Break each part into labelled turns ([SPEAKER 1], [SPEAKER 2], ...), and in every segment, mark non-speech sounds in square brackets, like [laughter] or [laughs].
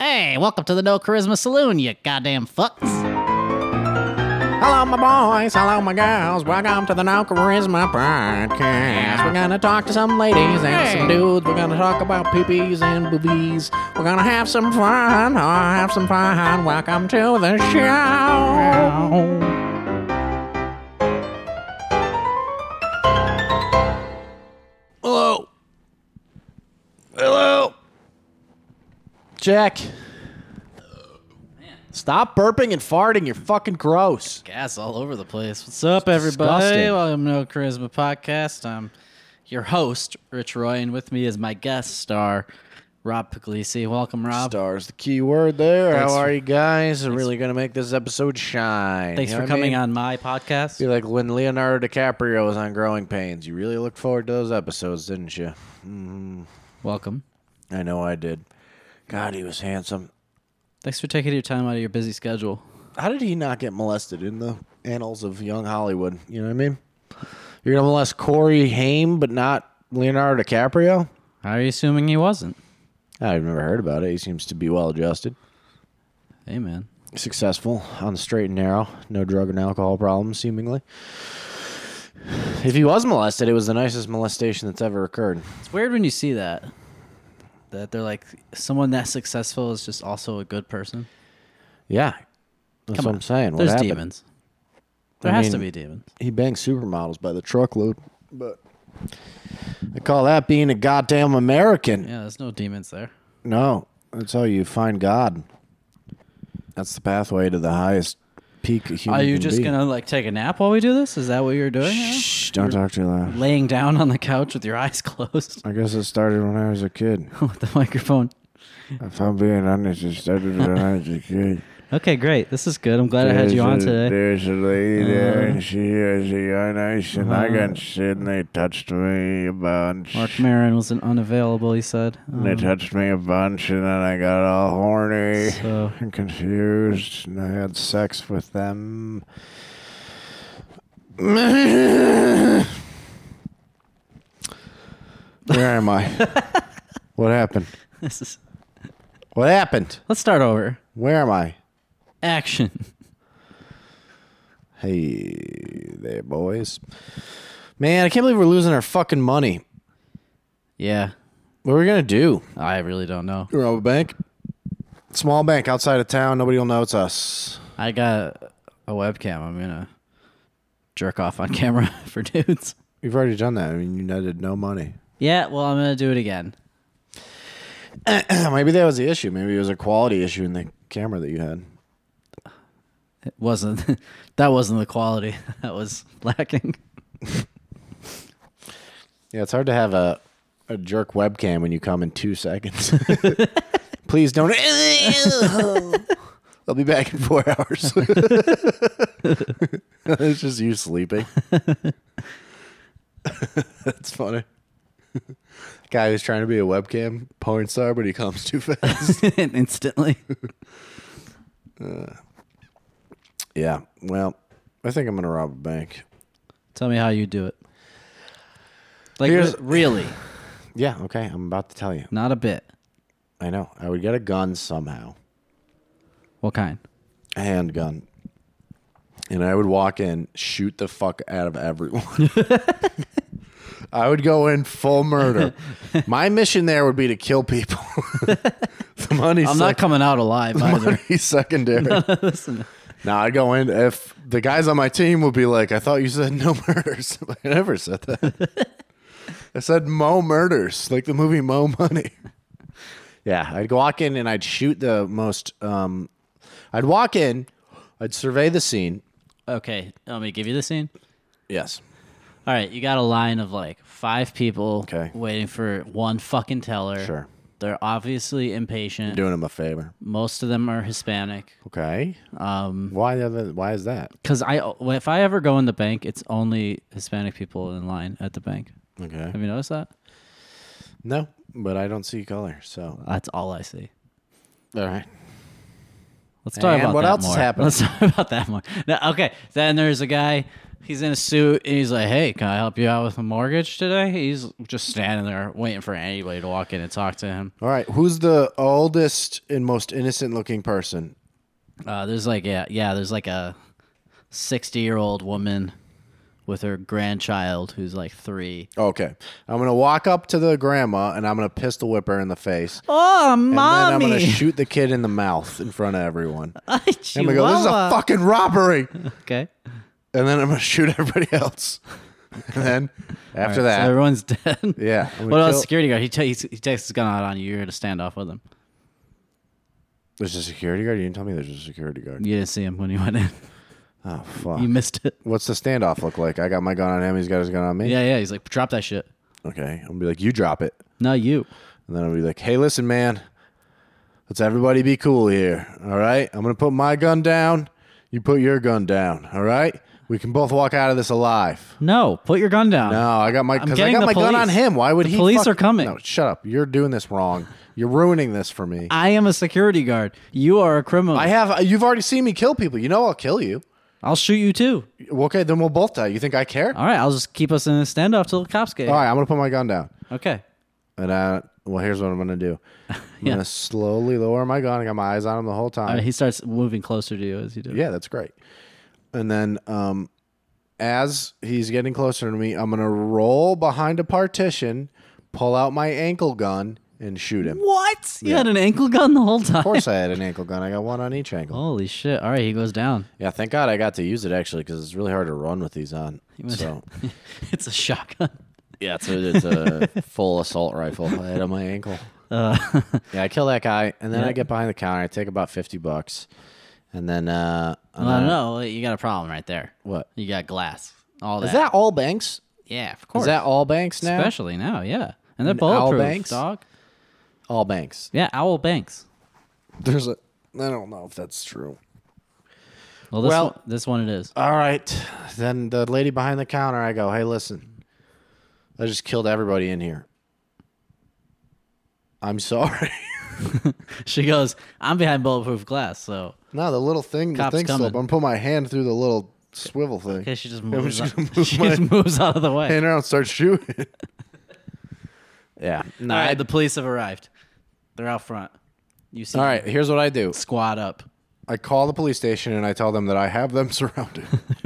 [SPEAKER 1] Hey, welcome to the No Charisma Saloon, you goddamn fucks.
[SPEAKER 2] Hello, my boys. Hello, my girls. Welcome to the No Charisma Podcast. We're gonna talk to some ladies and some dudes. We're gonna talk about peepees and boobies. We're gonna have some fun. Oh, have some fun. Welcome to the show.
[SPEAKER 3] Hello. Hello. Jack. Stop burping and farting. You're fucking gross.
[SPEAKER 1] Gas all over the place. What's up, everybody?
[SPEAKER 3] disgusting.
[SPEAKER 1] Welcome to No Charisma Podcast. I'm your host, Rich Roy, and with me is my guest star, Rob Puglisi. Welcome, Rob.
[SPEAKER 3] Stars the key word there.
[SPEAKER 1] Thanks
[SPEAKER 3] How
[SPEAKER 1] for-
[SPEAKER 3] are you guys? I'm really gonna make this episode shine.
[SPEAKER 1] Thanks
[SPEAKER 3] You know
[SPEAKER 1] for
[SPEAKER 3] what I
[SPEAKER 1] coming
[SPEAKER 3] mean?
[SPEAKER 1] on my podcast.
[SPEAKER 3] Be like when Leonardo DiCaprio was on Growing Pains. You really looked forward to those episodes, didn't you?
[SPEAKER 1] Welcome.
[SPEAKER 3] I know I did. God, he was handsome.
[SPEAKER 1] Thanks for taking your time out of your busy schedule.
[SPEAKER 3] How did he not get molested in the annals of young Hollywood? You know what I mean? You're gonna molest Corey Haim, but not Leonardo DiCaprio.
[SPEAKER 1] Are you assuming he wasn't?
[SPEAKER 3] I've never heard about it. He seems to be well adjusted,
[SPEAKER 1] Hey, man.
[SPEAKER 3] successful on the straight and narrow, no drug and alcohol problems, seemingly. If he was molested, it was the nicest molestation that's ever occurred.
[SPEAKER 1] It's weird when you see that. That they're like, someone that successful is just also a good person.
[SPEAKER 3] Yeah, that's
[SPEAKER 1] Come
[SPEAKER 3] what
[SPEAKER 1] on.
[SPEAKER 3] I'm saying. What
[SPEAKER 1] There's
[SPEAKER 3] happened?
[SPEAKER 1] demons. There
[SPEAKER 3] I
[SPEAKER 1] has to
[SPEAKER 3] mean-
[SPEAKER 1] be demons.
[SPEAKER 3] He bangs supermodels by the truckload, but I call that being a goddamn American.
[SPEAKER 1] Yeah, there's no demons there.
[SPEAKER 3] No, that's how you find God. That's the pathway to the highest peak a human
[SPEAKER 1] Are you
[SPEAKER 3] can
[SPEAKER 1] just
[SPEAKER 3] be.
[SPEAKER 1] gonna like take a nap while we do this? Is that what you're doing? now?
[SPEAKER 3] Shh, don't talk too loud.
[SPEAKER 1] Laying down on the couch with your eyes [laughs] closed
[SPEAKER 3] I guess it started when I was
[SPEAKER 1] [laughs]
[SPEAKER 3] a kid.
[SPEAKER 1] with the microphone.
[SPEAKER 3] If I'm being honest, it started when I was a kid.
[SPEAKER 1] Okay, great. This is good. I'm glad I had you on
[SPEAKER 3] There's a-
[SPEAKER 1] today. Uh,
[SPEAKER 3] There's a lady there, and she has a young ice, and I got shit, and they touched me a bunch.
[SPEAKER 1] Mark Maron was an unavailable. He said.
[SPEAKER 3] and they
[SPEAKER 1] Um,
[SPEAKER 3] touched me a bunch, and then I got all horny
[SPEAKER 1] So- [laughs]
[SPEAKER 3] and confused, and I had sex
[SPEAKER 1] [laughs]
[SPEAKER 3] with them. Where am I? what happened?
[SPEAKER 1] this is.
[SPEAKER 3] What happened?
[SPEAKER 1] Let's start over.
[SPEAKER 3] Where am I?
[SPEAKER 1] Action. [laughs]
[SPEAKER 3] Hey there, boys. Man, I can't believe we're losing our fucking money.
[SPEAKER 1] Yeah,
[SPEAKER 3] What are we gonna do?
[SPEAKER 1] I really don't know.
[SPEAKER 3] Rob a bank? Small bank outside of town. Nobody will know it's us.
[SPEAKER 1] I got a webcam. I'm gonna jerk off on [laughs] camera for dudes.
[SPEAKER 3] We've already done that. I mean, you netted no money. [clears throat]
[SPEAKER 1] Yeah, well, I'm gonna do it again.
[SPEAKER 3] Maybe that was the issue. Maybe it was a quality issue in the camera that you had.
[SPEAKER 1] It wasn't. [laughs] that wasn't the quality. [laughs] That was lacking.
[SPEAKER 3] Yeah, it's hard to have a, a jerk webcam when you come in two seconds. [laughs] Please don't. [laughs] I'll be back in four hours. [laughs] it's just you sleeping. [laughs] That's funny. Guy who's trying to be a webcam porn star, but he comes too fast. [laughs]
[SPEAKER 1] Instantly.
[SPEAKER 3] yeah. Well, I think I'm gonna rob a bank.
[SPEAKER 1] Tell me how you do it. Like
[SPEAKER 3] Here's-
[SPEAKER 1] re- really,
[SPEAKER 3] Yeah. Okay. I'm about to tell you.
[SPEAKER 1] not a bit.
[SPEAKER 3] I know. I would get a gun somehow.
[SPEAKER 1] What kind?
[SPEAKER 3] a handgun. And I would walk in, shoot the fuck out
[SPEAKER 1] [laughs]
[SPEAKER 3] of everyone. [laughs] I would go in full murder. My mission there would be to kill people. [laughs] the money's,
[SPEAKER 1] I'm not
[SPEAKER 3] sec-
[SPEAKER 1] coming out
[SPEAKER 3] [laughs]
[SPEAKER 1] alive either. [laughs]
[SPEAKER 3] money's secondary. no,
[SPEAKER 1] Listen,
[SPEAKER 3] I'd go in. If the guys on my team would be like, I thought you said no [laughs] murders. I never said that. [laughs] I said Mo murders, like the movie Mo Money. Yeah, I'd walk in and I'd shoot the most. Um, I'd walk in, I'd survey the scene.
[SPEAKER 1] okay, let me to give you the scene.
[SPEAKER 3] Yes.
[SPEAKER 1] All right, you got a line of like five people
[SPEAKER 3] Okay.
[SPEAKER 1] waiting for one fucking teller.
[SPEAKER 3] Sure.
[SPEAKER 1] They're obviously impatient.
[SPEAKER 3] Doing him a favor.
[SPEAKER 1] Most of them are Hispanic.
[SPEAKER 3] Okay. Um, why the other, why is that?
[SPEAKER 1] Because I, if I ever go in the bank, it's only Hispanic people in line at the bank.
[SPEAKER 3] Okay.
[SPEAKER 1] Have you noticed that?
[SPEAKER 3] No, but I don't see color. So,
[SPEAKER 1] That's all I see.
[SPEAKER 3] all right.
[SPEAKER 1] Let's talk
[SPEAKER 3] And
[SPEAKER 1] about
[SPEAKER 3] what
[SPEAKER 1] that
[SPEAKER 3] else is
[SPEAKER 1] more. [laughs]
[SPEAKER 3] happening?
[SPEAKER 1] Let's talk about that more. No, okay, then there's a guy. He's in a suit and he's like, "Hey, can I help you out with a mortgage today?" He's just standing there waiting for anybody to walk in and talk to him.
[SPEAKER 3] All right, who's the oldest and most innocent-looking person?
[SPEAKER 1] Uh, there's like yeah, yeah. There's like a sixty-year-old woman with her grandchild who's like three.
[SPEAKER 3] Okay, I'm gonna walk up to the grandma and I'm gonna pistol whip her in the face,
[SPEAKER 1] Oh,
[SPEAKER 3] and then I'm gonna
[SPEAKER 1] [laughs] mommy!
[SPEAKER 3] shoot the kid in the mouth in front of everyone.
[SPEAKER 1] [laughs] I'm
[SPEAKER 3] I'm gonna go, "This is a fucking robbery,"
[SPEAKER 1] Okay.
[SPEAKER 3] and then I'm gonna shoot everybody else. [laughs] And then after
[SPEAKER 1] So
[SPEAKER 3] that,
[SPEAKER 1] everyone's [laughs] dead.
[SPEAKER 3] yeah. I'm gonna
[SPEAKER 1] What else?
[SPEAKER 3] kill-
[SPEAKER 1] Security guard. He, ta- he takes his gun out on you. You're to stand off with him.
[SPEAKER 3] There's a security guard. You didn't tell me there's a security guard.
[SPEAKER 1] You didn't see him when you went in. [laughs]
[SPEAKER 3] Oh fuck.
[SPEAKER 1] You missed it.
[SPEAKER 3] What's the standoff look like? I got my gun on him. He's got his gun on me.
[SPEAKER 1] Yeah, yeah. He's like, drop that shit.
[SPEAKER 3] Okay. I'm gonna be like, you drop it,
[SPEAKER 1] Not you.
[SPEAKER 3] and then I'll be like, hey, listen, man. Let's everybody be cool here. All right. I'm gonna put my gun down. You put your gun down. All right. We can both walk out of this alive.
[SPEAKER 1] No, put your gun down.
[SPEAKER 3] No, I got my because I
[SPEAKER 1] getting
[SPEAKER 3] got
[SPEAKER 1] the
[SPEAKER 3] my gun
[SPEAKER 1] police.
[SPEAKER 3] on him. Why would
[SPEAKER 1] The
[SPEAKER 3] he?
[SPEAKER 1] police
[SPEAKER 3] fuck-
[SPEAKER 1] are coming.
[SPEAKER 3] No, shut up. You're doing this wrong. You're ruining this for me.
[SPEAKER 1] I am a security guard. You are a criminal.
[SPEAKER 3] I
[SPEAKER 1] I
[SPEAKER 3] have. You've already seen me kill people. You know I'll kill you.
[SPEAKER 1] will shoot you too.
[SPEAKER 3] Okay, then we'll both die. You think I care?
[SPEAKER 1] All right, I'll just keep us in a standoff till the cops get.
[SPEAKER 3] All
[SPEAKER 1] here.
[SPEAKER 3] right, I'm gonna put my gun down.
[SPEAKER 1] Okay.
[SPEAKER 3] And I, well, here's what I'm
[SPEAKER 1] [laughs]
[SPEAKER 3] gonna do. I'm
[SPEAKER 1] Yeah.
[SPEAKER 3] gonna slowly lower my gun. I got my eyes on him the whole
[SPEAKER 1] All
[SPEAKER 3] time.
[SPEAKER 1] right, Uh, he starts moving closer to you as you do.
[SPEAKER 3] yeah, that's great. And then, um, as he's getting closer to me, I'm gonna roll behind a partition, pull out my ankle gun, and shoot him. Of
[SPEAKER 1] What? You had an ankle gun the whole
[SPEAKER 3] [laughs]
[SPEAKER 1] time.
[SPEAKER 3] course, I had an ankle gun. I got one on each ankle.
[SPEAKER 1] Holy shit! All right, he goes down.
[SPEAKER 3] Yeah, thank God I got to use it actually because it's really hard to run with these on.
[SPEAKER 1] [laughs]
[SPEAKER 3] So
[SPEAKER 1] [laughs] it's a shotgun.
[SPEAKER 3] yeah, it's a, it's a full assault rifle. I had on my ankle.
[SPEAKER 1] [laughs] Uh,
[SPEAKER 3] Yeah, I kill that guy, and then I get behind the counter. I take about fifty bucks, and then uh, I'm
[SPEAKER 1] I
[SPEAKER 3] like,
[SPEAKER 1] don't know. You got a problem right there.
[SPEAKER 3] what
[SPEAKER 1] You got glass. All that.
[SPEAKER 3] is that? All banks?
[SPEAKER 1] Yeah, of course.
[SPEAKER 3] Is that all banks now?
[SPEAKER 1] Especially now, yeah. And they're
[SPEAKER 3] owl
[SPEAKER 1] bulletproof,
[SPEAKER 3] banks?
[SPEAKER 1] dog.
[SPEAKER 3] All banks.
[SPEAKER 1] Yeah, owl banks.
[SPEAKER 3] There's a. I don't know if that's true.
[SPEAKER 1] Well, this
[SPEAKER 3] Well-
[SPEAKER 1] one, this one it is.
[SPEAKER 3] All right, then the lady behind the counter. I go, hey, listen, I just killed everybody in here. I'm sorry.
[SPEAKER 1] [laughs]
[SPEAKER 3] [laughs]
[SPEAKER 1] She goes, "I'm behind bulletproof glass." So
[SPEAKER 3] no, the little thing.
[SPEAKER 1] Cops
[SPEAKER 3] the thing
[SPEAKER 1] coming.
[SPEAKER 3] slip. I'm gonna put my hand through the little swivel thing.
[SPEAKER 1] okay, she just moves.
[SPEAKER 3] just
[SPEAKER 1] out- [laughs]
[SPEAKER 3] gonna move
[SPEAKER 1] she
[SPEAKER 3] my-
[SPEAKER 1] just moves out of the way.
[SPEAKER 3] Hand around, start shooting. [laughs] yeah. No,
[SPEAKER 1] All
[SPEAKER 3] I-
[SPEAKER 1] right, the police have arrived. They're out front. You see,
[SPEAKER 3] all right. Here's what I do.
[SPEAKER 1] squad up. [laughs]
[SPEAKER 3] I call the police station and I tell them that I have them [laughs] surrounded.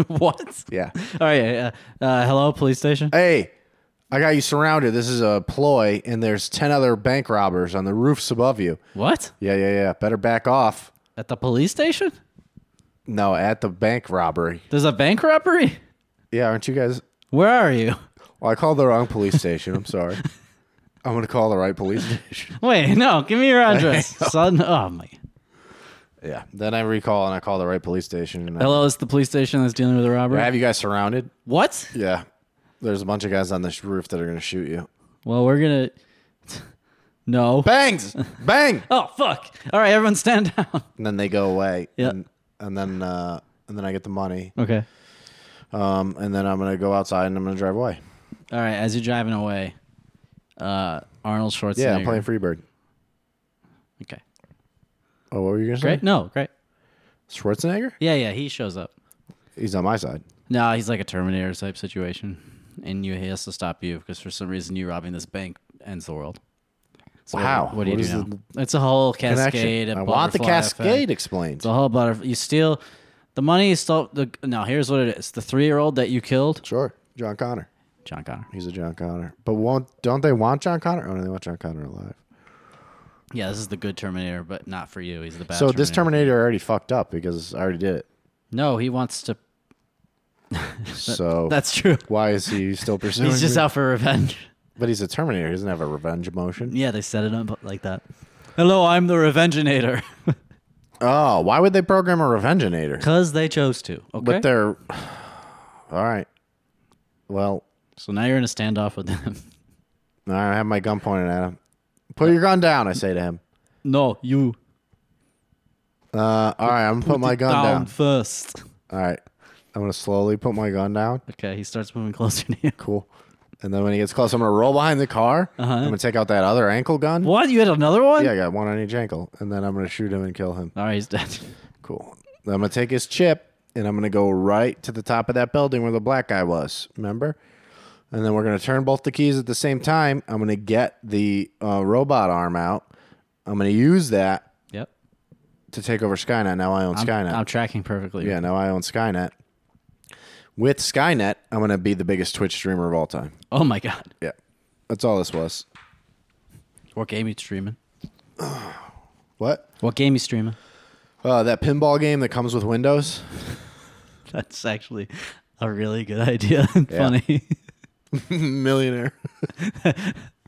[SPEAKER 1] what?
[SPEAKER 3] yeah.
[SPEAKER 1] All right. yeah, yeah. Uh, hello, police station.
[SPEAKER 3] Hey, I got you surrounded. This is a ploy, and there's 10 other bank robbers on the roofs above you.
[SPEAKER 1] What?
[SPEAKER 3] Yeah, yeah, yeah. Better back off.
[SPEAKER 1] At the police station?
[SPEAKER 3] No, at the bank robbery.
[SPEAKER 1] There's a bank robbery.
[SPEAKER 3] Yeah, aren't you guys?
[SPEAKER 1] Where are you? [laughs]
[SPEAKER 3] Well, I called the wrong police station. I'm sorry. I'm going to call the right police station.
[SPEAKER 1] Wait, no. Give me your address, son. Oh my.
[SPEAKER 3] Yeah. Then I recall and I call the right police station. And I-
[SPEAKER 1] Hello, it's the police station that's dealing with a robbery.
[SPEAKER 3] I have you guys surrounded?
[SPEAKER 1] What?
[SPEAKER 3] Yeah. There's a bunch of guys on this roof that are going to shoot you.
[SPEAKER 1] Well, we're gonna. [laughs] No.
[SPEAKER 3] Bangs! [laughs] Bang!
[SPEAKER 1] Oh fuck! All right, everyone, stand [laughs] down.
[SPEAKER 3] and then they go away.
[SPEAKER 1] Yeah.
[SPEAKER 3] And, and then uh, and then I get the money.
[SPEAKER 1] Okay.
[SPEAKER 3] Um, and then I'm gonna go outside and I'm gonna drive away.
[SPEAKER 1] All right, as you're driving away, uh, Arnold Schwarzenegger.
[SPEAKER 3] Yeah, I'm playing Freebird.
[SPEAKER 1] Okay.
[SPEAKER 3] Oh, what were you gonna say?
[SPEAKER 1] Great. No, great.
[SPEAKER 3] Schwarzenegger?
[SPEAKER 1] Yeah, yeah. He shows up.
[SPEAKER 3] He's on my side.
[SPEAKER 1] No, he's like a Terminator type situation, and you he has to stop you because for some reason you robbing this bank ends the world. So
[SPEAKER 3] Wow.
[SPEAKER 1] What, do you
[SPEAKER 3] What
[SPEAKER 1] do
[SPEAKER 3] is
[SPEAKER 1] now? It's a whole cascade.
[SPEAKER 3] Connection.
[SPEAKER 1] a
[SPEAKER 3] I want the
[SPEAKER 1] butterfly effect.
[SPEAKER 3] cascade explained.
[SPEAKER 1] It's a whole butterfly. You steal the money. You stole the. No, here's what it is. The three-year-old that you killed,
[SPEAKER 3] Sure. John Connor.
[SPEAKER 1] John Connor.
[SPEAKER 3] He's a John Connor. But won't don't they want John Connor? Oh no, they want John Connor alive.
[SPEAKER 1] Yeah, this is the good Terminator, but not for you. He's the bad.
[SPEAKER 3] so this Terminator already fucked up because I already did it.
[SPEAKER 1] No, he wants to.
[SPEAKER 3] so
[SPEAKER 1] That's true.
[SPEAKER 3] why is he still
[SPEAKER 1] [laughs]
[SPEAKER 3] pursuing?
[SPEAKER 1] He's just
[SPEAKER 3] me?
[SPEAKER 1] out for revenge.
[SPEAKER 3] but he's a Terminator. He doesn't have a revenge emotion.
[SPEAKER 1] Yeah, they set it up like that. Hello, I'm the [laughs] Revengeinator.
[SPEAKER 3] Oh, why would they program a Revengeinator?
[SPEAKER 1] Because they chose to. Okay.
[SPEAKER 3] But they're [sighs] all right. Well,
[SPEAKER 1] so now you're in a standoff with them.
[SPEAKER 3] all right, I have my gun pointed at him. Put your gun down, I say to him.
[SPEAKER 1] [laughs] No, you
[SPEAKER 3] Uh, all right, I'm gonna put my gun
[SPEAKER 1] down,
[SPEAKER 3] down.
[SPEAKER 1] first.
[SPEAKER 3] All right, I'm gonna slowly put my gun down.
[SPEAKER 1] Okay, he starts moving closer to you. [laughs]
[SPEAKER 3] Cool. And then when he gets close, I'm gonna roll behind the car. I'm gonna take out that other ankle gun.
[SPEAKER 1] Uh-huh. What? You had another one?
[SPEAKER 3] Yeah, I got one on each ankle, and then I'm gonna shoot him and kill him.
[SPEAKER 1] All right, he's dead. [laughs]
[SPEAKER 3] Cool. I'm gonna take his chip and I'm gonna go right to the top of that building where the black guy was. Remember? And then we're gonna turn both the keys at the same time. I'm gonna get the uh, robot arm out. I'm gonna use that
[SPEAKER 1] Yep.
[SPEAKER 3] to take over Skynet. Now I own
[SPEAKER 1] I'm,
[SPEAKER 3] Skynet.
[SPEAKER 1] I'm tracking perfectly.
[SPEAKER 3] yeah, now I own Skynet. With Skynet, I'm gonna be the biggest Twitch streamer of all time.
[SPEAKER 1] Oh my god.
[SPEAKER 3] Yeah, that's all this was.
[SPEAKER 1] What game you streaming?
[SPEAKER 3] What?
[SPEAKER 1] What game you streaming? [laughs]
[SPEAKER 3] Uh, that pinball game that comes with Windows.
[SPEAKER 1] That's actually a really good idea. [laughs] and Funny.
[SPEAKER 3] [laughs] Millionaire.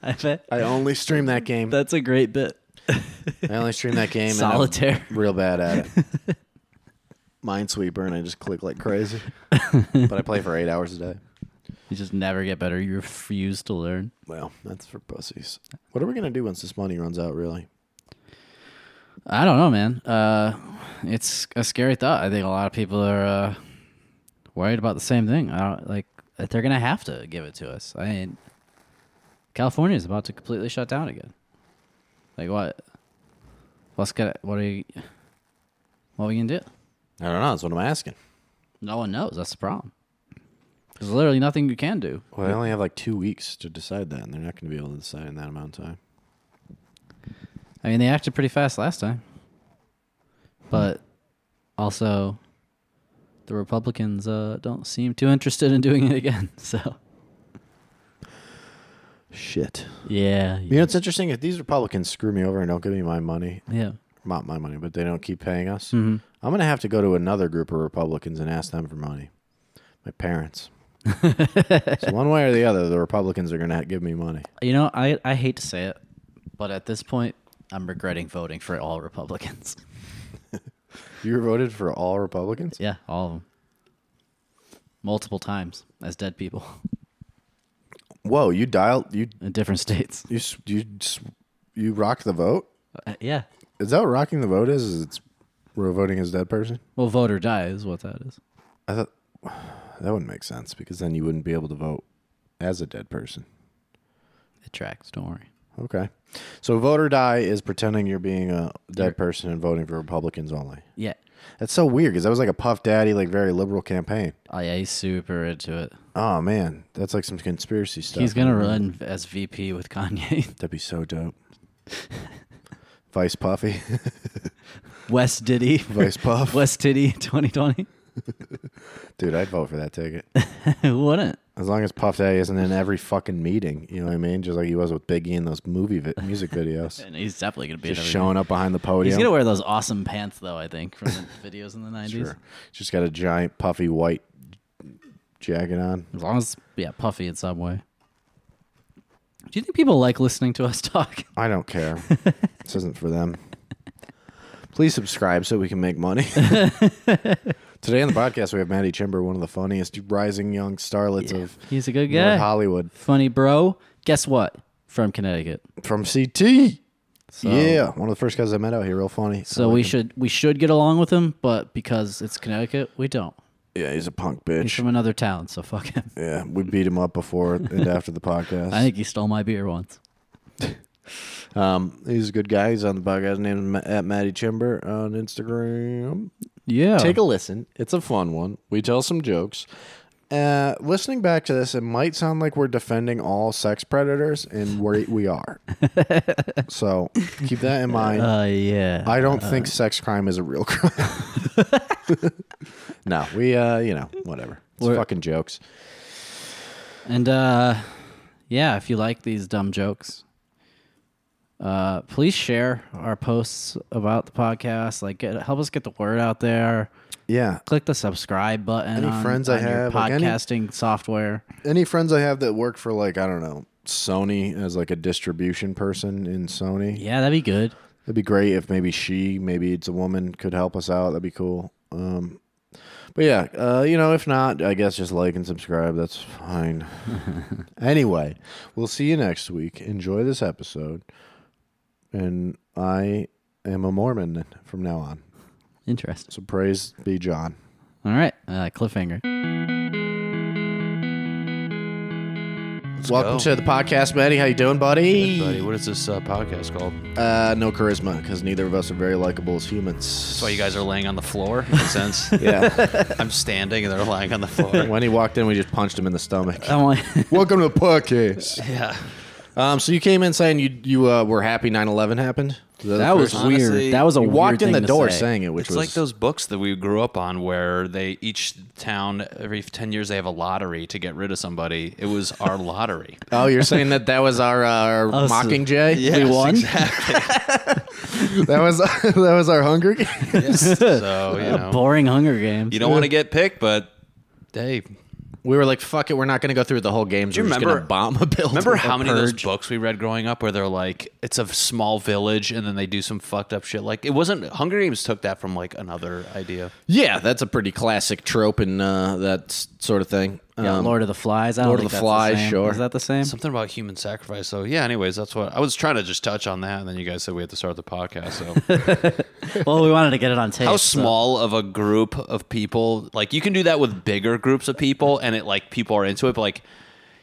[SPEAKER 1] I bet
[SPEAKER 3] I only stream that game.
[SPEAKER 1] that's a great bit.
[SPEAKER 3] I only stream [laughs] that game. and I'm
[SPEAKER 1] Solitaire.
[SPEAKER 3] real bad at it. [laughs] Minesweeper, and I just click like [laughs] crazy. but I play for eight hours a day.
[SPEAKER 1] You just never get better. You refuse to learn.
[SPEAKER 3] Well, that's for pussies. What are we gonna do once this money runs out? Really?
[SPEAKER 1] I don't know, man. Uh, it's a scary thought. I think a lot of people are uh, worried about the same thing. I don't, like that they're gonna have to give it to us. I mean, California is about to completely shut down again. Like what? What's gonna? What are you? What are we gonna do?
[SPEAKER 3] I don't know. That's what I'm asking.
[SPEAKER 1] No one knows. That's the problem. There's literally nothing you can do.
[SPEAKER 3] Well, they only have like two weeks to decide that, and they're not gonna be able to decide in that amount of time.
[SPEAKER 1] I mean, they acted pretty fast last time, but also the Republicans uh, don't seem too interested in doing it again. [laughs] So
[SPEAKER 3] Shit.
[SPEAKER 1] yeah,
[SPEAKER 3] You know, it's interesting. If these Republicans screw me over and don't give me my money,
[SPEAKER 1] yeah.
[SPEAKER 3] not my money, but they don't keep paying us, I'm gonna have to go to another group of Republicans and ask them for money. My parents. so one way or the other, the Republicans are gonna give me money.
[SPEAKER 1] You know, I I hate to say it, but at this point, I'm regretting voting for all Republicans. [laughs]
[SPEAKER 3] You voted for all Republicans?
[SPEAKER 1] yeah, all of them, multiple times as dead people [laughs]
[SPEAKER 3] Whoa, you dialed you
[SPEAKER 1] in different states.
[SPEAKER 3] you s- you s- you rock the vote?
[SPEAKER 1] Uh, yeah,
[SPEAKER 3] Is that what rocking the vote is? Is it's we're voting as a dead person?
[SPEAKER 1] well, vote or die is what that is.
[SPEAKER 3] I thought [sighs] that wouldn't make sense because then you wouldn't be able to vote as a dead person.
[SPEAKER 1] It tracks. Don't worry.
[SPEAKER 3] Okay. So vote or die is pretending you're being a dead person and voting for Republicans only.
[SPEAKER 1] Yeah.
[SPEAKER 3] That's so weird because that was like a puff daddy, like very liberal campaign.
[SPEAKER 1] Oh yeah, he's super into it.
[SPEAKER 3] Oh man, that's like some conspiracy stuff.
[SPEAKER 1] He's gonna run as VP with Kanye. [laughs]
[SPEAKER 3] That'd be so dope. Vice Puffy, [laughs]
[SPEAKER 1] West Diddy.
[SPEAKER 3] Vice
[SPEAKER 1] [laughs]
[SPEAKER 3] Puff.
[SPEAKER 1] West Diddy [laughs] 2020.
[SPEAKER 3] Dude, I'd vote for that ticket.
[SPEAKER 1] Who wouldn't?
[SPEAKER 3] As long as Puff Daddy isn't in every fucking meeting, you know what I mean? Just like he was with Biggie in those movie vi-
[SPEAKER 1] [laughs]
[SPEAKER 3] music videos.
[SPEAKER 1] And he's definitely gonna be. in
[SPEAKER 3] Just
[SPEAKER 1] every-
[SPEAKER 3] showing up behind the podium.
[SPEAKER 1] He's gonna wear those awesome pants though. I think from
[SPEAKER 3] [laughs]
[SPEAKER 1] the videos in the 90s.
[SPEAKER 3] Sure. Just got a giant puffy white jacket on.
[SPEAKER 1] As long as yeah, puffy in some way. Do you think people like listening to us [laughs] talk?
[SPEAKER 3] I
[SPEAKER 1] [laughs]
[SPEAKER 3] don't care. this isn't for them. Please subscribe so we can
[SPEAKER 1] [laughs]
[SPEAKER 3] make money. Today on the podcast, we have Maddie Chimber, one of the funniest rising young starlets of
[SPEAKER 1] He's a good
[SPEAKER 3] North
[SPEAKER 1] guy.
[SPEAKER 3] Hollywood
[SPEAKER 1] Funny bro. Guess what? From Connecticut.
[SPEAKER 3] from CT.
[SPEAKER 1] So,
[SPEAKER 3] yeah, one of the first guys I met out here, real funny.
[SPEAKER 1] So we should we should get along with him, but because it's Connecticut, we don't.
[SPEAKER 3] yeah, he's a punk
[SPEAKER 1] He's
[SPEAKER 3] bitch.
[SPEAKER 1] from another town, so fuck him. [laughs]
[SPEAKER 3] Yeah, we beat him up before and after the podcast.
[SPEAKER 1] I think he stole my beer once.
[SPEAKER 3] um, he's a good guy. He's on the podcast. His name is Ma- at Maddie Chimber on Instagram.
[SPEAKER 1] Yeah.
[SPEAKER 3] Take a listen. It's a fun one. We tell some jokes. Uh, listening back to this, it might sound like we're defending all sex predators, and we we are. so keep that in mind.
[SPEAKER 1] Uh, yeah.
[SPEAKER 3] I don't think sex crime is a real crime. no, we uh, you know, whatever. It's
[SPEAKER 1] We're-
[SPEAKER 3] fucking jokes.
[SPEAKER 1] And uh yeah, if you like these dumb jokes, uh please share our posts about the podcast. Like get, help us get the word out there.
[SPEAKER 3] Yeah,
[SPEAKER 1] Click the subscribe button.
[SPEAKER 3] Any
[SPEAKER 1] on-
[SPEAKER 3] friends I
[SPEAKER 1] on your
[SPEAKER 3] have, like any-
[SPEAKER 1] podcasting software.
[SPEAKER 3] any friends I have that work for like I don't know Sony as like a distribution person in Sony.
[SPEAKER 1] Yeah, that'd be good.
[SPEAKER 3] That'd be great if maybe she, maybe it's a woman, could help us out. That'd be cool. Um, but yeah, uh, you know, if not, I guess just like and subscribe. That's
[SPEAKER 4] [laughs]
[SPEAKER 3] fine. anyway, we'll see you next week. Enjoy this episode. And I am a Mormon from now on.
[SPEAKER 1] Interesting.
[SPEAKER 3] So praise be John. [laughs]
[SPEAKER 1] All right, uh, cliffhanger.
[SPEAKER 3] Welcome
[SPEAKER 4] go.
[SPEAKER 3] to the podcast, Maddie. How you doing, buddy?
[SPEAKER 4] Buddy, what is this uh, podcast called?
[SPEAKER 3] Uh, no charisma, because neither of us are very likable as humans.
[SPEAKER 4] That's why you guys are laying on the floor.
[SPEAKER 3] [laughs]
[SPEAKER 4] Makes sense. [laughs]
[SPEAKER 3] Yeah.
[SPEAKER 4] I'm standing and they're lying on
[SPEAKER 3] [laughs]
[SPEAKER 4] the floor.
[SPEAKER 3] when he walked in, we just punched him in the
[SPEAKER 4] [laughs]
[SPEAKER 3] stomach.
[SPEAKER 1] I'm like,
[SPEAKER 5] Welcome to the podcast.
[SPEAKER 4] yeah.
[SPEAKER 3] Um, so you came in saying you you uh, were happy 9/11 happened.
[SPEAKER 1] that was
[SPEAKER 4] Honestly,
[SPEAKER 1] weird. That was a
[SPEAKER 3] you
[SPEAKER 1] weird
[SPEAKER 3] walked in
[SPEAKER 1] thing
[SPEAKER 3] the
[SPEAKER 1] to
[SPEAKER 3] door
[SPEAKER 1] say.
[SPEAKER 3] saying it, which
[SPEAKER 4] It's
[SPEAKER 3] was
[SPEAKER 4] like those books that we grew up on where they each town every 10 years they have a lottery to get rid of somebody. It was
[SPEAKER 3] [laughs]
[SPEAKER 4] our lottery.
[SPEAKER 3] [laughs] Oh, you're saying that that was our, uh,
[SPEAKER 1] [laughs]
[SPEAKER 3] our
[SPEAKER 1] Us.
[SPEAKER 3] Mockingjay? [laughs]
[SPEAKER 1] we won.
[SPEAKER 5] That was that was our Hunger Games.
[SPEAKER 4] so, you know,
[SPEAKER 1] Boring Hunger Games.
[SPEAKER 4] you don't want to get picked, but hey,
[SPEAKER 3] [laughs] We were like, "Fuck it, we're not going to go through the whole game.
[SPEAKER 4] you
[SPEAKER 3] we're just going
[SPEAKER 4] remember-
[SPEAKER 3] to bomb a building."
[SPEAKER 4] remember how many of those books we read growing up where they're like, it's a small village and then they do some fucked up shit? Like, it wasn't Hunger Games took that from like another idea.
[SPEAKER 3] Yeah, that's a pretty classic trope and uh, that s- sort of thing.
[SPEAKER 1] Yeah,
[SPEAKER 3] Um,
[SPEAKER 1] Lord of the Flies. I don't
[SPEAKER 3] Lord of
[SPEAKER 1] think
[SPEAKER 3] the
[SPEAKER 1] that's
[SPEAKER 3] Flies,
[SPEAKER 1] same.
[SPEAKER 3] sure.
[SPEAKER 1] Is that the same?
[SPEAKER 4] Something about human sacrifice. So, yeah, anyways, that's what I was trying to just touch on that. And then you guys said we had to start the podcast. So,
[SPEAKER 1] well, we wanted to get it on tape.
[SPEAKER 4] how
[SPEAKER 1] so-
[SPEAKER 4] small of a group of people like you can do that with bigger groups of people and it like people are into it but like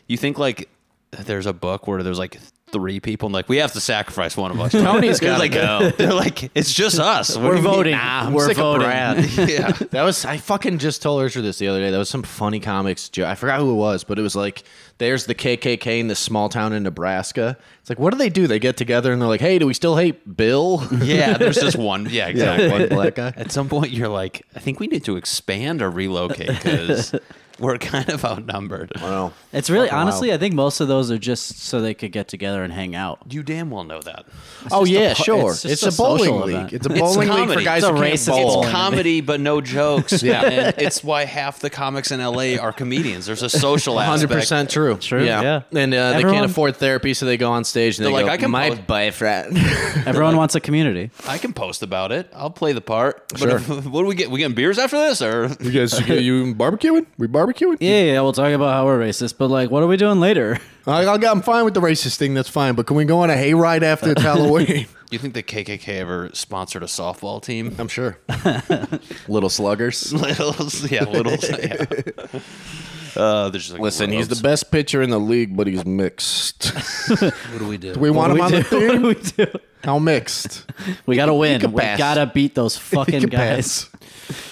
[SPEAKER 4] you think like there's a book where there's like three people and like we have to sacrifice one of us
[SPEAKER 3] Tony's
[SPEAKER 4] They're
[SPEAKER 3] gotta
[SPEAKER 4] like no [laughs] they're like it's just us What
[SPEAKER 1] We're
[SPEAKER 4] do you mean?
[SPEAKER 1] voting.
[SPEAKER 3] I'm
[SPEAKER 1] We're
[SPEAKER 3] sick of
[SPEAKER 1] voting. [laughs]
[SPEAKER 3] Brad.
[SPEAKER 4] [laughs] yeah
[SPEAKER 3] That was I fucking just told Ursa this the other day. That was some funny comics joke. I forgot who it was, but it was like there's the KKK in this small town in Nebraska. It's like what do they do? They get together and they're like, "Hey, do we still hate Bill?"
[SPEAKER 4] yeah there's just one [laughs]
[SPEAKER 3] [laughs]
[SPEAKER 4] yeah exactly
[SPEAKER 3] one black guy.
[SPEAKER 4] at some point you're like i think we need to expand or relocate because we're kind of outnumbered
[SPEAKER 3] Wow.
[SPEAKER 1] It's really honestly, I think most of those are just so they could get together and hang out.
[SPEAKER 3] [laughs]
[SPEAKER 4] you damn well know that
[SPEAKER 3] oh
[SPEAKER 1] just a
[SPEAKER 3] yeah,
[SPEAKER 1] pu-
[SPEAKER 3] sure.
[SPEAKER 1] it's
[SPEAKER 3] It's,
[SPEAKER 1] just a
[SPEAKER 3] a bowling
[SPEAKER 1] social
[SPEAKER 3] league.
[SPEAKER 1] event.
[SPEAKER 3] It's a
[SPEAKER 4] It's
[SPEAKER 3] bowling league for
[SPEAKER 4] comedy.
[SPEAKER 3] guys
[SPEAKER 1] It's a
[SPEAKER 3] who can't
[SPEAKER 1] racist
[SPEAKER 3] bowl.
[SPEAKER 4] It's
[SPEAKER 1] Bowling.
[SPEAKER 4] comedy, but no jokes. yeah, and it's why half the comics in LA are comedians. There's a social
[SPEAKER 3] Hundred
[SPEAKER 4] aspect.
[SPEAKER 3] percent true.
[SPEAKER 1] True,
[SPEAKER 3] Yeah.
[SPEAKER 1] yeah.
[SPEAKER 3] And uh, they
[SPEAKER 1] Everyone-
[SPEAKER 3] can't afford therapy, so they go on stage and
[SPEAKER 4] They're
[SPEAKER 3] they
[SPEAKER 4] like,
[SPEAKER 3] go,
[SPEAKER 4] "I can
[SPEAKER 3] "My
[SPEAKER 4] pose-
[SPEAKER 3] [laughs] boyfriend."
[SPEAKER 1] Everyone wants a
[SPEAKER 3] [laughs]
[SPEAKER 1] community.
[SPEAKER 4] I can post about it. I'll play the part. But
[SPEAKER 5] Sure.
[SPEAKER 4] if- [laughs] what do we get? We getting beers after this, or [laughs]
[SPEAKER 5] You guys, you, you barbecuing? We barbecuing?
[SPEAKER 1] Yeah, yeah, we'll talk about how we're racist, but like, what are we doing later? [laughs]
[SPEAKER 5] I, I got, I'm fine with the racist thing. That's fine. But can we go on a hayride after it's Halloween?
[SPEAKER 4] you think the KKK ever sponsored a softball team? [laughs]
[SPEAKER 3] I'm sure. Little sluggers.
[SPEAKER 4] little, yeah, little. Yeah. Uh, they're just like,
[SPEAKER 3] Listen,
[SPEAKER 4] "Whoa,
[SPEAKER 3] he's the
[SPEAKER 5] Best pitcher in the league, but he's mixed.
[SPEAKER 4] What do we do?
[SPEAKER 5] Do [laughs] we want him on the
[SPEAKER 1] what do
[SPEAKER 5] team?
[SPEAKER 3] [laughs]
[SPEAKER 1] we do?
[SPEAKER 5] How mixed?
[SPEAKER 1] We gotta win.
[SPEAKER 3] could
[SPEAKER 1] We
[SPEAKER 3] pass.
[SPEAKER 1] gotta beat
[SPEAKER 3] [laughs]
[SPEAKER 1] those fucking
[SPEAKER 5] could
[SPEAKER 1] guys.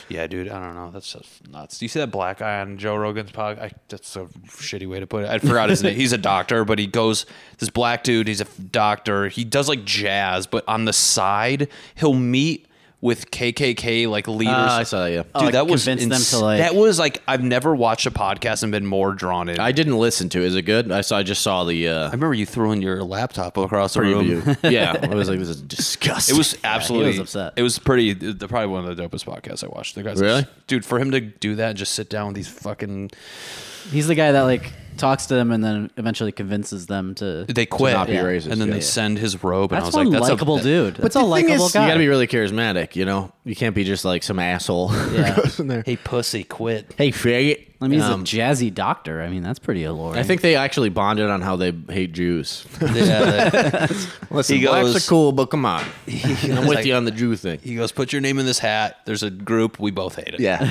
[SPEAKER 4] yeah, dude. I don't know. That's just nuts. Do you see that black guy on Joe Rogan's pod? I, that's a shitty way to put it. I
[SPEAKER 1] [laughs]
[SPEAKER 4] forgot his name. He's a doctor, but he goes this black dude. He's a f- doctor. He does like jazz, but on the side, he'll meet with KKK like leaders.
[SPEAKER 3] Ah, I saw that, yeah.
[SPEAKER 4] Dude,
[SPEAKER 1] like,
[SPEAKER 4] that was
[SPEAKER 1] convince them
[SPEAKER 4] ins-
[SPEAKER 1] to, like-
[SPEAKER 4] that was like I've never watched a podcast and been more drawn in. I,
[SPEAKER 3] I didn't listen to. it. Is it good? I saw. I just saw
[SPEAKER 5] [laughs]
[SPEAKER 3] the uh,
[SPEAKER 4] remember you throwing your laptop across the room.
[SPEAKER 3] preview. yeah, I was like, this is disgusting.
[SPEAKER 4] [laughs]
[SPEAKER 3] [laughs]
[SPEAKER 4] It was absolutely
[SPEAKER 1] upset.
[SPEAKER 4] It was pretty. They're probably one of the dopest podcasts I watched. The guys,
[SPEAKER 3] Really?
[SPEAKER 4] dude, for him to do that and just sit down with these fucking,
[SPEAKER 1] He's the guy that like talks to them and then eventually convinces them to.
[SPEAKER 4] they quit,
[SPEAKER 3] not be
[SPEAKER 4] Yeah.
[SPEAKER 3] racist,
[SPEAKER 4] and then
[SPEAKER 3] yeah.
[SPEAKER 4] they send his robe. And I
[SPEAKER 1] That's
[SPEAKER 4] was
[SPEAKER 1] one
[SPEAKER 4] like, that's
[SPEAKER 1] likable
[SPEAKER 4] a, [laughs]
[SPEAKER 1] dude. That's a
[SPEAKER 3] the thing
[SPEAKER 1] likable
[SPEAKER 3] is,
[SPEAKER 1] guy.
[SPEAKER 3] You got to be really charismatic. You know, you can't be just like some asshole. [laughs]
[SPEAKER 1] yeah.
[SPEAKER 5] In there.
[SPEAKER 4] Hey, pussy, quit.
[SPEAKER 3] hey, faggot.
[SPEAKER 1] I mean, he's
[SPEAKER 3] Um,
[SPEAKER 1] a jazzy doctor. I mean, that's pretty alluring.
[SPEAKER 3] I think they actually bonded on how they hate
[SPEAKER 4] [laughs]
[SPEAKER 3] Jews. [laughs] Listen,
[SPEAKER 4] He
[SPEAKER 3] blacks
[SPEAKER 4] goes-
[SPEAKER 3] are cool, but come on, I'm with
[SPEAKER 4] like-
[SPEAKER 3] you on the Jew
[SPEAKER 4] [laughs]
[SPEAKER 3] thing.
[SPEAKER 4] he goes, put your name in this hat. There's a group we both hate it.
[SPEAKER 3] Yeah,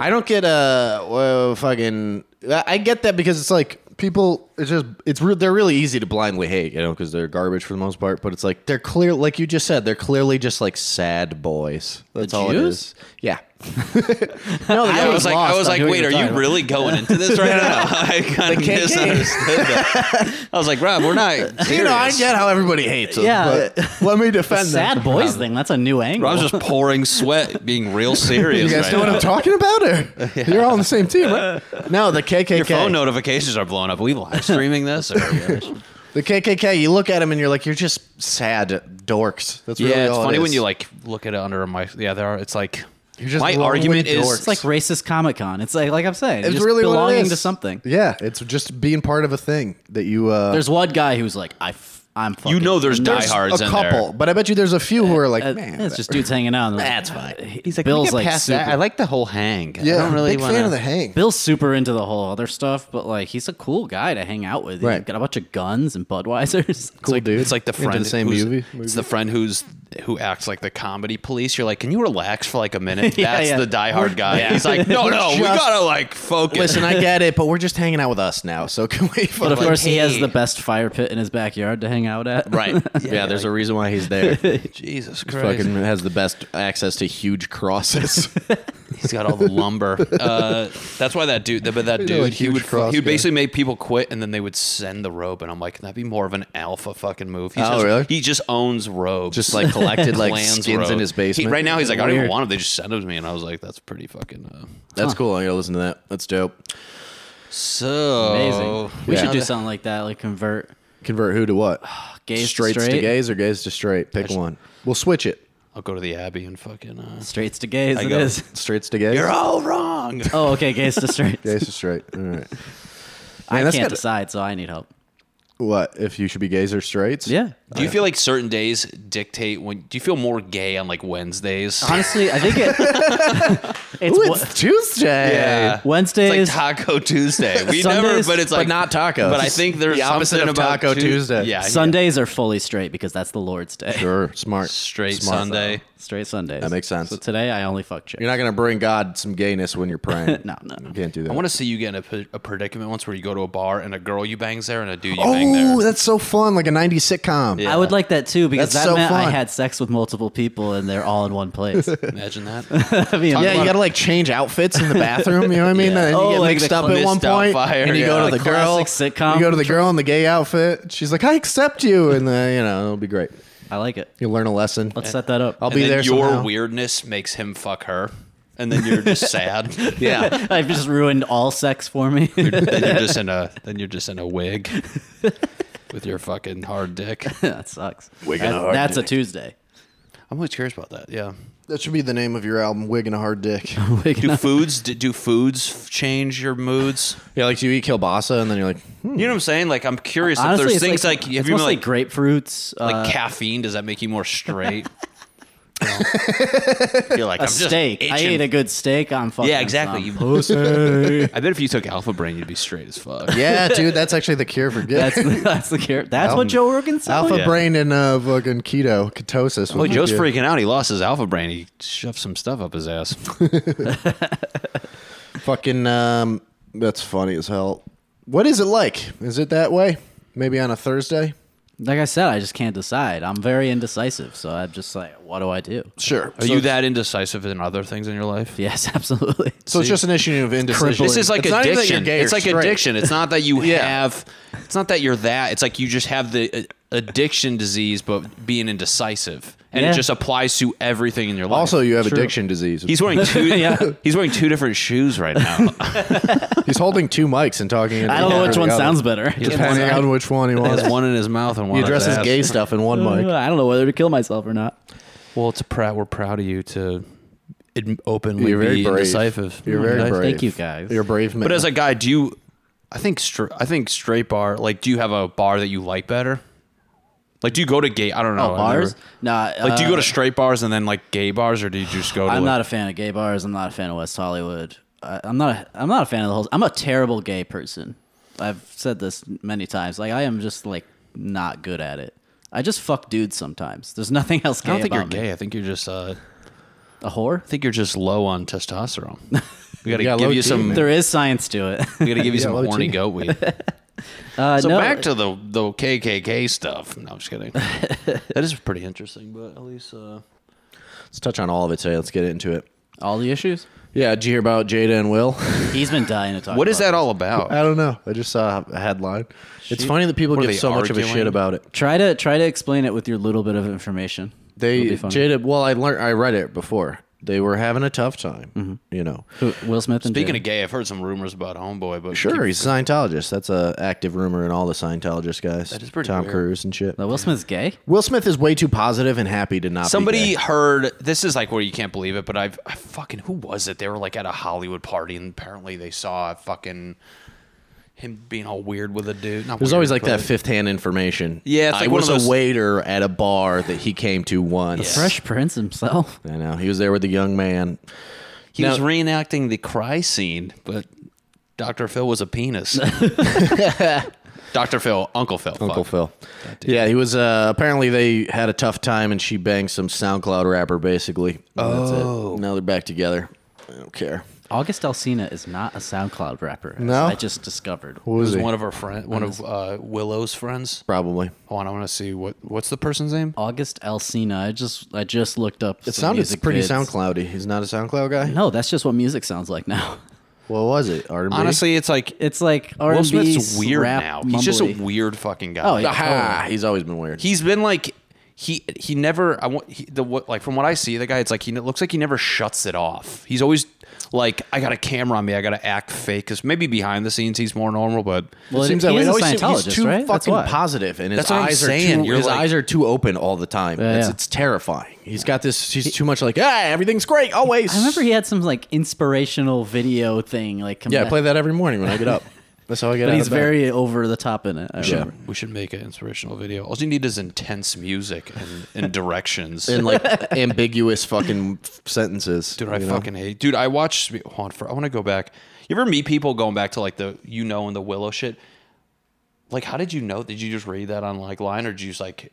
[SPEAKER 3] I don't get uh, well, fucking. I I get that because it's like people. It's just it's re- they're really easy to blindly hate, you know, because they're garbage for the most part. But it's like they're clear, like you just said, they're clearly just like sad boys. That's all it
[SPEAKER 1] Jews?
[SPEAKER 3] is. Yeah. [laughs] no, the
[SPEAKER 4] I was like, I was like, wait, are you really going into this right now? [laughs] I kind of
[SPEAKER 3] KKK.
[SPEAKER 4] misunderstood that. I was like, Rob, we're not.
[SPEAKER 3] You know, I
[SPEAKER 4] serious."
[SPEAKER 3] get how everybody hates us.
[SPEAKER 1] Yeah.
[SPEAKER 3] but
[SPEAKER 4] [laughs]
[SPEAKER 5] Let me defend
[SPEAKER 1] sad
[SPEAKER 5] them.
[SPEAKER 1] boys thing. That's a new angle.
[SPEAKER 4] Rob's just pouring sweat, being real serious.
[SPEAKER 5] You guys
[SPEAKER 4] right
[SPEAKER 5] know what
[SPEAKER 4] now.
[SPEAKER 5] I'm talking about?
[SPEAKER 4] [laughs]
[SPEAKER 5] Or You're all on the same team, right?
[SPEAKER 3] no, the KKK.
[SPEAKER 4] Your phone notifications are blowing up. Are we live streaming this? Or
[SPEAKER 3] The KKK. You look at them and you're like, you're just sad dorks. That's really
[SPEAKER 4] yeah, it's
[SPEAKER 3] all it
[SPEAKER 4] funny when
[SPEAKER 3] is.
[SPEAKER 4] you like look at it under a mic. Yeah, there are. It's like
[SPEAKER 5] You're just
[SPEAKER 4] my
[SPEAKER 5] lonely
[SPEAKER 4] argument is
[SPEAKER 5] dorks.
[SPEAKER 1] it's like racist Comic Con. It's like like I'm saying,
[SPEAKER 5] It's
[SPEAKER 1] just
[SPEAKER 5] really what it
[SPEAKER 1] belonging
[SPEAKER 5] is.
[SPEAKER 1] to something.
[SPEAKER 5] Yeah, it's just being part of a thing that you. Uh,
[SPEAKER 1] There's one guy who's like, I, f- I'm fucking.
[SPEAKER 4] you know there's diehards
[SPEAKER 5] a
[SPEAKER 4] in
[SPEAKER 5] couple,
[SPEAKER 4] there.
[SPEAKER 5] but I bet you there's a few who are like,
[SPEAKER 1] Uh,
[SPEAKER 5] man,
[SPEAKER 1] it's just dudes hanging out. and they're like, uh, he- Bill's like super,
[SPEAKER 4] I like the whole hang.
[SPEAKER 5] yeah,
[SPEAKER 4] I don't really
[SPEAKER 5] big
[SPEAKER 4] want
[SPEAKER 5] fan of the hang.
[SPEAKER 1] Bill's super into the whole other stuff, but like he's a cool guy to hang out with. He's
[SPEAKER 5] Right.
[SPEAKER 1] got a bunch of guns and Budweisers.
[SPEAKER 4] [laughs]
[SPEAKER 5] Cool dude.
[SPEAKER 4] It's like the
[SPEAKER 5] Into
[SPEAKER 4] friend.
[SPEAKER 5] the same
[SPEAKER 4] who's-
[SPEAKER 5] movie.
[SPEAKER 4] It's the [laughs] friend who's who acts like the comedy police. You're like, can you relax for like a minute?
[SPEAKER 1] [laughs] Yeah,
[SPEAKER 4] That's
[SPEAKER 1] yeah.
[SPEAKER 4] the diehard guy. He's like, no, no, we
[SPEAKER 3] just-
[SPEAKER 4] gotta like focus.
[SPEAKER 3] Listen, I get it, but we're just hanging out with us now.
[SPEAKER 4] [laughs]
[SPEAKER 3] So can
[SPEAKER 1] But
[SPEAKER 3] we?
[SPEAKER 1] of
[SPEAKER 5] [laughs]
[SPEAKER 3] fucking-
[SPEAKER 1] course, he has
[SPEAKER 3] Hey.
[SPEAKER 1] the best fire pit in his backyard to hang out at.
[SPEAKER 4] right?
[SPEAKER 3] Yeah, there's a reason why he's
[SPEAKER 4] [laughs]
[SPEAKER 3] there.
[SPEAKER 4] Jesus Christ,
[SPEAKER 3] fucking has the best access to
[SPEAKER 5] [laughs]
[SPEAKER 3] huge crosses.
[SPEAKER 4] he's got all the lumber. [laughs] Uh, that's why that dude. But that
[SPEAKER 3] He's
[SPEAKER 4] dude,
[SPEAKER 3] like
[SPEAKER 4] he
[SPEAKER 3] huge
[SPEAKER 4] would
[SPEAKER 3] cross
[SPEAKER 4] he would
[SPEAKER 3] guy.
[SPEAKER 4] basically make people quit, and then they would send the robe. And I'm like, that'd be more of an alpha fucking move. He's
[SPEAKER 3] Oh,
[SPEAKER 4] just,
[SPEAKER 3] really?
[SPEAKER 4] He just owns robes.
[SPEAKER 3] Just, like, collected, like,
[SPEAKER 4] Clans
[SPEAKER 3] skins in
[SPEAKER 4] robe.
[SPEAKER 3] his
[SPEAKER 4] He-
[SPEAKER 3] basement.
[SPEAKER 4] right now, he's like, I don't even
[SPEAKER 1] Weird.
[SPEAKER 4] want them. They just sent them to me, and I was like, that's pretty fucking. Uh,
[SPEAKER 3] That's cool. I gotta listen to that. That's dope.
[SPEAKER 1] [laughs]
[SPEAKER 4] so
[SPEAKER 1] Amazing.
[SPEAKER 4] Oh,
[SPEAKER 1] We
[SPEAKER 3] Yeah.
[SPEAKER 1] should do something like that, like convert
[SPEAKER 3] Convert who to what?
[SPEAKER 1] [sighs] gays to
[SPEAKER 3] Straights to
[SPEAKER 1] straight.
[SPEAKER 3] gays or gays to straight? Pick one. We'll switch it.
[SPEAKER 4] I'll go to the Abbey and fucking. Uh,
[SPEAKER 1] straights to gays.
[SPEAKER 4] I
[SPEAKER 1] It
[SPEAKER 4] go.
[SPEAKER 1] is.
[SPEAKER 3] Straights to gays.
[SPEAKER 4] You're all wrong.
[SPEAKER 1] [laughs] Oh, okay, gays to
[SPEAKER 3] [laughs]
[SPEAKER 1] straights.
[SPEAKER 3] Gays to straight.
[SPEAKER 1] [laughs]
[SPEAKER 3] All
[SPEAKER 1] I
[SPEAKER 3] right. Man,
[SPEAKER 1] can't
[SPEAKER 3] that's gotta-
[SPEAKER 1] decide, so I need help.
[SPEAKER 3] What if you should be gays or straights?
[SPEAKER 1] Yeah.
[SPEAKER 4] Do you feel like certain days dictate when? Do you feel more gay on like Wednesdays?
[SPEAKER 1] Honestly, I think it. [laughs] it's
[SPEAKER 3] Ooh, [laughs]
[SPEAKER 1] what-
[SPEAKER 3] it's Tuesday.
[SPEAKER 1] Wednesdays.
[SPEAKER 4] It's like
[SPEAKER 3] [laughs]
[SPEAKER 4] Taco Tuesday. We never,
[SPEAKER 1] Sundays,
[SPEAKER 4] but it's
[SPEAKER 3] but
[SPEAKER 4] like
[SPEAKER 3] not tacos.
[SPEAKER 4] But I think there's
[SPEAKER 3] The opposite
[SPEAKER 4] something
[SPEAKER 3] of
[SPEAKER 4] about
[SPEAKER 3] Taco
[SPEAKER 4] Tu-
[SPEAKER 3] Tuesday.
[SPEAKER 4] Yeah,
[SPEAKER 1] Sundays are fully straight because that's the Lord's day.
[SPEAKER 3] Sure. Smart.
[SPEAKER 4] straight
[SPEAKER 3] Smart.
[SPEAKER 4] Sunday.
[SPEAKER 1] Straight Sundays.
[SPEAKER 3] That makes sense.
[SPEAKER 1] So today I only fuck chicks.
[SPEAKER 3] You're not gonna bring God some gayness when you're praying.
[SPEAKER 1] [laughs] No, no, no.
[SPEAKER 3] You can't do that.
[SPEAKER 4] I want to see you get in a, p- a predicament once where you go to a bar and a girl you bangs there and a dude you bang
[SPEAKER 3] oh,
[SPEAKER 4] there.
[SPEAKER 3] that's so fun! Like a '90s sitcom.
[SPEAKER 4] Yeah.
[SPEAKER 1] I would like that too because
[SPEAKER 3] That's
[SPEAKER 1] that
[SPEAKER 3] so
[SPEAKER 1] meant I
[SPEAKER 3] fun.
[SPEAKER 1] had sex with multiple people and they're all in one place. [laughs]
[SPEAKER 4] Imagine that.
[SPEAKER 1] I mean,
[SPEAKER 3] Yeah, you
[SPEAKER 1] like-
[SPEAKER 3] gotta like change outfits in the bathroom. You know what I [laughs] mean? And you
[SPEAKER 1] Oh,
[SPEAKER 3] get
[SPEAKER 1] like
[SPEAKER 3] mixed
[SPEAKER 1] the
[SPEAKER 3] up at one
[SPEAKER 4] missed out
[SPEAKER 3] point,
[SPEAKER 4] fire,
[SPEAKER 3] and you
[SPEAKER 4] yeah.
[SPEAKER 3] go to the,
[SPEAKER 4] The
[SPEAKER 3] girl
[SPEAKER 1] classic sitcom
[SPEAKER 3] You go to the girl in the gay outfit. She's like, "I accept you," and uh, you know it'll be great.
[SPEAKER 1] I like it.
[SPEAKER 3] You'll learn a lesson.
[SPEAKER 1] Let's set that up.
[SPEAKER 3] [laughs] I'll
[SPEAKER 1] [laughs]
[SPEAKER 4] and
[SPEAKER 3] be
[SPEAKER 4] then
[SPEAKER 3] there.
[SPEAKER 4] your
[SPEAKER 3] somehow.
[SPEAKER 4] weirdness makes him fuck her, and then you're just sad.
[SPEAKER 3] [laughs] Yeah,
[SPEAKER 1] I've just ruined all sex for me.
[SPEAKER 4] [laughs]
[SPEAKER 1] [laughs]
[SPEAKER 4] then you're just in a then you're just in a wig with your fucking hard dick.
[SPEAKER 1] that sucks.
[SPEAKER 3] Wig and
[SPEAKER 1] That-
[SPEAKER 3] a hard
[SPEAKER 1] that's a
[SPEAKER 3] dick.
[SPEAKER 1] Tuesday.
[SPEAKER 4] I'm always curious about that. Yeah.
[SPEAKER 3] that should be the name of your album, "Wig and a Hard Dick." [laughs]
[SPEAKER 1] Wig
[SPEAKER 4] Do
[SPEAKER 1] and a-
[SPEAKER 4] foods do, do foods f- change your moods?
[SPEAKER 3] yeah, like do you eat kielbasa, and then
[SPEAKER 4] [laughs]
[SPEAKER 3] you're like,
[SPEAKER 4] You know what I'm saying? Like I'm curious
[SPEAKER 1] Honestly,
[SPEAKER 4] if
[SPEAKER 1] it's
[SPEAKER 4] there's things like,
[SPEAKER 1] like,
[SPEAKER 4] have
[SPEAKER 1] it's
[SPEAKER 4] you been
[SPEAKER 1] mostly
[SPEAKER 4] like
[SPEAKER 1] grapefruits,
[SPEAKER 4] like
[SPEAKER 1] uh,
[SPEAKER 4] caffeine does that make you more straight You know? you're like
[SPEAKER 1] a
[SPEAKER 4] I'm
[SPEAKER 1] steak.
[SPEAKER 4] just
[SPEAKER 1] I
[SPEAKER 4] itching."
[SPEAKER 1] ate a good steak. I'm fucking.
[SPEAKER 4] yeah exactly
[SPEAKER 1] some.
[SPEAKER 4] You- i bet if you took alpha brain you'd be straight as fuck
[SPEAKER 3] "Yeah, dude, that's actually the cure for gay."
[SPEAKER 1] [laughs] That's
[SPEAKER 3] [laughs]
[SPEAKER 1] the, that's the care. That's what Joe Rogan said.
[SPEAKER 3] Alpha
[SPEAKER 4] Oh, yeah.
[SPEAKER 3] brain and uh, fucking keto ketosis.
[SPEAKER 4] well
[SPEAKER 3] would
[SPEAKER 4] joe's
[SPEAKER 3] be-
[SPEAKER 4] freaking out he lost his alpha brain he shoved some stuff up his ass
[SPEAKER 3] Fucking, um, that's funny as hell. What is it like? Is it that way? Maybe on a Thursday.
[SPEAKER 1] Like I said, I just can't decide. I'm very indecisive, so I'm just like, what do I do?
[SPEAKER 3] Sure.
[SPEAKER 4] are you that indecisive in other things in your life
[SPEAKER 1] Yes, [laughs] absolutely.
[SPEAKER 3] So it's just an issue of indecision.
[SPEAKER 4] This is like
[SPEAKER 3] It's not even that you're
[SPEAKER 4] addiction.
[SPEAKER 3] gay or
[SPEAKER 4] It's like
[SPEAKER 3] straight.
[SPEAKER 4] addiction. It's not that you
[SPEAKER 3] Yeah.
[SPEAKER 4] have. It's not that you're that. It's like you just have the uh, addiction disease, but being indecisive, and
[SPEAKER 1] Yeah.
[SPEAKER 4] it just applies to everything in your life.
[SPEAKER 3] Also, you have
[SPEAKER 1] True.
[SPEAKER 3] addiction disease.
[SPEAKER 4] He's
[SPEAKER 3] He's
[SPEAKER 4] [laughs] wearing two.
[SPEAKER 1] Yeah.
[SPEAKER 4] He's wearing two different shoes right [laughs] now.
[SPEAKER 3] he's holding two mics and talking. into
[SPEAKER 1] I don't
[SPEAKER 3] the
[SPEAKER 1] know
[SPEAKER 3] other
[SPEAKER 1] which one
[SPEAKER 3] guy.
[SPEAKER 1] sounds better. [laughs]
[SPEAKER 3] Depending on which one he
[SPEAKER 4] He
[SPEAKER 3] wants.
[SPEAKER 4] has one in his mouth and one.
[SPEAKER 3] He
[SPEAKER 4] up his
[SPEAKER 3] addresses
[SPEAKER 4] ass.
[SPEAKER 3] gay stuff in one
[SPEAKER 1] [laughs]
[SPEAKER 3] mic.
[SPEAKER 1] Uh, I don't know whether to kill myself or not.
[SPEAKER 4] Well, it's a proud. We're proud of you to ad- openly
[SPEAKER 3] You're very
[SPEAKER 4] be
[SPEAKER 3] brave.
[SPEAKER 4] indecisive.
[SPEAKER 3] You're very
[SPEAKER 1] Guys,
[SPEAKER 3] brave.
[SPEAKER 1] thank you, guys.
[SPEAKER 3] You're a brave man.
[SPEAKER 4] But as a guy, do you? I think str- I think straight bar. Like, do you have a bar that you like better? Like, do you go to gay? I
[SPEAKER 3] Oh,
[SPEAKER 4] don't know. Oh, I've
[SPEAKER 1] Bars?
[SPEAKER 4] never-
[SPEAKER 1] Nah.
[SPEAKER 4] Like, do you go
[SPEAKER 1] uh,
[SPEAKER 4] to straight bars and then like gay bars, or do you just go? To
[SPEAKER 1] I'm
[SPEAKER 4] like,
[SPEAKER 1] not a fan of gay bars. I'm not a fan of West Hollywood. I, I'm not. A, I'm not a fan of the whole. I'm a terrible gay person. I've said this many times. Like I am just like not good at it. I just fuck dudes sometimes. There's nothing else
[SPEAKER 4] I
[SPEAKER 1] gay
[SPEAKER 4] don't think you're
[SPEAKER 1] about me.
[SPEAKER 4] gay. I think you're just. Uh,
[SPEAKER 1] A whore?
[SPEAKER 4] I think you're just low
[SPEAKER 3] [laughs]
[SPEAKER 4] on testosterone. We gotta
[SPEAKER 3] You got
[SPEAKER 4] give
[SPEAKER 3] low
[SPEAKER 4] you
[SPEAKER 3] T,
[SPEAKER 4] some.
[SPEAKER 3] man.
[SPEAKER 1] There is science to it. [laughs]
[SPEAKER 3] [laughs]
[SPEAKER 4] We gotta give you
[SPEAKER 3] You got
[SPEAKER 4] some
[SPEAKER 3] low
[SPEAKER 4] horny
[SPEAKER 3] T. [laughs]
[SPEAKER 4] goat weed.
[SPEAKER 1] Uh,
[SPEAKER 4] So
[SPEAKER 1] no,
[SPEAKER 4] back to the the KKK stuff. No, I'm just [laughs] kidding. that is pretty interesting, but at least uh,
[SPEAKER 3] Let's touch on all of it today. Let's get into it.
[SPEAKER 1] all the issues.
[SPEAKER 3] Yeah, did you hear about Jada and Will? [laughs]
[SPEAKER 1] He's been dying to talk.
[SPEAKER 4] what is
[SPEAKER 1] about
[SPEAKER 4] that
[SPEAKER 1] this.
[SPEAKER 4] all about?
[SPEAKER 3] I don't know. I just saw a headline. It's funny that people
[SPEAKER 4] What are
[SPEAKER 3] give
[SPEAKER 4] they
[SPEAKER 3] so much of a
[SPEAKER 4] arguing?
[SPEAKER 3] shit about it.
[SPEAKER 1] Try to try to explain it with your little bit of information.
[SPEAKER 3] They
[SPEAKER 1] It'll be fun.
[SPEAKER 3] Jada. Well, I learned. I read it before. They were having a tough time. You know.
[SPEAKER 1] Who- Will Smith and
[SPEAKER 4] Speaking
[SPEAKER 1] Jada.
[SPEAKER 4] of gay, I've heard some rumors about Homeboy, but
[SPEAKER 3] Sure, he's a Scientologist. That's a active rumor in all the Scientologist guys. That
[SPEAKER 4] is pretty
[SPEAKER 3] Tom
[SPEAKER 4] weird.
[SPEAKER 3] Cruise and shit.
[SPEAKER 1] Now, Will Smith's gay.
[SPEAKER 3] Will Smith is way too positive and happy to not. be
[SPEAKER 4] Somebody
[SPEAKER 3] gay.
[SPEAKER 4] heard this is like where you can't believe it, but I've I fucking who was it? They were like at a Hollywood party and apparently they saw a fucking him being all weird with a dude. Not
[SPEAKER 3] There's
[SPEAKER 4] weird,
[SPEAKER 3] always like
[SPEAKER 4] but-
[SPEAKER 3] that fifth hand information.
[SPEAKER 4] Yeah, it's
[SPEAKER 3] I
[SPEAKER 4] like one
[SPEAKER 3] was
[SPEAKER 4] of those-
[SPEAKER 3] a waiter at a bar that he came to once.
[SPEAKER 4] Yeah.
[SPEAKER 1] Fresh Prince himself.
[SPEAKER 3] I know he was there with a young man.
[SPEAKER 4] He was
[SPEAKER 3] Now-
[SPEAKER 4] [laughs] reenacting the cry scene, but Dr. Phil was a penis. Dr. Phil, Uncle Phil.
[SPEAKER 3] Uncle
[SPEAKER 4] fuck.
[SPEAKER 3] Phil. Yeah, he was. Uh, apparently, they had a tough time, and she banged some SoundCloud rapper, basically. Oh, that's it. now they're back together. I don't care.
[SPEAKER 1] August Alsina is not a SoundCloud rapper. as
[SPEAKER 3] No?
[SPEAKER 1] I just discovered.
[SPEAKER 3] What was,
[SPEAKER 4] It was
[SPEAKER 3] he?
[SPEAKER 4] one of our friend, one of uh, Willow's friends.
[SPEAKER 3] Probably.
[SPEAKER 4] Hold on, I want to see what what's the person's name.
[SPEAKER 1] August Alsina. I just I just looked up.
[SPEAKER 3] It
[SPEAKER 1] some
[SPEAKER 3] sounded
[SPEAKER 1] music
[SPEAKER 3] pretty
[SPEAKER 1] vids.
[SPEAKER 3] SoundCloudy. He's not a SoundCloud guy.
[SPEAKER 1] No, that's just what music sounds like now. [laughs]
[SPEAKER 3] What was it? R&B?
[SPEAKER 4] Honestly, it's like
[SPEAKER 1] It's like R
[SPEAKER 4] Will
[SPEAKER 1] and B
[SPEAKER 4] Smith's weird
[SPEAKER 1] rap,
[SPEAKER 4] now.
[SPEAKER 1] Mumbly.
[SPEAKER 4] He's just a weird fucking guy.
[SPEAKER 1] Oh, yeah.
[SPEAKER 3] Aha, Ah, he's always been weird.
[SPEAKER 4] He's been like he he never I want he, the what like from what I see the guy it's like he looks like he never shuts it off. He's always like I got a camera on me. I got to act fake because maybe behind the scenes he's more normal, but
[SPEAKER 1] well,
[SPEAKER 3] Seems
[SPEAKER 1] he
[SPEAKER 3] that way.
[SPEAKER 1] is
[SPEAKER 3] It
[SPEAKER 1] a
[SPEAKER 3] always seems-
[SPEAKER 1] Scientologist,
[SPEAKER 3] he's too
[SPEAKER 1] right? That's
[SPEAKER 3] fucking
[SPEAKER 1] why.
[SPEAKER 3] positive, and his
[SPEAKER 4] That's what I'm
[SPEAKER 3] eyes are
[SPEAKER 4] saying.
[SPEAKER 3] too.
[SPEAKER 4] You're
[SPEAKER 3] his
[SPEAKER 4] like-
[SPEAKER 3] eyes are too open all the time. It's,
[SPEAKER 1] yeah.
[SPEAKER 3] it's terrifying. He's got this. He's too much like, ah, everything's great always.
[SPEAKER 1] I remember he had some like inspirational video thing. Like
[SPEAKER 3] Yeah, I
[SPEAKER 1] combat-
[SPEAKER 3] play that every morning when I [laughs] get up. That's how I get.
[SPEAKER 1] But
[SPEAKER 3] out
[SPEAKER 1] he's
[SPEAKER 3] of bed.
[SPEAKER 1] very over the top in it. I
[SPEAKER 3] Yeah.
[SPEAKER 1] remember.
[SPEAKER 4] we should make an inspirational video. All you need is intense music and, and directions.
[SPEAKER 3] and like [laughs] ambiguous fucking f- sentences.
[SPEAKER 4] Dude, I
[SPEAKER 3] you know?
[SPEAKER 4] fucking hate. Dude, I watched. Hold on, for, I want to go back. You ever meet people going back to like the you know and the Willow shit? Like, how did you know? Did you just read that on like line, or did you just like?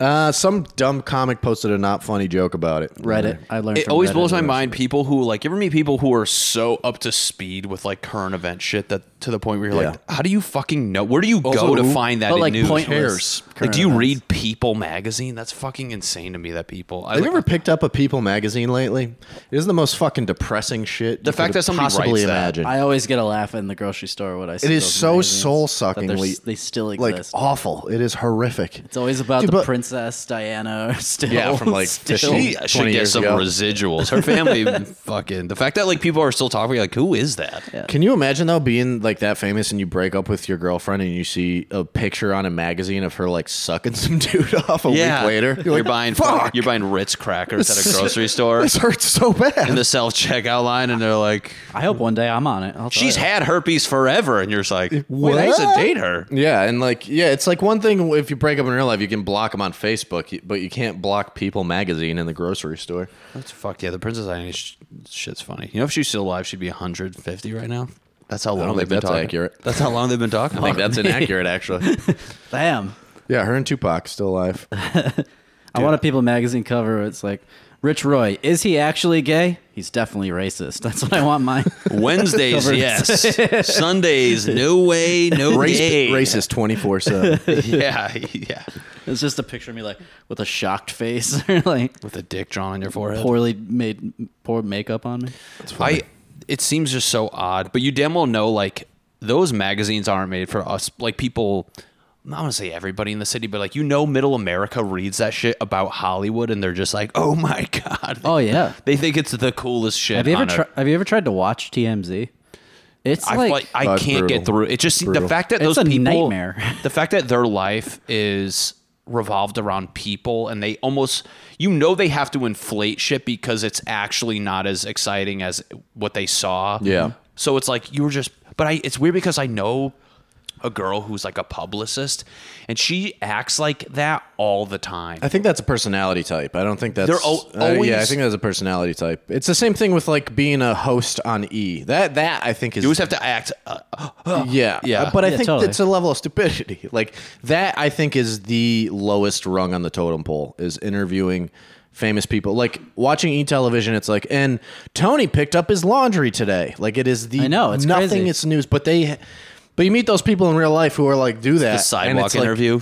[SPEAKER 3] Uh, some dumb comic posted a not funny joke about it.
[SPEAKER 1] Reddit. I learned.
[SPEAKER 4] It
[SPEAKER 1] from
[SPEAKER 4] always
[SPEAKER 1] Reddit
[SPEAKER 4] blows my
[SPEAKER 1] about
[SPEAKER 4] mind. People who like you ever meet people who are so up to speed with like current event shit that to the point where you're like,
[SPEAKER 3] Yeah.
[SPEAKER 4] how do you fucking know? Where do you
[SPEAKER 3] Also,
[SPEAKER 4] go to
[SPEAKER 3] who-
[SPEAKER 4] find that
[SPEAKER 1] but,
[SPEAKER 4] in
[SPEAKER 1] like,
[SPEAKER 4] news?
[SPEAKER 1] pointless
[SPEAKER 4] Like,
[SPEAKER 1] current
[SPEAKER 4] do you
[SPEAKER 1] events.
[SPEAKER 4] read People magazine? That's fucking insane to me. That people. I
[SPEAKER 3] Have
[SPEAKER 4] like,
[SPEAKER 3] you ever picked up a People magazine lately? It is the most fucking depressing shit.
[SPEAKER 4] The
[SPEAKER 3] you
[SPEAKER 4] fact
[SPEAKER 3] could
[SPEAKER 4] that somebody
[SPEAKER 3] possibly
[SPEAKER 4] writes that,
[SPEAKER 3] imagine.
[SPEAKER 1] I always get a laugh in the grocery store when I see
[SPEAKER 3] it is
[SPEAKER 1] those
[SPEAKER 3] so
[SPEAKER 1] magazines,
[SPEAKER 3] soul
[SPEAKER 1] that they're
[SPEAKER 3] suckingly
[SPEAKER 1] s- They still
[SPEAKER 3] like
[SPEAKER 1] exist.
[SPEAKER 3] awful. It is horrific.
[SPEAKER 1] it's always about
[SPEAKER 3] Dude,
[SPEAKER 1] the
[SPEAKER 3] but-
[SPEAKER 1] princess Diana. [laughs] Still,
[SPEAKER 3] Yeah, from, like,
[SPEAKER 1] still.
[SPEAKER 4] She
[SPEAKER 3] 20
[SPEAKER 4] should get
[SPEAKER 3] years
[SPEAKER 4] some
[SPEAKER 3] ago.
[SPEAKER 4] residuals. Her family, [laughs] fucking the fact that like people are still talking, like who is that?
[SPEAKER 3] Can you imagine though being like that famous and you break up with your girlfriend and you see a picture on a magazine of her like sucking [laughs] some dude off a week later?
[SPEAKER 4] You're,
[SPEAKER 3] like,
[SPEAKER 4] buying
[SPEAKER 3] fuck.
[SPEAKER 4] you're buying Ritz crackers at [laughs]
[SPEAKER 3] This-
[SPEAKER 4] a grocery store
[SPEAKER 3] This hurts so bad.
[SPEAKER 4] in the self checkout line, and they're like,
[SPEAKER 1] I hope one day I'm on it. I'll tell
[SPEAKER 4] "She's
[SPEAKER 1] you.
[SPEAKER 4] had herpes forever," and you're just like, "Wait, I used to
[SPEAKER 3] What?
[SPEAKER 4] date her."
[SPEAKER 3] Yeah, and like, yeah, it's like one thing if you break up in real life, you can block them on Facebook, you- but you can't block People Magazine in the grocery store.
[SPEAKER 4] That's fucked. Yeah, the Princess Diana sh- shit's funny. You know, if she's still alive, she'd be 150 right now. That's how long
[SPEAKER 3] don't
[SPEAKER 4] they've
[SPEAKER 3] think
[SPEAKER 4] been
[SPEAKER 3] that's
[SPEAKER 4] talking.
[SPEAKER 3] accurate.
[SPEAKER 4] That's how long they've been talking.
[SPEAKER 3] I think that's inaccurate,
[SPEAKER 4] [laughs]
[SPEAKER 3] actually.
[SPEAKER 1] Damn.
[SPEAKER 3] Yeah, her and Tupac still alive.
[SPEAKER 1] I want a People magazine cover. Where it's like Rich Roy. Is he actually gay? He's definitely racist. [laughs] That's what I want mine.
[SPEAKER 4] Wednesdays,
[SPEAKER 1] Covered.
[SPEAKER 4] yes. [laughs] Sundays, no way, no [laughs]
[SPEAKER 3] Race,
[SPEAKER 4] gay.
[SPEAKER 3] Racist 24 7.
[SPEAKER 4] Yeah, yeah.
[SPEAKER 1] it's just a picture of me like with a shocked face [laughs] or like
[SPEAKER 4] With a dick drawn on your forehead.
[SPEAKER 1] poorly made poor makeup on me.
[SPEAKER 4] I it seems just so odd, but you damn well know like those magazines aren't made for us. Like people, I want to say everybody in the city, but like you know, middle America reads that shit about Hollywood, and they're just like, oh my [laughs] god,
[SPEAKER 1] Oh yeah.
[SPEAKER 4] they think it's the coolest shit.
[SPEAKER 1] Have you ever
[SPEAKER 4] on
[SPEAKER 1] tri-
[SPEAKER 4] earth.
[SPEAKER 1] have you ever tried to watch TMZ? It's
[SPEAKER 4] I,
[SPEAKER 1] like,
[SPEAKER 4] like, I
[SPEAKER 3] Oh, it's
[SPEAKER 4] can't
[SPEAKER 3] brutal.
[SPEAKER 4] get through. It just the
[SPEAKER 3] Brutal.
[SPEAKER 4] fact that
[SPEAKER 1] It's
[SPEAKER 4] those
[SPEAKER 1] a
[SPEAKER 4] people
[SPEAKER 1] nightmare. [laughs]
[SPEAKER 4] the fact that their life is revolved around people and they almost you know they have to inflate shit because it's actually not as exciting as what they saw.
[SPEAKER 3] Yeah.
[SPEAKER 4] So it's like you were just but I it's weird because I know a girl who's like a publicist and she acts like that all the time.
[SPEAKER 3] I think that's a personality type. I don't think that's.
[SPEAKER 4] They're al-
[SPEAKER 3] uh, yeah, I
[SPEAKER 4] always-
[SPEAKER 3] think that's a personality type. It's the same thing with like being a host on E. That, that I think is.
[SPEAKER 4] you always have to act uh,
[SPEAKER 3] Yeah,
[SPEAKER 4] Yeah.
[SPEAKER 3] But I
[SPEAKER 1] Yeah,
[SPEAKER 3] think
[SPEAKER 1] totally.
[SPEAKER 3] it's a level of stupidity. [laughs] Like that, I think is the lowest rung on the totem pole is interviewing famous people. Like watching E Television, it's like, and Tony picked up his laundry today. Like it is the
[SPEAKER 1] I know, it's
[SPEAKER 3] nothing.
[SPEAKER 1] crazy.
[SPEAKER 3] It's news, but they, but you meet those people in real life who are like do that
[SPEAKER 4] the
[SPEAKER 3] and
[SPEAKER 4] sidewalk
[SPEAKER 3] it's like- [laughs]
[SPEAKER 4] interview.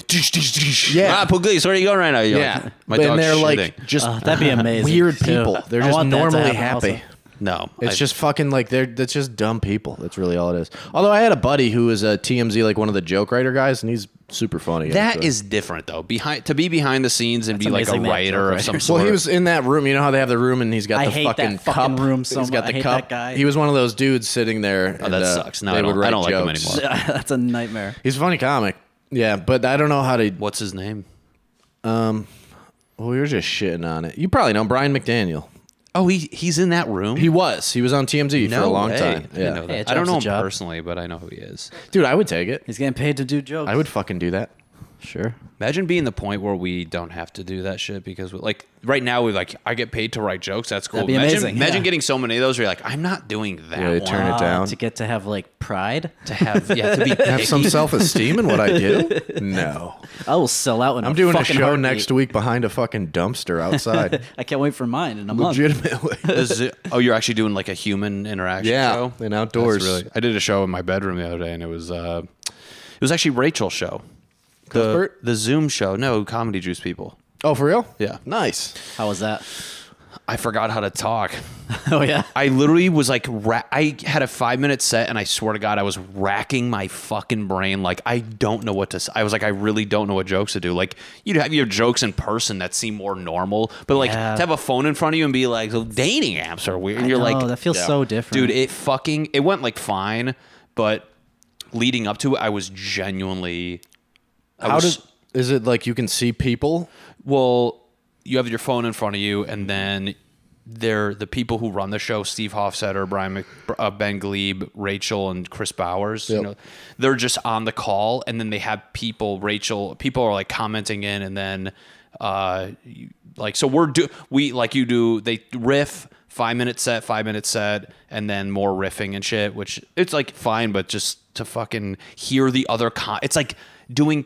[SPEAKER 3] Yeah.
[SPEAKER 4] Ah, Pugliese, where are you going right now? You're
[SPEAKER 3] yeah,
[SPEAKER 4] like, [laughs]
[SPEAKER 3] But-
[SPEAKER 4] my dog's
[SPEAKER 3] and they're
[SPEAKER 4] shitting.
[SPEAKER 3] like just
[SPEAKER 1] Oh, that'd
[SPEAKER 3] [laughs]
[SPEAKER 1] be amazing.
[SPEAKER 3] weird
[SPEAKER 1] too.
[SPEAKER 3] people. They're
[SPEAKER 1] I
[SPEAKER 3] just
[SPEAKER 1] want that to
[SPEAKER 3] normally
[SPEAKER 1] happen
[SPEAKER 3] happy.
[SPEAKER 1] also.
[SPEAKER 4] no,
[SPEAKER 3] It's
[SPEAKER 4] I-
[SPEAKER 3] just fucking like they're that's just dumb people. That's really all it is. Although I had a buddy who was a TMZ like one of the joke writer guys, and he's super funny.
[SPEAKER 4] That
[SPEAKER 3] actually.
[SPEAKER 4] is different though. Behind to be behind the scenes and be like a
[SPEAKER 1] amazing that
[SPEAKER 4] writer
[SPEAKER 1] joke
[SPEAKER 4] of some
[SPEAKER 1] writer.
[SPEAKER 4] sort.
[SPEAKER 3] [laughs] Well, he was in that room. You know how they have the room, and he's got
[SPEAKER 1] I
[SPEAKER 3] the
[SPEAKER 1] hate that
[SPEAKER 3] fucking,
[SPEAKER 1] fucking
[SPEAKER 3] cup.
[SPEAKER 1] room so
[SPEAKER 3] he's got
[SPEAKER 1] much.
[SPEAKER 3] the
[SPEAKER 1] I hate
[SPEAKER 3] cup.
[SPEAKER 1] that guy.
[SPEAKER 3] He was one of those dudes sitting there. and,
[SPEAKER 4] Oh, that
[SPEAKER 3] uh,
[SPEAKER 4] sucks. No,
[SPEAKER 3] they
[SPEAKER 4] I
[SPEAKER 3] would
[SPEAKER 4] don't- I
[SPEAKER 3] write
[SPEAKER 4] don't like him
[SPEAKER 3] jokes.
[SPEAKER 4] anymore.
[SPEAKER 1] [laughs] That's a nightmare.
[SPEAKER 3] He's a funny comic. Yeah, but I don't know how to.
[SPEAKER 4] What's his name?
[SPEAKER 3] Well, we were just shitting on it. You probably know Brian McDaniel.
[SPEAKER 4] Oh, he he's in that room.
[SPEAKER 3] He was. He was on TMZ for
[SPEAKER 4] No
[SPEAKER 3] a long
[SPEAKER 4] way. I
[SPEAKER 3] time.
[SPEAKER 4] didn't
[SPEAKER 3] Yeah,
[SPEAKER 4] know that.
[SPEAKER 1] Hey, a
[SPEAKER 4] I
[SPEAKER 1] job's a
[SPEAKER 4] don't know him
[SPEAKER 1] job.
[SPEAKER 4] personally, but I know who he is.
[SPEAKER 3] dude, I would take it.
[SPEAKER 1] He's getting paid to do jokes.
[SPEAKER 3] I would fucking do that.
[SPEAKER 1] Sure.
[SPEAKER 4] Imagine being the point where we don't have to do that shit because, we, like, right now we like I get paid to write jokes. That's cool.
[SPEAKER 1] That'd be
[SPEAKER 4] imagine,
[SPEAKER 1] amazing,
[SPEAKER 4] Imagine
[SPEAKER 1] yeah.
[SPEAKER 4] getting so many of those. Where you're like, I'm not doing that.
[SPEAKER 3] Yeah, you
[SPEAKER 4] one.
[SPEAKER 3] turn it
[SPEAKER 1] Uh,
[SPEAKER 3] down.
[SPEAKER 1] to get to have like pride.
[SPEAKER 4] to have yeah to be
[SPEAKER 3] [laughs]
[SPEAKER 1] [laughs]
[SPEAKER 3] Have some self esteem in what I
[SPEAKER 4] [laughs]
[SPEAKER 3] do? No.
[SPEAKER 1] I will sell out. In
[SPEAKER 3] I'm
[SPEAKER 1] a
[SPEAKER 3] doing a
[SPEAKER 1] fucking
[SPEAKER 3] show
[SPEAKER 1] heartbeat.
[SPEAKER 3] next week behind a fucking dumpster
[SPEAKER 4] [laughs]
[SPEAKER 3] outside.
[SPEAKER 1] I can't wait for mine in a month.
[SPEAKER 3] Legitimately.
[SPEAKER 4] Is it- oh, you're actually doing like a human interaction
[SPEAKER 3] Yeah,
[SPEAKER 4] show
[SPEAKER 3] and outdoors.
[SPEAKER 4] That's really, I did a show in my bedroom the other day, and it was uh, it was actually Rachel's show, the,
[SPEAKER 3] Cuthbert?
[SPEAKER 4] the Zoom show. No, comedy juice people.
[SPEAKER 3] Oh, for real?
[SPEAKER 4] Yeah.
[SPEAKER 3] Nice.
[SPEAKER 1] How was that? [laughs]
[SPEAKER 4] I forgot how to talk.
[SPEAKER 1] Oh yeah.
[SPEAKER 4] I literally was like, ra- I had a five minute set, and I swear to God, I was racking my fucking brain. Like, I don't know what to. Say. I was like, I really don't know what jokes to do. Like, you'd have your jokes in person that seem more normal, but like
[SPEAKER 1] Yeah.
[SPEAKER 4] to have a phone in front of you and be like, "So dating apps are weird. And
[SPEAKER 1] I
[SPEAKER 4] you're
[SPEAKER 1] know,
[SPEAKER 4] like,
[SPEAKER 1] that feels so different.
[SPEAKER 4] dude. It fucking it went like fine, but leading up to it, I was genuinely. I
[SPEAKER 3] How
[SPEAKER 4] was,
[SPEAKER 3] does is it like you can see people?
[SPEAKER 4] well, you have your phone in front of you, and then they're the people who run the show: Steve Hofstetter, Brian, Mc, uh, Ben Glebe, Rachel, and Chris Bowers. You
[SPEAKER 3] Yep.
[SPEAKER 4] know, they're just on the call, and then they have people. Rachel, people are like commenting in, and then uh, you- like so we're do we like you do they riff. Five minute set, five minute set, and then more riffing and shit, which it's like fine, but just to fucking hear the other con, it's like doing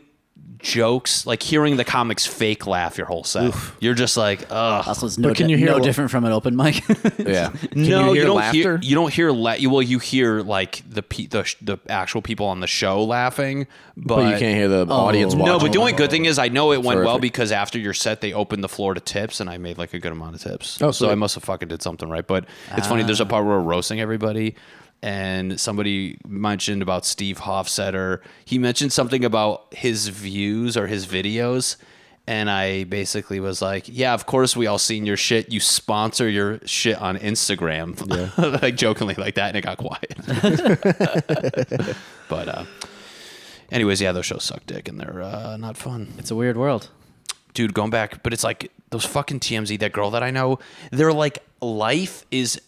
[SPEAKER 4] jokes, like hearing the comics fake laugh your whole set. You're just like, ugh.
[SPEAKER 1] That's what's no,
[SPEAKER 3] But can
[SPEAKER 1] di-
[SPEAKER 3] you hear
[SPEAKER 1] no
[SPEAKER 3] a-
[SPEAKER 1] different from an open mic. [laughs]
[SPEAKER 3] Yeah.
[SPEAKER 4] [laughs]
[SPEAKER 3] Can
[SPEAKER 4] no,
[SPEAKER 3] you hear
[SPEAKER 4] don't
[SPEAKER 3] laughter?
[SPEAKER 4] hear. You don't hear. La- well, you hear like the pe- the sh- the actual people on the show laughing, but, Oh.
[SPEAKER 3] but you can't hear the audience watching.
[SPEAKER 4] No, but the only good thing is I know it went well
[SPEAKER 3] Terrific.
[SPEAKER 4] because after your set they opened the floor to tips and I made like a good amount of tips.
[SPEAKER 3] Oh,
[SPEAKER 4] so I
[SPEAKER 3] sweet. Ah.
[SPEAKER 4] must have fucking did something right. But it's funny. There's a part where we're roasting everybody, and somebody mentioned about Steve Hofstetter. He mentioned something about his views or his videos. And I basically was like, "Yeah, of course we all seen your shit. You sponsor your shit on Instagram, [laughs] like jokingly like that." And it got
[SPEAKER 3] [laughs]
[SPEAKER 4] quiet. [laughs] but uh, anyways, yeah, those shows suck dick and they're uh, not fun
[SPEAKER 1] it's a weird world.
[SPEAKER 4] dude, going back, but it's like those fucking TMZ, that girl that I know, they're like, life is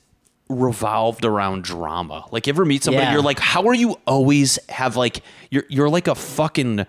[SPEAKER 4] revolved around drama. Like, you ever meet somebody,
[SPEAKER 1] Yeah.
[SPEAKER 4] you're like, how are you always have like, you're, you're like a fucking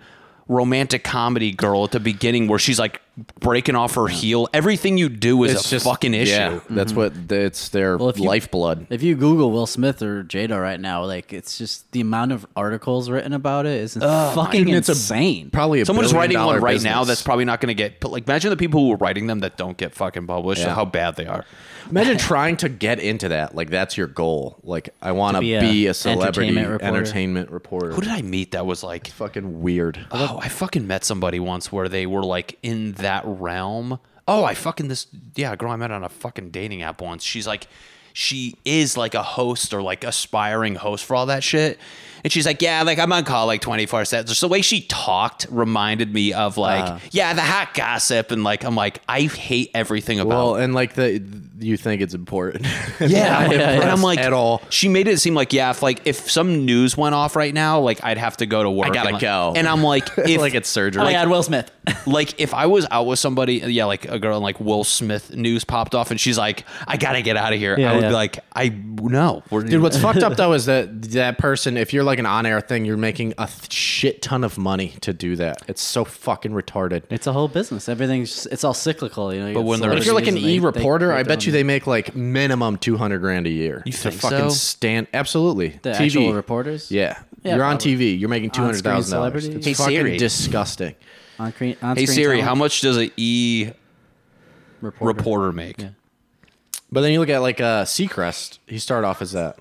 [SPEAKER 4] romantic comedy girl at the beginning where she's like breaking off her heel. Everything you do is a fucking issue. Mm-hmm.
[SPEAKER 3] Yeah, that's what the- it's their
[SPEAKER 1] Well, if you-
[SPEAKER 3] lifeblood.
[SPEAKER 1] If you Google Will Smith or Jada right now, like it's just the amount of articles written about it is fucking
[SPEAKER 3] dude, it's a-
[SPEAKER 1] insane.
[SPEAKER 3] Probably a
[SPEAKER 4] Someone is writing one
[SPEAKER 3] billion-dollar
[SPEAKER 4] right now
[SPEAKER 3] business.
[SPEAKER 4] that's probably not going to get, but like, imagine the people who are writing them that don't get fucking published,
[SPEAKER 3] Yeah.
[SPEAKER 4] how bad they are.
[SPEAKER 3] Imagine trying to get into that. Like that's your goal. Like I want to
[SPEAKER 1] be
[SPEAKER 3] be,
[SPEAKER 1] a
[SPEAKER 3] a celebrity
[SPEAKER 1] entertainment reporter.
[SPEAKER 3] entertainment reporter.
[SPEAKER 4] Who did I meet that was like,
[SPEAKER 3] Fucking weird.
[SPEAKER 4] Oh, I fucking met somebody once where they were like in that realm. Oh, I fucking this yeah, girl I met on a fucking dating app once. She's like she is like a host or like aspiring host for all that shit. And she's like, Yeah, like I'm on call like 24 sets. Just the way she talked reminded me of like,
[SPEAKER 3] Uh.
[SPEAKER 4] yeah, the hot gossip. And like, I'm like, I hate everything about
[SPEAKER 3] Well, and like the you think it's important.
[SPEAKER 4] yeah,
[SPEAKER 3] Not
[SPEAKER 4] [laughs] and I'm
[SPEAKER 3] impressed
[SPEAKER 4] like
[SPEAKER 3] at all.
[SPEAKER 4] She made it seem like yeah, if like if some news went off right now, like I'd have to go to work.
[SPEAKER 3] gotta
[SPEAKER 4] and, like-
[SPEAKER 3] go.
[SPEAKER 4] And I'm
[SPEAKER 3] [laughs]
[SPEAKER 4] like, if,
[SPEAKER 3] Like it's surgery.
[SPEAKER 1] oh my
[SPEAKER 4] Like,
[SPEAKER 1] god, Will Smith. [laughs]
[SPEAKER 4] like if I was out with somebody, yeah, like a girl, and like Will Smith news popped off, and she's like, "I gotta get out of here."
[SPEAKER 1] Yeah,
[SPEAKER 4] I would
[SPEAKER 1] yeah.
[SPEAKER 4] be like, "I no,
[SPEAKER 3] [laughs]
[SPEAKER 4] we're,
[SPEAKER 3] Dude, what's fucked up though is that that person, if you're like an on-air thing, you're making a th- shit ton of money to do that. It's so fucking retarded.
[SPEAKER 1] It's a whole business. Everything's just, it's all cyclical, you know.
[SPEAKER 4] But when they're-
[SPEAKER 3] If you're like an e reporter, I bet you
[SPEAKER 1] they
[SPEAKER 3] they make like minimum two hundred grand a year. You
[SPEAKER 4] think
[SPEAKER 3] fucking
[SPEAKER 4] so?
[SPEAKER 3] stand absolutely
[SPEAKER 1] The
[SPEAKER 3] TV
[SPEAKER 1] actual reporters?
[SPEAKER 3] Yeah.
[SPEAKER 1] Yeah,
[SPEAKER 3] you're on
[SPEAKER 1] probably.
[SPEAKER 3] TV. You're making two
[SPEAKER 1] On-screen
[SPEAKER 3] hundred thousand dollars.
[SPEAKER 1] celebrities?
[SPEAKER 3] It's
[SPEAKER 4] Hey,
[SPEAKER 3] fucking
[SPEAKER 4] Siri.
[SPEAKER 3] disgusting.
[SPEAKER 1] on, screen. on
[SPEAKER 4] hey
[SPEAKER 1] screen
[SPEAKER 4] Siri,
[SPEAKER 1] talent
[SPEAKER 4] how much does an e
[SPEAKER 1] reporter.
[SPEAKER 4] reporter make?
[SPEAKER 3] But then you look at like uh, Seacrest. He started off as that.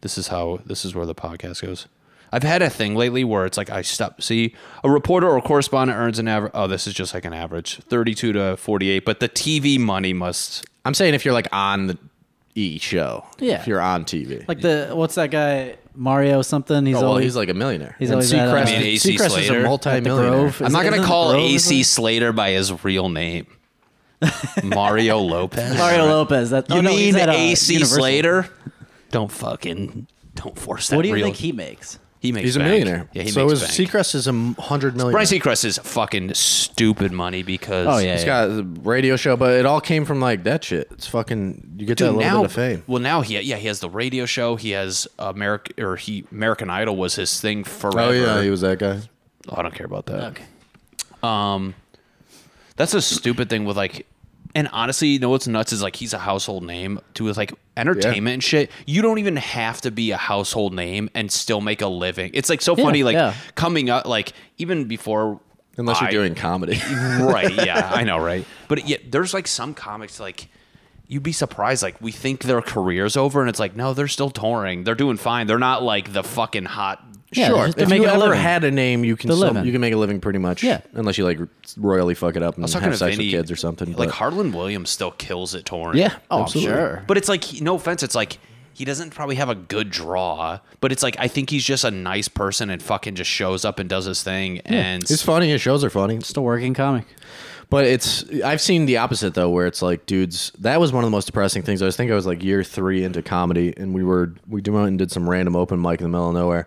[SPEAKER 4] This is how this is where the podcast goes. I've had a thing lately where it's like I stop. See, a reporter or correspondent earns an average. Oh, this is just like an average, thirty-two to forty-eight. But the TV money must.
[SPEAKER 3] I'm saying if you're like on the E show,
[SPEAKER 1] Yeah.
[SPEAKER 3] if you're on TV,
[SPEAKER 1] Like the what's that guy Mario something? He's
[SPEAKER 3] oh, well,
[SPEAKER 1] always
[SPEAKER 3] he's like a millionaire.
[SPEAKER 1] he's
[SPEAKER 3] And
[SPEAKER 1] always at, uh,
[SPEAKER 3] Seacrest,
[SPEAKER 1] I
[SPEAKER 4] mean, AC
[SPEAKER 3] Seacrest is
[SPEAKER 4] Slater.
[SPEAKER 3] a multi-millionaire.
[SPEAKER 1] Grove.
[SPEAKER 4] I'm not
[SPEAKER 1] Isn't
[SPEAKER 4] gonna
[SPEAKER 1] it
[SPEAKER 4] call
[SPEAKER 1] Grove or
[SPEAKER 4] AC
[SPEAKER 1] something?
[SPEAKER 4] Slater by his real name,
[SPEAKER 1] [laughs]
[SPEAKER 4] Mario Lopez.
[SPEAKER 3] [laughs]
[SPEAKER 1] Mario Lopez. That
[SPEAKER 4] You
[SPEAKER 1] oh, no, he's
[SPEAKER 4] mean
[SPEAKER 1] at, uh,
[SPEAKER 4] AC
[SPEAKER 1] Universal.
[SPEAKER 4] Slater? Don't fucking don't force that.
[SPEAKER 1] What do you
[SPEAKER 4] real-
[SPEAKER 1] think he makes?
[SPEAKER 4] He makes
[SPEAKER 3] He's a
[SPEAKER 4] bank.
[SPEAKER 3] millionaire.
[SPEAKER 4] Yeah, he
[SPEAKER 3] so
[SPEAKER 4] makes
[SPEAKER 3] is
[SPEAKER 4] bank.
[SPEAKER 3] Seacrest is a m- hundred million.
[SPEAKER 4] Brian Seacrest is fucking stupid money because
[SPEAKER 1] Oh yeah,
[SPEAKER 3] He's
[SPEAKER 1] yeah.
[SPEAKER 3] got a radio show, but it all came from like that shit. It's fucking you get that
[SPEAKER 4] Dude,
[SPEAKER 3] little
[SPEAKER 4] now,
[SPEAKER 3] bit of fame.
[SPEAKER 4] well, now he yeah he has the radio show. He has America or he American Idol was his thing forever.
[SPEAKER 3] Oh yeah, he was that guy.
[SPEAKER 4] Oh, I don't care about that.
[SPEAKER 1] Okay.
[SPEAKER 4] Um, that's a stupid thing with like, and honestly, you know what's nuts is like he's a household name too. With like entertainment and shit, you don't even have to be a household name and still make a living. It's like so
[SPEAKER 1] Yeah,
[SPEAKER 4] funny, like
[SPEAKER 1] yeah.
[SPEAKER 4] coming up, like even before.
[SPEAKER 3] Unless you're
[SPEAKER 4] I-
[SPEAKER 3] doing comedy.
[SPEAKER 4] [laughs]
[SPEAKER 3] [laughs]
[SPEAKER 4] right. Yeah, I know, right? But yeah, there's like some comics like you'd be surprised. Like we think their career's over, and it's like no, they're still touring. They're doing fine. They're not like the fucking hot.
[SPEAKER 3] [laughs]
[SPEAKER 1] Yeah,
[SPEAKER 3] sure.
[SPEAKER 1] just to
[SPEAKER 3] If
[SPEAKER 1] make
[SPEAKER 3] you
[SPEAKER 1] it a
[SPEAKER 3] ever
[SPEAKER 1] living.
[SPEAKER 3] had a name, you can
[SPEAKER 1] The
[SPEAKER 3] still,
[SPEAKER 1] living.
[SPEAKER 3] you can make a living pretty much.
[SPEAKER 1] Yeah.
[SPEAKER 3] Unless you like royally fuck it up and
[SPEAKER 4] I was
[SPEAKER 3] have
[SPEAKER 4] talking to
[SPEAKER 3] sex
[SPEAKER 4] Vinny,
[SPEAKER 3] with kids or something.
[SPEAKER 4] Like
[SPEAKER 3] but-
[SPEAKER 4] Harlan Williams still kills it touring.
[SPEAKER 3] Yeah.
[SPEAKER 1] Oh, I'm
[SPEAKER 3] absolutely.
[SPEAKER 1] sure.
[SPEAKER 4] But it's like, he- no offense, it's like he doesn't probably have a good draw, but it's like I think he's just a nice person and fucking just shows up and does his thing. And
[SPEAKER 3] It's funny. His shows are funny.
[SPEAKER 1] Just a working [laughs] comic.
[SPEAKER 3] But it's I've seen the opposite though, where it's like, dudes, that was one of the most depressing things. I was think I was like year three into comedy, and we were we went and did some random open mic in the middle of nowhere,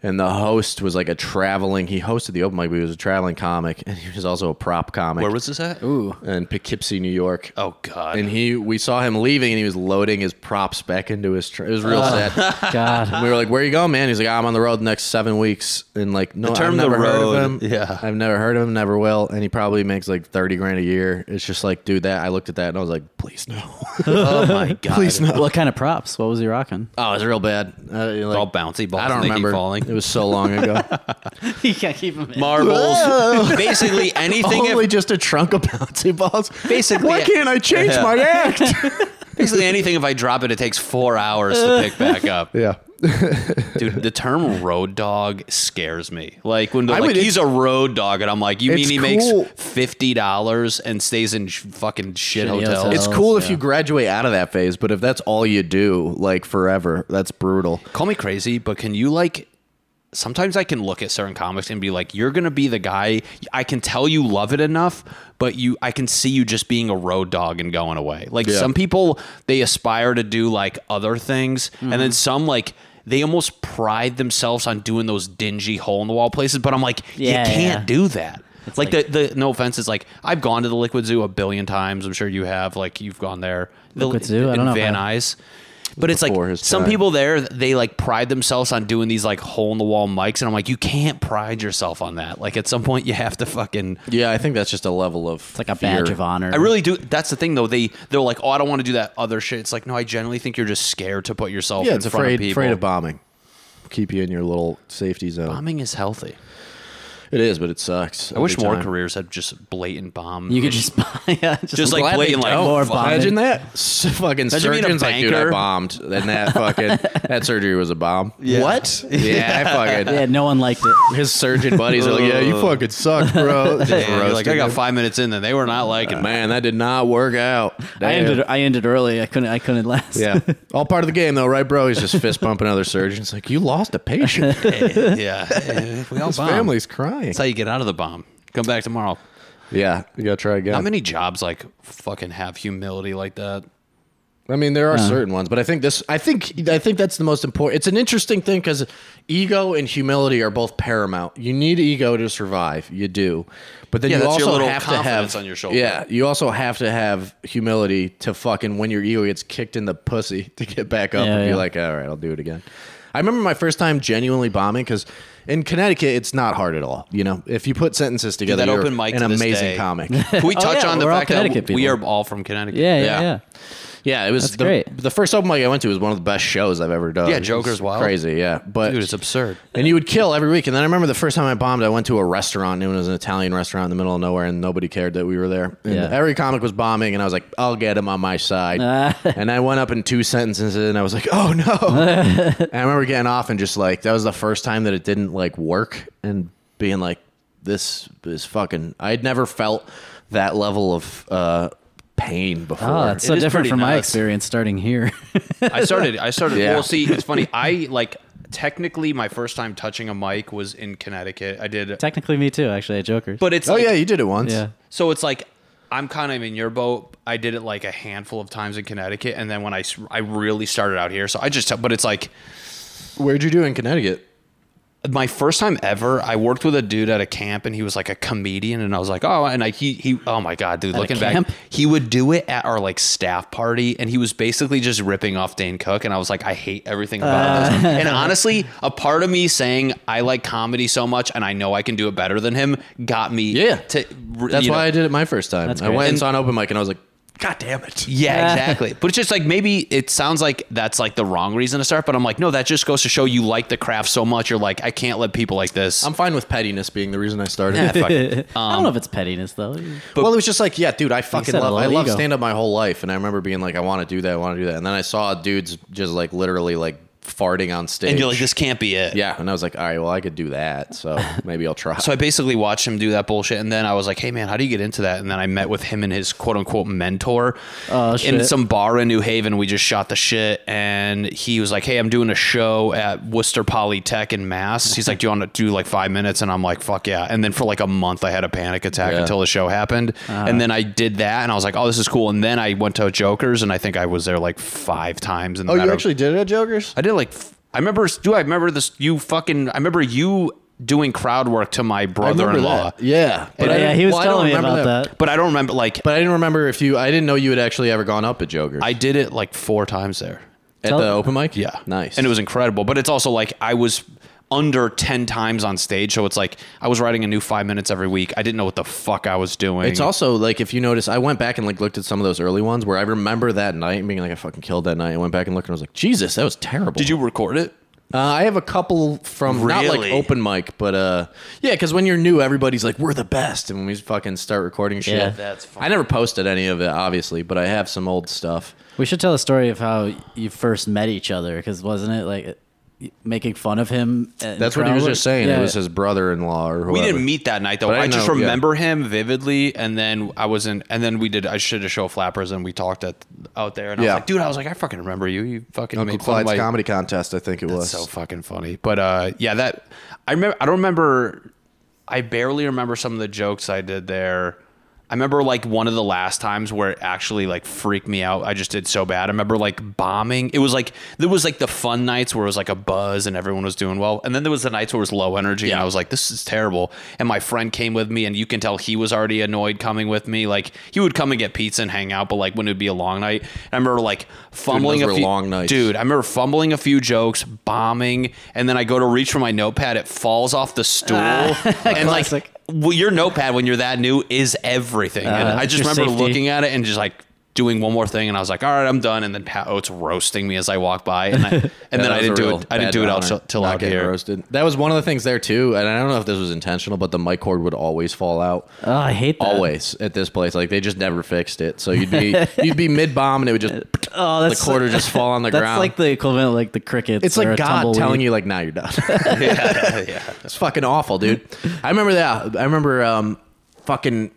[SPEAKER 3] and the host was like a traveling. He hosted the open mic, but he was a traveling comic, and he was also a prop comic.
[SPEAKER 4] where was this at?
[SPEAKER 1] Ooh.
[SPEAKER 3] in Poughkeepsie, New York.
[SPEAKER 4] Oh, God.
[SPEAKER 3] And he, we saw him leaving, and he was loading his props back into his. Tra- it was real
[SPEAKER 4] Uh. [laughs]
[SPEAKER 3] sad.
[SPEAKER 1] God.
[SPEAKER 3] And we were like, "Where you going, man?" He's like, "Ah, "I'm on the road the next seven weeks." And like, no,
[SPEAKER 4] term
[SPEAKER 3] I've
[SPEAKER 4] the
[SPEAKER 3] never heard
[SPEAKER 4] road,
[SPEAKER 3] of him.
[SPEAKER 4] yeah.
[SPEAKER 3] I've never heard of him. Never will. And he probably makes like thirty grand a year. It's just like, dude, that I looked at that and I was like, please no.
[SPEAKER 4] [laughs]
[SPEAKER 3] [laughs]
[SPEAKER 4] oh, my God. Please no.
[SPEAKER 1] what kind of props? What was he rocking?
[SPEAKER 3] oh, it's real bad. Uh, like,
[SPEAKER 4] All bouncy balls.
[SPEAKER 3] I don't
[SPEAKER 4] they keep
[SPEAKER 3] remember. It
[SPEAKER 4] Falling.
[SPEAKER 3] was so long [laughs] ago.
[SPEAKER 1] [laughs] you can't keep him in.
[SPEAKER 4] Marbles. [laughs] basically anything.
[SPEAKER 3] [laughs] Only
[SPEAKER 4] If,
[SPEAKER 3] just a trunk of bouncy balls.
[SPEAKER 4] Basically-
[SPEAKER 3] why can't I change
[SPEAKER 4] Yeah.
[SPEAKER 3] my [laughs] act?
[SPEAKER 4] [laughs] basically anything. If I drop it, it takes four hours to pick
[SPEAKER 3] [laughs]
[SPEAKER 4] back up.
[SPEAKER 3] yeah.
[SPEAKER 4] Dude, the term road dog scares me. Like when they're
[SPEAKER 3] I
[SPEAKER 4] like
[SPEAKER 3] would-
[SPEAKER 4] he's a road dog, and I'm like, you
[SPEAKER 3] It's
[SPEAKER 4] mean he
[SPEAKER 3] cool.
[SPEAKER 4] makes fifty dollars and stays in sh- fucking shit
[SPEAKER 1] Shitty
[SPEAKER 4] hotels?
[SPEAKER 1] hotels.
[SPEAKER 4] It's
[SPEAKER 3] It's
[SPEAKER 1] Else,
[SPEAKER 3] cool if
[SPEAKER 1] yeah.
[SPEAKER 3] you graduate out of that phase, but if that's all you do, like forever, that's brutal.
[SPEAKER 4] call me crazy, but can you like? Sometimes I can look at certain comics and be like, you're gonna be the guy. I can tell you love it enough, but you, I can see you just being a road dog and going away. Like
[SPEAKER 3] Yeah.
[SPEAKER 4] some people, they aspire to do like other things, and
[SPEAKER 1] Mm-hmm.
[SPEAKER 4] then some like. They almost pride themselves on doing those dingy hole in the wall places, but I'm like,
[SPEAKER 1] Yeah,
[SPEAKER 4] you
[SPEAKER 1] yeah.
[SPEAKER 4] can't do that. like,
[SPEAKER 1] like-
[SPEAKER 4] the, the no offense, it's like I've gone to the Liquid Zoo a billion times. I'm sure you have. Like you've gone there. The-
[SPEAKER 1] Liquid Zoo? I
[SPEAKER 4] in
[SPEAKER 1] don't know if I
[SPEAKER 4] Van
[SPEAKER 1] have.
[SPEAKER 4] Nuys. But it's like
[SPEAKER 3] Before his
[SPEAKER 4] some
[SPEAKER 3] time.
[SPEAKER 4] people there they like pride themselves on doing these like hole in the wall mics, and I'm like, you can't pride yourself on that. Like at some point, you have to fucking.
[SPEAKER 3] Yeah, I think that's just a level of
[SPEAKER 1] It's like a badge of honor.
[SPEAKER 4] I really do. That's the thing though. They they're like, oh, I don't want to do that other shit. It's like, no, I generally think you're just scared to put yourself.
[SPEAKER 3] Yeah,
[SPEAKER 4] in
[SPEAKER 3] it's
[SPEAKER 4] front
[SPEAKER 3] afraid
[SPEAKER 4] of people.
[SPEAKER 3] afraid of bombing. Keep you in your little safety zone.
[SPEAKER 4] Bombing is healthy.
[SPEAKER 3] It is, but it sucks.
[SPEAKER 4] I wish more careers had just blatant bomb.
[SPEAKER 1] You could just [laughs] buy. Yeah, just,
[SPEAKER 4] Just, like,
[SPEAKER 1] glad they
[SPEAKER 4] blatant, like,
[SPEAKER 1] don't.
[SPEAKER 4] oh,
[SPEAKER 1] more
[SPEAKER 4] fuck.
[SPEAKER 1] bombing.
[SPEAKER 3] Imagine that. [laughs] S- fucking
[SPEAKER 4] Imagine being a
[SPEAKER 3] surgeons like, dude, I
[SPEAKER 4] banker."
[SPEAKER 3] bombed, and that fucking
[SPEAKER 4] [laughs]
[SPEAKER 3] that surgery was a bomb. What? [laughs] Yeah, I fucking.
[SPEAKER 1] Yeah, no one liked it.
[SPEAKER 3] His surgeon buddies are like, yeah, you fucking suck,
[SPEAKER 4] [laughs]
[SPEAKER 3] bro. Just
[SPEAKER 4] Yeah, you're like I
[SPEAKER 3] roasting
[SPEAKER 4] got
[SPEAKER 3] him.
[SPEAKER 4] five minutes in, and they were not
[SPEAKER 3] [laughs]
[SPEAKER 4] liking. it.
[SPEAKER 3] Man, that did not work out.
[SPEAKER 1] I
[SPEAKER 3] Damn.
[SPEAKER 1] ended. I ended early. I couldn't. I couldn't last.
[SPEAKER 3] Yeah,
[SPEAKER 4] [laughs]
[SPEAKER 3] all part of the game though, right, bro? He's just fist bumping other surgeons. Like, you lost a
[SPEAKER 4] [laughs]
[SPEAKER 3] patient.
[SPEAKER 4] yeah, we all
[SPEAKER 3] His
[SPEAKER 4] bomb.
[SPEAKER 3] family's crying.
[SPEAKER 4] That's how you get out of the bomb. Come back tomorrow.
[SPEAKER 3] Yeah, you gotta try again.
[SPEAKER 4] How many jobs like fucking have humility like that?
[SPEAKER 3] I mean, there are certain ones, but I think this. I think I think that's the most important. It's an interesting thing because ego and humility are both paramount. You need ego to survive. You do, but then
[SPEAKER 4] Yeah,
[SPEAKER 3] you
[SPEAKER 4] that's your
[SPEAKER 3] also
[SPEAKER 4] little
[SPEAKER 3] have to
[SPEAKER 4] confidence
[SPEAKER 3] have
[SPEAKER 4] on your shoulder.
[SPEAKER 3] Yeah, you also have to have humility to fucking when your ego gets kicked in the pussy [laughs] to get back up
[SPEAKER 1] Yeah,
[SPEAKER 3] and be
[SPEAKER 1] yeah.
[SPEAKER 3] like, all right, I'll do it again. I remember my first time genuinely bombing because in Connecticut it's not hard at all. You know, if you put sentences together,
[SPEAKER 4] that
[SPEAKER 3] you're
[SPEAKER 4] open mic
[SPEAKER 3] an
[SPEAKER 4] to this
[SPEAKER 3] amazing
[SPEAKER 4] day.
[SPEAKER 3] comic.
[SPEAKER 4] [laughs] Can
[SPEAKER 1] [laughs]
[SPEAKER 4] we
[SPEAKER 1] Oh,
[SPEAKER 4] touch
[SPEAKER 1] yeah,
[SPEAKER 4] on the
[SPEAKER 1] we're all
[SPEAKER 4] fact that
[SPEAKER 1] Connecticut
[SPEAKER 4] we
[SPEAKER 1] people.
[SPEAKER 4] are all from Connecticut?
[SPEAKER 1] Yeah, yeah,
[SPEAKER 3] Yeah.
[SPEAKER 1] yeah.
[SPEAKER 3] Yeah, it was the,
[SPEAKER 1] great.
[SPEAKER 3] the first open mic I went to was one of the best shows I've ever done.
[SPEAKER 4] Yeah,
[SPEAKER 3] It was
[SPEAKER 4] Joker's Wild.
[SPEAKER 3] Crazy, yeah. But
[SPEAKER 4] Dude, it's absurd.
[SPEAKER 3] and you would kill every week. And then I remember the first time I bombed, I went to a restaurant and it was an Italian restaurant in the middle of nowhere and nobody cared that we were there. And
[SPEAKER 1] Yeah.
[SPEAKER 3] every comic was bombing and I was like, I'll get him on
[SPEAKER 1] [laughs]
[SPEAKER 3] my side.
[SPEAKER 1] Ah.
[SPEAKER 3] and I went up in two sentences and I was like, oh no.
[SPEAKER 1] [laughs]
[SPEAKER 3] and I remember getting off and just like, that was the first time that it didn't like work and being like, this is fucking, I'd never felt that level of uh, pain before.
[SPEAKER 1] Oh, that's so
[SPEAKER 4] is
[SPEAKER 1] different
[SPEAKER 4] pretty
[SPEAKER 1] from my
[SPEAKER 4] nuts.
[SPEAKER 1] experience starting here. [laughs]
[SPEAKER 4] I started. I started.
[SPEAKER 3] Yeah.
[SPEAKER 4] Well, see, it's funny. I like technically my first time touching a mic was in Connecticut. I did,
[SPEAKER 1] Technically, me too. Actually, at Joker's.
[SPEAKER 4] but it's
[SPEAKER 3] oh
[SPEAKER 4] like,
[SPEAKER 3] yeah, you did it once.
[SPEAKER 1] yeah. [laughs]
[SPEAKER 4] So it's like I'm kind of in your boat. I did it like a handful of times in Connecticut, and then when I s- I really started out here, so I just but it's like
[SPEAKER 3] Where'd you do in Connecticut?
[SPEAKER 4] my first time ever, I worked with a dude at a camp, and he was like a comedian, and I was like, oh, and I, he he, oh my god, dude,
[SPEAKER 1] a
[SPEAKER 4] looking back,
[SPEAKER 1] camp?
[SPEAKER 4] he would do it at our like staff party, and he was basically just ripping off Dane Cook, and I was like, I hate everything about
[SPEAKER 3] Uh. [laughs]
[SPEAKER 4] this. And honestly, a part of me saying I like comedy so much, and I know I can do it better than him, got me.
[SPEAKER 3] Yeah.
[SPEAKER 4] to,
[SPEAKER 3] That's
[SPEAKER 4] you know-
[SPEAKER 3] why I did it my first time. I
[SPEAKER 1] great.
[SPEAKER 3] went
[SPEAKER 4] And-
[SPEAKER 3] and saw an open mic, and I was like, God damn it!
[SPEAKER 1] Yeah.
[SPEAKER 4] Yeah, exactly. But it's just like maybe it sounds like that's like the wrong reason to start, but I'm like, no, that just goes to show you like the craft so much. You're like, I can't let people like this.
[SPEAKER 3] I'm fine with pettiness being the reason I started. [laughs]
[SPEAKER 1] I
[SPEAKER 4] Um,
[SPEAKER 1] don't know if it's pettiness though.
[SPEAKER 3] well, it was just like, yeah, dude, I fucking
[SPEAKER 1] said a
[SPEAKER 3] love.
[SPEAKER 1] lot
[SPEAKER 3] I
[SPEAKER 1] of
[SPEAKER 3] love
[SPEAKER 1] ego.
[SPEAKER 3] stand up my whole life, and I remember being like, I want to do that, I want to do that, and then I saw dudes just like literally like farting on stage,
[SPEAKER 4] and you're like, this can't be it.
[SPEAKER 3] yeah, and I was like, all right, well, I could do that, so maybe I'll try.
[SPEAKER 4] So I basically watched him do that bullshit, and then I was like, "Hey man, how do you get into that?" And then I met with him and his quote unquote mentor
[SPEAKER 1] Oh,
[SPEAKER 4] in
[SPEAKER 1] shit.
[SPEAKER 4] some bar in New Haven. We just shot the shit, and he was like, "Hey, I'm doing a show at Worcester Polytech in Mass." He's like, "Do you want to do like five minutes?" And I'm like, "Fuck yeah!" And then for like a month, I had a panic attack
[SPEAKER 3] Yeah. Ah.
[SPEAKER 4] until the show happened, and then I did that, and I was like, "Oh, this is cool." And then I went to Joker's, and I think I was there like five times. In the
[SPEAKER 3] oh, you
[SPEAKER 4] matter of-
[SPEAKER 3] actually did it at Joker's?
[SPEAKER 4] I did like f- I remember. Do I remember this? You fucking. I remember you doing crowd work to my brother-in-law.
[SPEAKER 3] Yeah,
[SPEAKER 1] But yeah, he was telling me about that.
[SPEAKER 4] But I don't remember. Like
[SPEAKER 3] But I didn't remember if you. I didn't know you had actually ever gone up at Joker's
[SPEAKER 4] I did it like four times there.
[SPEAKER 3] at
[SPEAKER 1] Tell-
[SPEAKER 3] the open mic.
[SPEAKER 4] Yeah,
[SPEAKER 3] nice.
[SPEAKER 4] And it was incredible. But it's also like I was under 10 times on stage so it's like i was writing a new five minutes every week i didn't know what the fuck i was doing
[SPEAKER 3] It's also like if you notice, I went back and like looked at some of those early ones where I remember that night and being like, I fucking killed that night. I went back and looked and I was like, Jesus, that was terrible.
[SPEAKER 4] did you record it
[SPEAKER 3] Uh, I have a couple from not like
[SPEAKER 4] Really?
[SPEAKER 3] open mic, but uh, yeah, because when you're new, everybody's like, we're the best, and when we fucking start recording shit,
[SPEAKER 1] Yeah.
[SPEAKER 4] That's fun.
[SPEAKER 3] I never posted any of it, obviously, but I have some old stuff.
[SPEAKER 1] We should tell a story of how you first met each other, because wasn't it like making fun of him? at
[SPEAKER 3] That's
[SPEAKER 1] the
[SPEAKER 3] what he was
[SPEAKER 1] crowd?
[SPEAKER 3] just saying.
[SPEAKER 1] Yeah.
[SPEAKER 3] It was his brother-in-law or whoever.
[SPEAKER 4] we didn't meet that night though.
[SPEAKER 3] But
[SPEAKER 4] I,
[SPEAKER 3] I
[SPEAKER 4] just
[SPEAKER 3] know, yeah.
[SPEAKER 4] remember him vividly, and then I was in, and then we did. I should have show of flappers, and we talked at out there, and I
[SPEAKER 3] Yeah.
[SPEAKER 4] was like, dude, I was like, I fucking remember you. You fucking
[SPEAKER 3] Uncle
[SPEAKER 4] made fun of
[SPEAKER 3] Clyde's
[SPEAKER 4] my
[SPEAKER 3] comedy contest, I think it was.
[SPEAKER 4] so fucking funny. But uh, yeah, that I remember. I don't remember. I barely remember some of the jokes I did there. I remember like one of the last times where it actually like freaked me out. I just did so bad. I remember like bombing. It was like there was like the fun nights where it was like a buzz and everyone was doing well, and then there was the nights where it was low energy and I was like, this is terrible. And my friend came with me, and you can tell he was already annoyed coming with me. Like he would come and get pizza and hang out, but like when it would be a long night, and I remember like fumbling
[SPEAKER 3] those
[SPEAKER 4] a
[SPEAKER 3] were
[SPEAKER 4] few
[SPEAKER 3] long nights.
[SPEAKER 4] dude. I remember fumbling a few jokes, bombing, and then I go to reach for my notepad. It falls off the stool, and
[SPEAKER 1] Classic.
[SPEAKER 4] like well, your notepad when you're that new is everything. and
[SPEAKER 1] Uh,
[SPEAKER 4] I
[SPEAKER 1] it's
[SPEAKER 4] just
[SPEAKER 1] your
[SPEAKER 4] remember
[SPEAKER 1] safety.
[SPEAKER 4] looking at it and just like doing one more thing, and I was like, all right, I'm done. And then Pat Oates roasting me as I walk by, and, I, and then I didn't do it. I didn't do it out till- till out here.
[SPEAKER 3] Roasted. That was one of the things there too, and I don't know if this was intentional, but the mic cord would always fall
[SPEAKER 4] [laughs]
[SPEAKER 3] out.
[SPEAKER 1] Oh, I hate that.
[SPEAKER 3] Always at this place, like they just never fixed it. So you'd
[SPEAKER 4] [laughs]
[SPEAKER 3] be you'd be mid bomb, and it would just
[SPEAKER 1] Oh,
[SPEAKER 3] the
[SPEAKER 1] that's
[SPEAKER 3] quarter just fall on the
[SPEAKER 1] that's
[SPEAKER 3] ground.
[SPEAKER 1] like the equivalent, of, like the crickets.
[SPEAKER 3] it's
[SPEAKER 1] or a
[SPEAKER 3] like God
[SPEAKER 1] tumbleweed.
[SPEAKER 3] telling you like now you're
[SPEAKER 4] [laughs]
[SPEAKER 3] done.
[SPEAKER 4] [laughs] yeah, yeah.
[SPEAKER 3] it's fucking awful, dude. I remember that. I remember um, fucking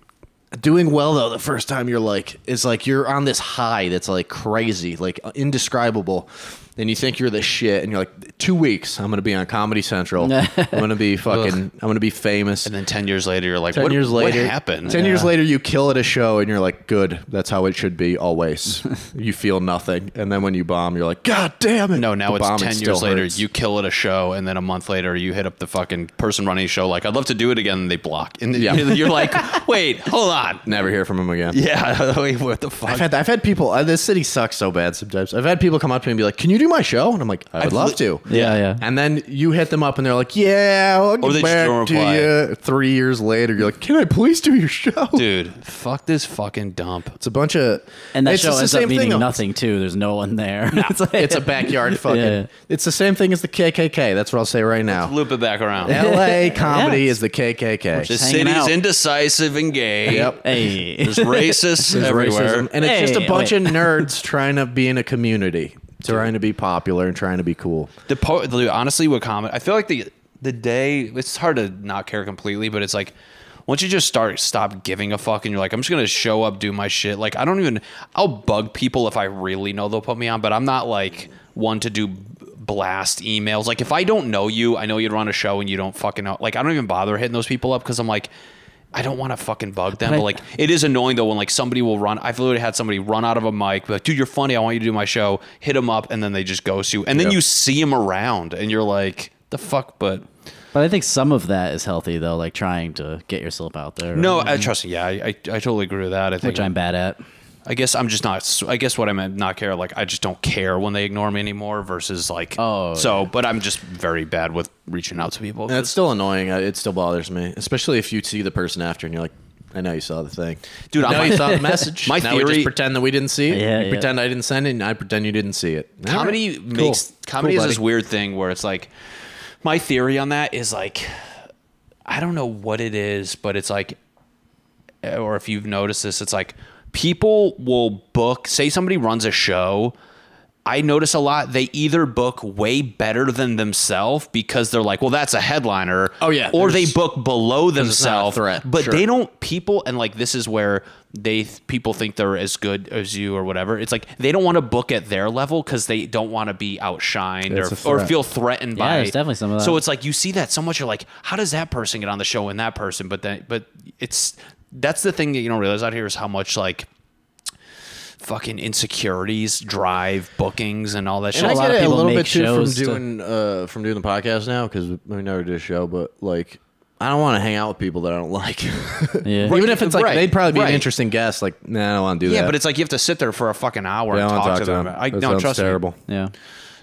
[SPEAKER 3] doing well though the first time you're like it's like you're on this high that's like crazy, like indescribable. And you think you're the shit, and you're like, two weeks, I'm gonna be on Comedy [laughs] Central. I'm gonna be fucking, I'm gonna be famous.
[SPEAKER 4] And then ten years later, you're like,
[SPEAKER 3] Ten
[SPEAKER 4] what,
[SPEAKER 3] years
[SPEAKER 4] what
[SPEAKER 3] later,
[SPEAKER 4] happened?
[SPEAKER 3] Ten years later, you kill at a show, and you're like, "Good, that's how it should be [laughs] always." you feel nothing, and then when you bomb, you're like, "God damn it!"
[SPEAKER 4] No, now
[SPEAKER 3] The bombing
[SPEAKER 4] it's 10
[SPEAKER 3] still
[SPEAKER 4] years later.
[SPEAKER 3] hurts.
[SPEAKER 4] You kill at a show, and then a month later, you hit up the fucking person running the show, like, I'd love to do it again, and they block. And then
[SPEAKER 3] Yeah.
[SPEAKER 4] [laughs] you're like, wait,
[SPEAKER 3] [laughs]
[SPEAKER 4] hold on.
[SPEAKER 3] never hear from him again.
[SPEAKER 4] Yeah, wait, what the fuck?
[SPEAKER 3] I've had I've had people. Uh, this city sucks so bad sometimes. I've had people come up to me and be like, "Can you do my show?" And I'm like, "I would
[SPEAKER 4] I've
[SPEAKER 3] love
[SPEAKER 4] li-
[SPEAKER 3] to."
[SPEAKER 1] Yeah, yeah.
[SPEAKER 3] And then you hit them up and they're like, "Yeah, I'll get
[SPEAKER 4] Or they just
[SPEAKER 3] back
[SPEAKER 4] don't
[SPEAKER 3] to
[SPEAKER 4] reply.
[SPEAKER 3] you." Three years later, you're like, "Can I please do your show?"
[SPEAKER 4] Dude, fuck this fucking dump.
[SPEAKER 3] It's a bunch of
[SPEAKER 1] And that
[SPEAKER 3] it's
[SPEAKER 1] show
[SPEAKER 3] just the
[SPEAKER 1] ends up
[SPEAKER 3] same thing,
[SPEAKER 1] meaning
[SPEAKER 3] though.
[SPEAKER 1] nothing too. There's no one there. [laughs] it's, like,
[SPEAKER 3] It's a
[SPEAKER 1] [laughs]
[SPEAKER 3] backyard fucking.
[SPEAKER 1] Yeah.
[SPEAKER 3] It's the same thing as the KKK. That's what I'll say right now.
[SPEAKER 4] Loop it back around.
[SPEAKER 3] L.A.
[SPEAKER 1] [laughs]
[SPEAKER 3] comedy
[SPEAKER 1] Yeah.
[SPEAKER 3] is the KKK.
[SPEAKER 4] The
[SPEAKER 1] Just hanging
[SPEAKER 4] city's
[SPEAKER 1] out.
[SPEAKER 4] indecisive and gay.
[SPEAKER 3] Yep.
[SPEAKER 1] hey.
[SPEAKER 3] [laughs]
[SPEAKER 4] There's racists everywhere.
[SPEAKER 3] racism. and it's just
[SPEAKER 1] Hey,
[SPEAKER 3] a bunch
[SPEAKER 1] wait. [laughs]
[SPEAKER 3] of nerds trying to be in a community, trying to be popular and trying to be cool.
[SPEAKER 4] The po- the- honestly with comedy, I feel like the the day it's hard to not care completely, but it's like once you just start stop giving a fuck and you're like, I'm just gonna show up, do my shit. Like I don't even I'll bug people if I really know they'll put me on, but I'm not like one to do b- blast emails. Like if I don't know you, I know you'd run a show and you don't fucking know. Like I don't even bother hitting those people up because I'm like. I don't want to fucking bug them,
[SPEAKER 1] But
[SPEAKER 4] but,
[SPEAKER 1] I-
[SPEAKER 4] like it is annoying though when like somebody will run. I've literally had somebody run out of a mic, be like, dude, you're funny. I want you to do my show. Hit them up, and then they just ghost you. And then
[SPEAKER 3] Yeah.
[SPEAKER 4] you see him around, and you're like, the fuck, but
[SPEAKER 1] But I think some of that is healthy though, like trying to get yourself out there.
[SPEAKER 4] no, I trust. Yeah, I, I, I totally agree with that. I think
[SPEAKER 1] which I'm bad
[SPEAKER 3] [laughs]
[SPEAKER 1] at.
[SPEAKER 4] I guess I'm just not. I guess what I meant not care. Like I just don't care when they ignore me anymore. Versus like
[SPEAKER 1] Oh,
[SPEAKER 4] so. But I'm just very bad with reaching out to people.
[SPEAKER 3] And it's still annoying. I- It still bothers me, especially if you see the person after and you're like, "I know you saw the thing,
[SPEAKER 4] Dude,
[SPEAKER 3] I know
[SPEAKER 4] my- [laughs]
[SPEAKER 3] you saw the message.
[SPEAKER 4] my
[SPEAKER 3] now we
[SPEAKER 4] theory-
[SPEAKER 3] just pretend that we didn't see it.
[SPEAKER 1] Yeah,
[SPEAKER 3] you
[SPEAKER 1] yeah.
[SPEAKER 3] pretend I didn't send it, and I pretend you didn't see it. All
[SPEAKER 4] comedy
[SPEAKER 3] right.
[SPEAKER 4] makes
[SPEAKER 3] Cool.
[SPEAKER 4] comedy
[SPEAKER 3] Cool,
[SPEAKER 4] is this
[SPEAKER 3] buddy.
[SPEAKER 4] weird thing where it's like my theory on that is like I don't know what it is, but it's like or if you've noticed this, it's like people will book say somebody runs a show I notice a lot they either book way better than themselves because they're like, well, that's a headliner.
[SPEAKER 3] Oh, yeah,
[SPEAKER 4] Or they
[SPEAKER 3] there's-
[SPEAKER 4] book below
[SPEAKER 3] it's not a
[SPEAKER 4] themselves.
[SPEAKER 3] threat,
[SPEAKER 4] But
[SPEAKER 3] sure.
[SPEAKER 4] they don't people and like this is where they people think they're as good as you or whatever. It's like they don't want to book at their level because they don't want to be outshined
[SPEAKER 6] It's a
[SPEAKER 4] or, or
[SPEAKER 6] threat.
[SPEAKER 4] feel threatened
[SPEAKER 1] Yeah,
[SPEAKER 4] by
[SPEAKER 1] there's definitely some of that.
[SPEAKER 4] So it's like you see that so much, you're like, how does that person get on the show and that person? But then but it's that's the thing that you don't realize out here is how much like fucking insecurities drive bookings and all that shit.
[SPEAKER 1] a
[SPEAKER 3] And
[SPEAKER 1] lot
[SPEAKER 3] I
[SPEAKER 1] of
[SPEAKER 3] get it a
[SPEAKER 1] people
[SPEAKER 3] little
[SPEAKER 1] make
[SPEAKER 3] bit too from
[SPEAKER 1] shows to-
[SPEAKER 3] doing uh, from doing the podcast now because we never did a show, but like I don't want to hang out with people that I don't like. [laughs]
[SPEAKER 1] Yeah.
[SPEAKER 3] Even if it's like
[SPEAKER 4] right,
[SPEAKER 3] they'd probably be
[SPEAKER 4] right.
[SPEAKER 3] an interesting guest, like nah, I don't want to do
[SPEAKER 4] Yeah,
[SPEAKER 3] that.
[SPEAKER 4] but it's like you have to sit there for a fucking hour
[SPEAKER 3] I
[SPEAKER 4] and
[SPEAKER 3] don't
[SPEAKER 4] talk,
[SPEAKER 3] wanna
[SPEAKER 4] to them.
[SPEAKER 3] them.
[SPEAKER 4] I
[SPEAKER 3] That
[SPEAKER 4] no
[SPEAKER 3] sounds
[SPEAKER 4] trust me.
[SPEAKER 3] terrible.
[SPEAKER 1] Yeah.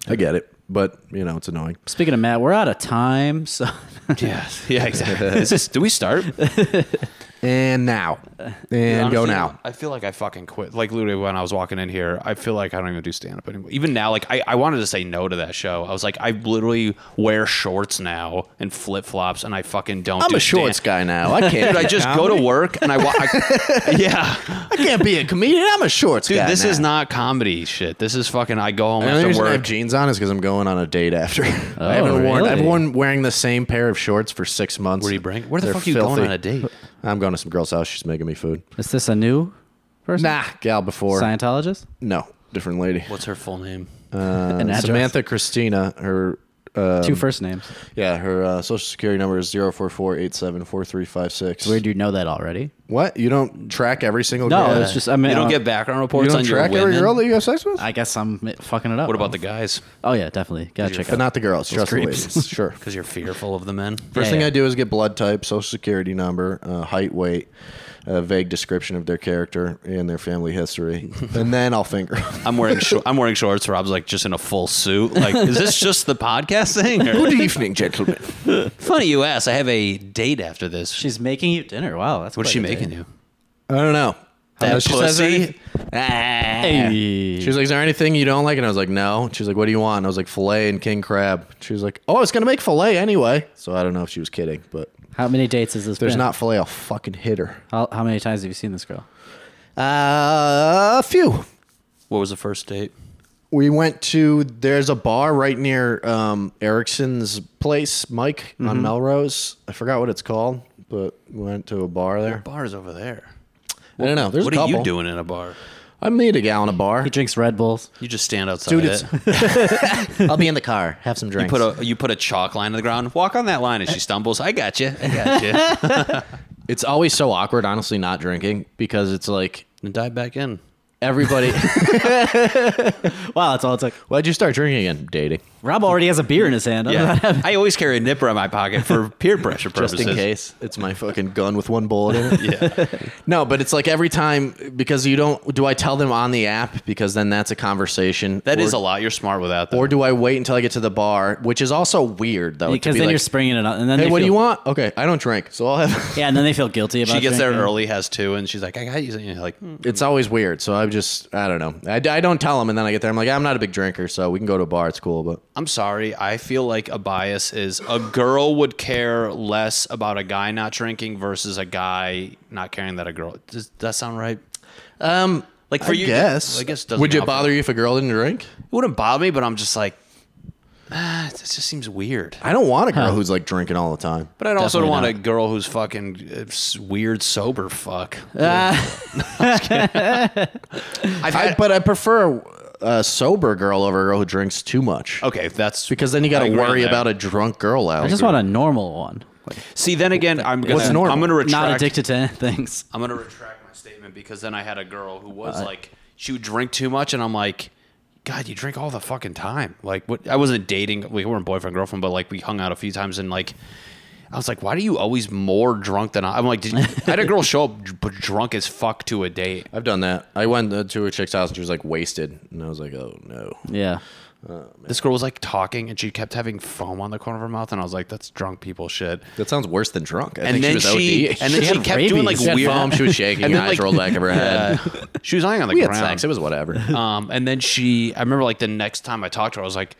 [SPEAKER 3] I get it, but you know it's annoying.
[SPEAKER 1] Speaking of Matt, we're out of time, so
[SPEAKER 4] [laughs]
[SPEAKER 1] [laughs]
[SPEAKER 4] Yeah, yeah, exactly. Is this, do we start?
[SPEAKER 3] And now, and go
[SPEAKER 4] Uh, Honestly,
[SPEAKER 3] now.
[SPEAKER 4] I feel like I fucking quit. Like literally when I was walking in here, I feel like I don't even do stand up anymore. Even now, like I, I wanted to say no to that show. I was like, I literally wear shorts now and flip flops, and I fucking don't.
[SPEAKER 3] I'm
[SPEAKER 4] do
[SPEAKER 3] a shorts
[SPEAKER 4] stand-
[SPEAKER 3] guy now. I can't.
[SPEAKER 4] Dude, I just go to work and I, wa- I [laughs] yeah,
[SPEAKER 3] I can't be a comedian. I'm a shorts
[SPEAKER 4] dude.
[SPEAKER 3] guy.
[SPEAKER 4] this
[SPEAKER 3] now.
[SPEAKER 4] is not comedy shit. This is fucking. I go home
[SPEAKER 3] The only
[SPEAKER 4] after
[SPEAKER 3] reason I
[SPEAKER 4] work.
[SPEAKER 3] have jeans on is because I'm going on a date after. [laughs] I haven't worn.
[SPEAKER 1] really?
[SPEAKER 3] I've worn wearing the same pair of shorts for six months.
[SPEAKER 4] Where do you bring? Where the
[SPEAKER 3] They're
[SPEAKER 4] fuck are you going
[SPEAKER 3] filthy.
[SPEAKER 4] on a date?
[SPEAKER 3] I'm going to some girl's house. She's making me food.
[SPEAKER 1] is this a new person?
[SPEAKER 3] Nah, gal before.
[SPEAKER 1] Scientologist?
[SPEAKER 3] No, different lady.
[SPEAKER 4] What's her full name?
[SPEAKER 3] Uh,
[SPEAKER 1] address.
[SPEAKER 3] Samantha Christina. Her
[SPEAKER 1] Two
[SPEAKER 4] Um,
[SPEAKER 1] first names.
[SPEAKER 3] yeah, her uh, social security number is zero four four eight seven four three five six.
[SPEAKER 1] Where do you know that already?
[SPEAKER 3] What? You don't track every single
[SPEAKER 1] No,
[SPEAKER 3] girl?
[SPEAKER 1] it's just I mean
[SPEAKER 4] you don't
[SPEAKER 1] uh,
[SPEAKER 4] get background
[SPEAKER 3] you
[SPEAKER 4] reports
[SPEAKER 3] don't
[SPEAKER 4] on your
[SPEAKER 3] track every
[SPEAKER 4] women.
[SPEAKER 3] girl that you have sex with.
[SPEAKER 1] I guess I'm mi- fucking it up.
[SPEAKER 4] What about the guys?
[SPEAKER 1] Oh yeah, definitely. Gotta check
[SPEAKER 3] but
[SPEAKER 1] out.
[SPEAKER 3] not the girls. Just the
[SPEAKER 1] creeps.
[SPEAKER 3] [laughs] ladies. Sure.
[SPEAKER 4] Because you're fearful of the [laughs] men.
[SPEAKER 3] First
[SPEAKER 1] Yeah,
[SPEAKER 3] thing
[SPEAKER 1] yeah.
[SPEAKER 3] I do is get blood type, social security number, uh, height, weight, a vague description of their character and their family [laughs] history, and then I'll finger. 'em.
[SPEAKER 4] I'm wearing shor- I'm wearing shorts. Rob's like just in a full suit. Like, is this just the podcast [laughs] thing? Or-
[SPEAKER 3] Good evening, gentlemen.
[SPEAKER 4] Funny you ask. I have a date after this.
[SPEAKER 1] She's making you dinner. Wow, that's
[SPEAKER 4] What's she making you?
[SPEAKER 3] I don't know.
[SPEAKER 4] That
[SPEAKER 3] Uh, she says
[SPEAKER 4] pussy.
[SPEAKER 3] anything-
[SPEAKER 1] Hey.
[SPEAKER 3] She was like, "Is there anything you don't like?" And I was like, "No." She's like, "What do you want?" And I was like, "Filet and king crab." She was like, "Oh, I was gonna make filet anyway." So I don't know if she was kidding, but if
[SPEAKER 1] How many dates is this?
[SPEAKER 3] there's
[SPEAKER 1] been?
[SPEAKER 3] not filet. I'll fucking hit her.
[SPEAKER 1] How, how many times have you seen this girl?
[SPEAKER 3] Uh, a few.
[SPEAKER 4] What was the first date?
[SPEAKER 3] we went to there's a bar right near um, Erickson's place, Mike
[SPEAKER 4] Mm-hmm.
[SPEAKER 3] on Melrose. I forgot what it's called, but we went to a bar there.
[SPEAKER 4] Bar's over there.
[SPEAKER 3] I don't know. There's
[SPEAKER 4] what
[SPEAKER 3] a
[SPEAKER 4] are
[SPEAKER 3] couple.
[SPEAKER 4] you doing in a bar?
[SPEAKER 3] I meet a gal in a bar.
[SPEAKER 1] He drinks Red Bulls.
[SPEAKER 4] You just stand outside.
[SPEAKER 3] Dude,
[SPEAKER 4] it.
[SPEAKER 3] it's- I'll be in the car. Have some
[SPEAKER 4] [laughs] You
[SPEAKER 3] drinks.
[SPEAKER 4] put a you put a chalk line on the ground. Walk on that line, and she stumbles. I got you. I got you.
[SPEAKER 3] [laughs] it's always so awkward, honestly, not drinking because it's like
[SPEAKER 4] and dive
[SPEAKER 3] [laughs]
[SPEAKER 4] back in. [laughs]
[SPEAKER 3] everybody.
[SPEAKER 1] Wow, that's all it took.
[SPEAKER 3] Why'd you start drinking again? Dating,
[SPEAKER 1] Rob already has a beer in his hand. I don't know
[SPEAKER 4] Yeah. I always carry a nipper in my pocket for peer pressure
[SPEAKER 3] just
[SPEAKER 4] purposes.
[SPEAKER 3] in case. It's my fucking gun with one bullet in it.
[SPEAKER 4] [laughs] Yeah.
[SPEAKER 3] [laughs] No, but it's like every time because you don't. Do I tell them on the app because then that's a conversation?
[SPEAKER 4] That
[SPEAKER 3] or-
[SPEAKER 4] is a lot. You're smart with that. Though.
[SPEAKER 3] Or do I wait until I get to the bar, which is also weird though? to
[SPEAKER 1] because
[SPEAKER 3] be
[SPEAKER 1] then
[SPEAKER 3] like,
[SPEAKER 1] you're springing it on. And then
[SPEAKER 3] Hey,
[SPEAKER 1] they
[SPEAKER 3] what do
[SPEAKER 1] feel-
[SPEAKER 3] you want? Okay, I don't drink, so I'll
[SPEAKER 1] [laughs]
[SPEAKER 3] have. [laughs]
[SPEAKER 1] Yeah, and then they feel guilty about.
[SPEAKER 4] she gets there
[SPEAKER 1] drinking.
[SPEAKER 4] early, has two, and she's like, "I got you." And you're like, "Hmm."
[SPEAKER 3] It's always weird, so I'm just I don't know. I, I don't tell them, and then I get there, I'm like I'm not a big drinker, so we can go to a bar. It's cool, but
[SPEAKER 4] I'm sorry. I feel like a bias is a girl would care less about a guy not drinking versus a guy not caring that a girl. Does that sound right?
[SPEAKER 3] um,
[SPEAKER 4] Like for
[SPEAKER 3] I
[SPEAKER 4] you,
[SPEAKER 3] guess
[SPEAKER 4] I guess. It doesn't
[SPEAKER 3] would it
[SPEAKER 4] matter.
[SPEAKER 3] bother you if a girl didn't drink?
[SPEAKER 4] It wouldn't bother me, but I'm just like, ah, this just seems weird.
[SPEAKER 3] I don't want a girl who's like drinking all the time.
[SPEAKER 4] But I'd also don't want
[SPEAKER 1] Definitely
[SPEAKER 4] a girl who's fucking uh, s- weird sober fuck.
[SPEAKER 1] Uh,
[SPEAKER 4] I've
[SPEAKER 3] I,
[SPEAKER 4] had,
[SPEAKER 3] but I prefer a sober girl over a girl who drinks too much.
[SPEAKER 4] okay, that's
[SPEAKER 3] Because then you got
[SPEAKER 4] Oh, I
[SPEAKER 3] to
[SPEAKER 4] agree on
[SPEAKER 3] worry
[SPEAKER 4] that.
[SPEAKER 3] about a drunk girl out.
[SPEAKER 1] I just want a normal one,
[SPEAKER 4] See, then again, I'm gonna.
[SPEAKER 3] What's normal?
[SPEAKER 4] I'm gonna retract.
[SPEAKER 1] not addicted to things.
[SPEAKER 4] I'm gonna retract my statement because then I had a girl who was like, she would drink too much, and I'm like, God, you drink all the fucking time. Like, what? I wasn't dating. We weren't boyfriend girlfriend, but like we hung out a few times, and like, I was like, why do you always more drunk than I? I'm like, did, I had a girl show up dr- drunk as fuck to a date.
[SPEAKER 3] I've done that. I went uh, to a chick's house and she was like wasted, and I was like, oh no.
[SPEAKER 1] [laughs] Yeah.
[SPEAKER 3] Oh,
[SPEAKER 4] This girl was like talking, and she kept having foam on the corner of her mouth, and I was like, that's drunk
[SPEAKER 3] [laughs]
[SPEAKER 4] people shit.
[SPEAKER 3] That sounds worse than drunk. I
[SPEAKER 4] And
[SPEAKER 3] think
[SPEAKER 4] then she,
[SPEAKER 3] she was OD.
[SPEAKER 4] and then she,
[SPEAKER 1] had
[SPEAKER 4] kept doing like
[SPEAKER 1] rabies. She had
[SPEAKER 4] weird.
[SPEAKER 3] Foam, she was shaking,
[SPEAKER 4] And
[SPEAKER 3] her
[SPEAKER 4] then,
[SPEAKER 3] eyes
[SPEAKER 4] like-
[SPEAKER 3] rolled back of [laughs] her head.
[SPEAKER 4] She was lying on the
[SPEAKER 3] We had
[SPEAKER 4] ground.
[SPEAKER 3] sex. It was whatever.
[SPEAKER 4] Um, and then she, I remember like the next time I talked to her, I was like,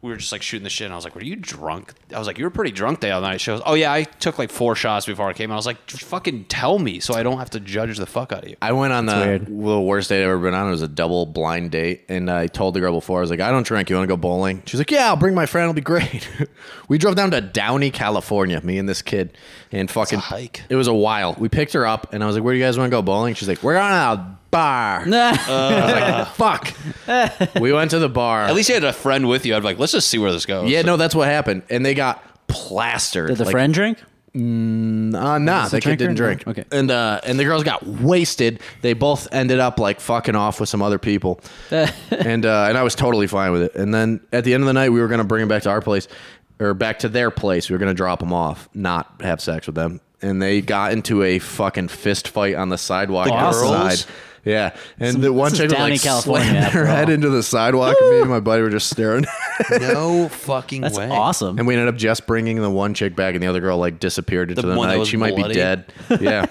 [SPEAKER 4] we were just like shooting the shit, and I was like, "Were you drunk?" I was like, "You were pretty drunk the other night." She goes, "Oh yeah, I took like four shots before I came." I was like, "Just "Fucking tell me, so I don't have to judge the fuck out of you."
[SPEAKER 3] [laughs] I went on the,
[SPEAKER 1] weird.
[SPEAKER 3] the worst date I've ever been on. It was a double blind date, and I told the girl before I was like, "I don't drink. You want to go bowling?" She's like, "Yeah, I'll bring my friend. It'll be great." [laughs] we drove down to Downey, California, me and this kid, and fucking
[SPEAKER 4] hike.
[SPEAKER 3] It was a while. We picked her up, and I was like, "Where do you guys want to go bowling?" She's like, "We're on a bar."
[SPEAKER 4] Uh,
[SPEAKER 3] I was like, "Fuck." we went to the bar.
[SPEAKER 4] At least you had a friend with you. I'd be like, "Let's just see where this goes."
[SPEAKER 3] yeah, no, that's what happened, and they got plastered.
[SPEAKER 1] Oh, Did the
[SPEAKER 3] Like,
[SPEAKER 1] friend drink?
[SPEAKER 3] Uh, nah, the
[SPEAKER 1] a
[SPEAKER 3] kid didn't
[SPEAKER 1] drinker?
[SPEAKER 3] drink.
[SPEAKER 1] No. Okay.
[SPEAKER 3] And uh, and the girls got wasted. They both ended up like fucking off with some
[SPEAKER 1] [laughs]
[SPEAKER 3] other people. and uh, and I was totally fine with it. And then at the end of the night, we were gonna bring them back to our place or back to their place. We were gonna drop them off, not have sex with them. And they got into a fucking fist fight on the sidewalk.
[SPEAKER 1] girls?
[SPEAKER 3] outside. Yeah, and the one
[SPEAKER 1] this is
[SPEAKER 3] chick was,
[SPEAKER 1] Downey,
[SPEAKER 3] like
[SPEAKER 1] California,
[SPEAKER 3] slammed
[SPEAKER 1] after
[SPEAKER 3] her
[SPEAKER 1] all.
[SPEAKER 3] head into the sidewalk, and me and my buddy were
[SPEAKER 1] [laughs]
[SPEAKER 3] just staring.
[SPEAKER 4] [laughs] no fucking
[SPEAKER 1] That's
[SPEAKER 4] way.
[SPEAKER 1] awesome.
[SPEAKER 3] And we ended up just bringing the one chick back, and the other girl like disappeared into
[SPEAKER 4] The
[SPEAKER 3] the,
[SPEAKER 4] one that
[SPEAKER 3] night.
[SPEAKER 4] was
[SPEAKER 3] She might be
[SPEAKER 4] bloody? [laughs]
[SPEAKER 3] dead. Yeah,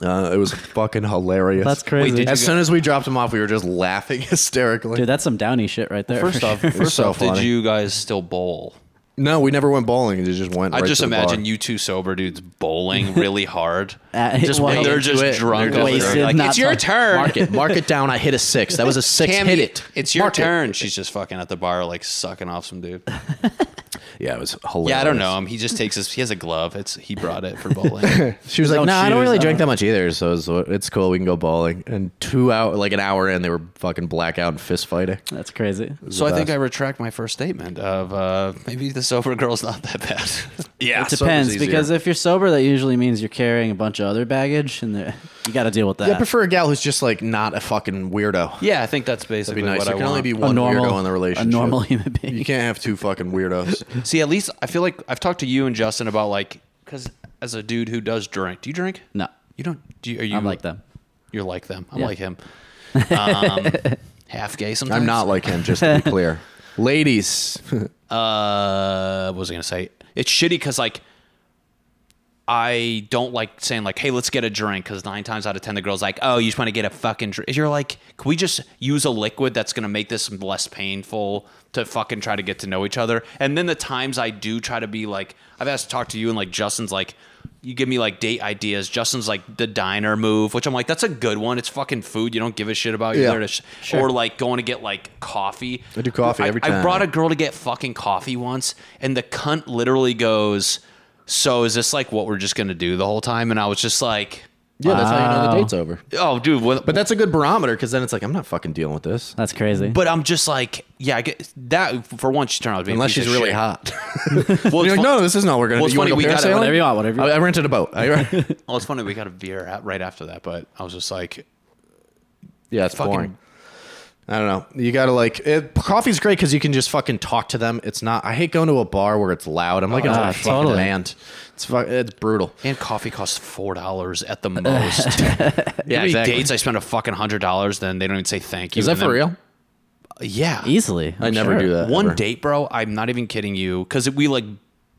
[SPEAKER 3] uh, it was fucking hilarious.
[SPEAKER 1] That's crazy.
[SPEAKER 4] did you
[SPEAKER 3] As
[SPEAKER 4] go-
[SPEAKER 3] soon as we dropped him off, we were just laughing [laughs] hysterically.
[SPEAKER 1] Dude, that's some downy shit right there.
[SPEAKER 3] [laughs]
[SPEAKER 4] First off, first
[SPEAKER 3] so
[SPEAKER 4] off,
[SPEAKER 3] funny.
[SPEAKER 4] did you guys still bowl?
[SPEAKER 3] no, we never went bowling. It just went.
[SPEAKER 4] I
[SPEAKER 3] right
[SPEAKER 4] just
[SPEAKER 3] to the bar.
[SPEAKER 4] imagine you two sober dudes bowling
[SPEAKER 3] [laughs]
[SPEAKER 4] really hard.
[SPEAKER 1] Uh,
[SPEAKER 4] just
[SPEAKER 1] well,
[SPEAKER 4] and they're
[SPEAKER 3] into
[SPEAKER 4] just
[SPEAKER 3] it.
[SPEAKER 4] drunk.
[SPEAKER 3] They're
[SPEAKER 4] over there.
[SPEAKER 3] just
[SPEAKER 1] wasted,
[SPEAKER 4] Like,
[SPEAKER 1] not
[SPEAKER 4] it's your
[SPEAKER 1] touch-
[SPEAKER 4] turn.
[SPEAKER 3] Mark it, mark it down. I hit a six. That was a six.
[SPEAKER 4] Tammy,
[SPEAKER 3] hit it.
[SPEAKER 4] It's your
[SPEAKER 3] Mark it.
[SPEAKER 4] turn. She's just fucking at the bar, like sucking off
[SPEAKER 3] [laughs]
[SPEAKER 4] some dude.
[SPEAKER 3] Yeah, it was hilarious.
[SPEAKER 4] Yeah, I don't know him. He just takes his. He has a glove. It's he brought it for
[SPEAKER 3] [laughs]
[SPEAKER 4] bowling.
[SPEAKER 3] She was like,
[SPEAKER 1] own
[SPEAKER 3] "No, I don't
[SPEAKER 1] shoes,
[SPEAKER 3] really
[SPEAKER 1] I
[SPEAKER 3] drink
[SPEAKER 1] don't
[SPEAKER 3] that much either, so it's, it's cool. We can go bowling." And two hour, like an hour in, they were fucking blackout and fist fighting.
[SPEAKER 1] That's crazy.
[SPEAKER 4] so I think I retract my first statement of uh, maybe the sober girl's not that bad.
[SPEAKER 3] Yeah,
[SPEAKER 1] It depends because if you're sober, that usually means you're carrying a bunch of other baggage, and there- you got to deal with that.
[SPEAKER 3] I prefer a gal who's just like not a fucking weirdo.
[SPEAKER 4] [laughs] yeah, I think that's basically
[SPEAKER 3] That'd be nice.
[SPEAKER 4] what
[SPEAKER 3] There
[SPEAKER 4] I
[SPEAKER 3] can
[SPEAKER 4] want.
[SPEAKER 3] only be
[SPEAKER 1] a
[SPEAKER 3] one
[SPEAKER 1] normal
[SPEAKER 3] weirdo in the relationship.
[SPEAKER 1] a normal human being.
[SPEAKER 3] [laughs] You can't have two fucking [laughs] weirdos.
[SPEAKER 4] See, at least I feel like I've talked to you and Justin about like because as a dude who does drink, do you drink?
[SPEAKER 1] No,
[SPEAKER 4] you don't. Do you, are you?
[SPEAKER 1] I'm like them.
[SPEAKER 4] You're like them. I'm
[SPEAKER 1] Yeah.
[SPEAKER 3] [laughs]
[SPEAKER 4] like him. Um, half gay sometimes.
[SPEAKER 3] I'm not like him, just to [laughs] be clear. Ladies,
[SPEAKER 4] uh what was i gonna say it's shitty because like i don't like saying like hey let's get a drink because nine times out of ten the girl's like oh you just want to get a fucking drink you're like can we just use a liquid that's gonna make this less painful to fucking try to get to know each other and then the times i do try to be like i've asked to talk to you and like justin's like you give me like date ideas. Justin's like the diner move, which I'm like, that's a good one. It's fucking food. You don't give a shit about. You're
[SPEAKER 3] Yeah.
[SPEAKER 4] there to sh- or like going to get like coffee.
[SPEAKER 3] I do coffee every
[SPEAKER 4] I
[SPEAKER 3] time.
[SPEAKER 4] brought a girl to get fucking coffee once, and the cunt literally goes, "So is this like what we're just gonna do the whole time?" And I was just like,
[SPEAKER 3] yeah, that's how you know the date's over.
[SPEAKER 4] "Oh, dude," what,
[SPEAKER 3] But
[SPEAKER 4] but
[SPEAKER 3] that's a good barometer because then it's like I'm not fucking dealing with this
[SPEAKER 1] That's crazy.
[SPEAKER 4] but I'm just like, yeah, I get that. For once, she turned out to be a
[SPEAKER 3] unless
[SPEAKER 4] piece
[SPEAKER 3] she's
[SPEAKER 4] of
[SPEAKER 3] really [laughs]
[SPEAKER 4] shit.
[SPEAKER 3] hot.
[SPEAKER 4] Well,
[SPEAKER 3] You're
[SPEAKER 4] it's
[SPEAKER 3] like,
[SPEAKER 4] fu-
[SPEAKER 3] no, this is not. what We're gonna.
[SPEAKER 4] Well, it's
[SPEAKER 3] do you wanna
[SPEAKER 4] funny,
[SPEAKER 3] go
[SPEAKER 4] we got it,
[SPEAKER 3] parasailing?
[SPEAKER 1] whatever you want, whatever you
[SPEAKER 3] I, I rented a [laughs] boat. I,
[SPEAKER 4] well, it's funny we got a veer at, right after that, but I was just like,
[SPEAKER 3] yeah, it's
[SPEAKER 4] Fucking-
[SPEAKER 3] boring. I don't know. You gotta like it, coffee's great because you can just fucking talk to them. It's not. I hate going to a bar where it's loud. I'm like an
[SPEAKER 1] Ah,
[SPEAKER 3] old fucking
[SPEAKER 1] totally.
[SPEAKER 3] man. It's fu- it's brutal.
[SPEAKER 4] and coffee costs four dollars
[SPEAKER 3] [laughs]
[SPEAKER 4] at the most. yeah,
[SPEAKER 3] Yeah, exactly.
[SPEAKER 4] dates I spent a fucking hundred dollars, then they don't even say thank you.
[SPEAKER 3] Is that
[SPEAKER 4] and
[SPEAKER 3] for
[SPEAKER 4] then-
[SPEAKER 3] real?
[SPEAKER 4] Yeah,
[SPEAKER 1] Easily,
[SPEAKER 3] I
[SPEAKER 1] I'm
[SPEAKER 3] never
[SPEAKER 1] sure.
[SPEAKER 3] do that.
[SPEAKER 4] one
[SPEAKER 3] ever.
[SPEAKER 4] date, bro. I'm not even kidding you, because we like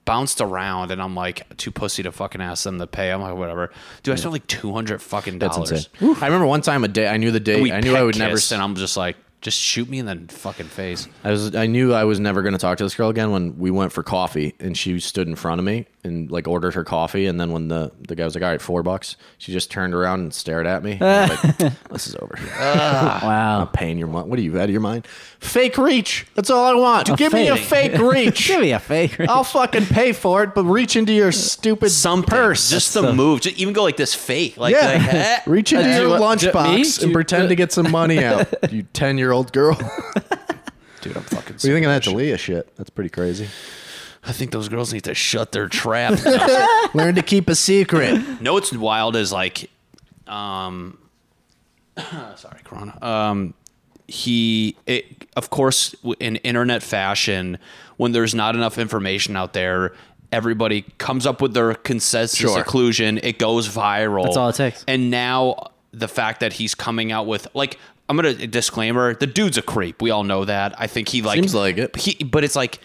[SPEAKER 4] bounced around, and I'm like too pussy to fucking ask them to pay. I'm like, whatever. Dude, I spent like two hundred fucking
[SPEAKER 3] That's insane.
[SPEAKER 4] dollars.
[SPEAKER 3] I remember one time a day I knew the
[SPEAKER 4] And
[SPEAKER 3] date. I knew I
[SPEAKER 4] peck
[SPEAKER 3] would never.
[SPEAKER 4] kissed,
[SPEAKER 3] s-
[SPEAKER 4] and I'm just like, just shoot me in the fucking face.
[SPEAKER 3] I was. I knew I was never going to talk to this girl again. When we went for coffee, and she stood in front of me and like ordered her coffee, and then when the the guy was like, "All right, four bucks," she just turned around and stared at me. And I was like, this is over. [laughs]
[SPEAKER 1] Wow.
[SPEAKER 3] Paying your money? What are you out of your mind? Fake reach. That's all I want. Give me a
[SPEAKER 1] fake.
[SPEAKER 3] fake reach.
[SPEAKER 1] Give me a fake.
[SPEAKER 3] I'll fucking pay for it, but reach into your stupid
[SPEAKER 4] Some
[SPEAKER 3] purse.
[SPEAKER 4] just the move. Just even go like this fake,
[SPEAKER 3] [laughs]
[SPEAKER 4] like,
[SPEAKER 3] yeah,
[SPEAKER 4] like, [laughs] eh.
[SPEAKER 3] reach into your lunchbox
[SPEAKER 1] me?
[SPEAKER 3] and pretend to get some money out. You ten year old girl.
[SPEAKER 4] dude, I'm fucking.
[SPEAKER 3] What do you
[SPEAKER 4] sick.
[SPEAKER 3] think of that Jalea shit? That's pretty crazy.
[SPEAKER 4] I think those girls need to shut their trap.
[SPEAKER 3] [laughs] Learn to keep a secret.
[SPEAKER 4] no, what's [coughs] wild is like, um, sorry, Corona. Um, he, it, of course, w- in internet fashion, when there's not enough information out there, everybody comes up with their consensus
[SPEAKER 3] Sure.
[SPEAKER 4] conclusion. It goes viral.
[SPEAKER 1] That's all it takes.
[SPEAKER 4] And now the fact that he's coming out with like. I'm gonna disclaimer. The dude's a creep. We all know that. I think he like
[SPEAKER 3] Seems like it.
[SPEAKER 4] He, but it's like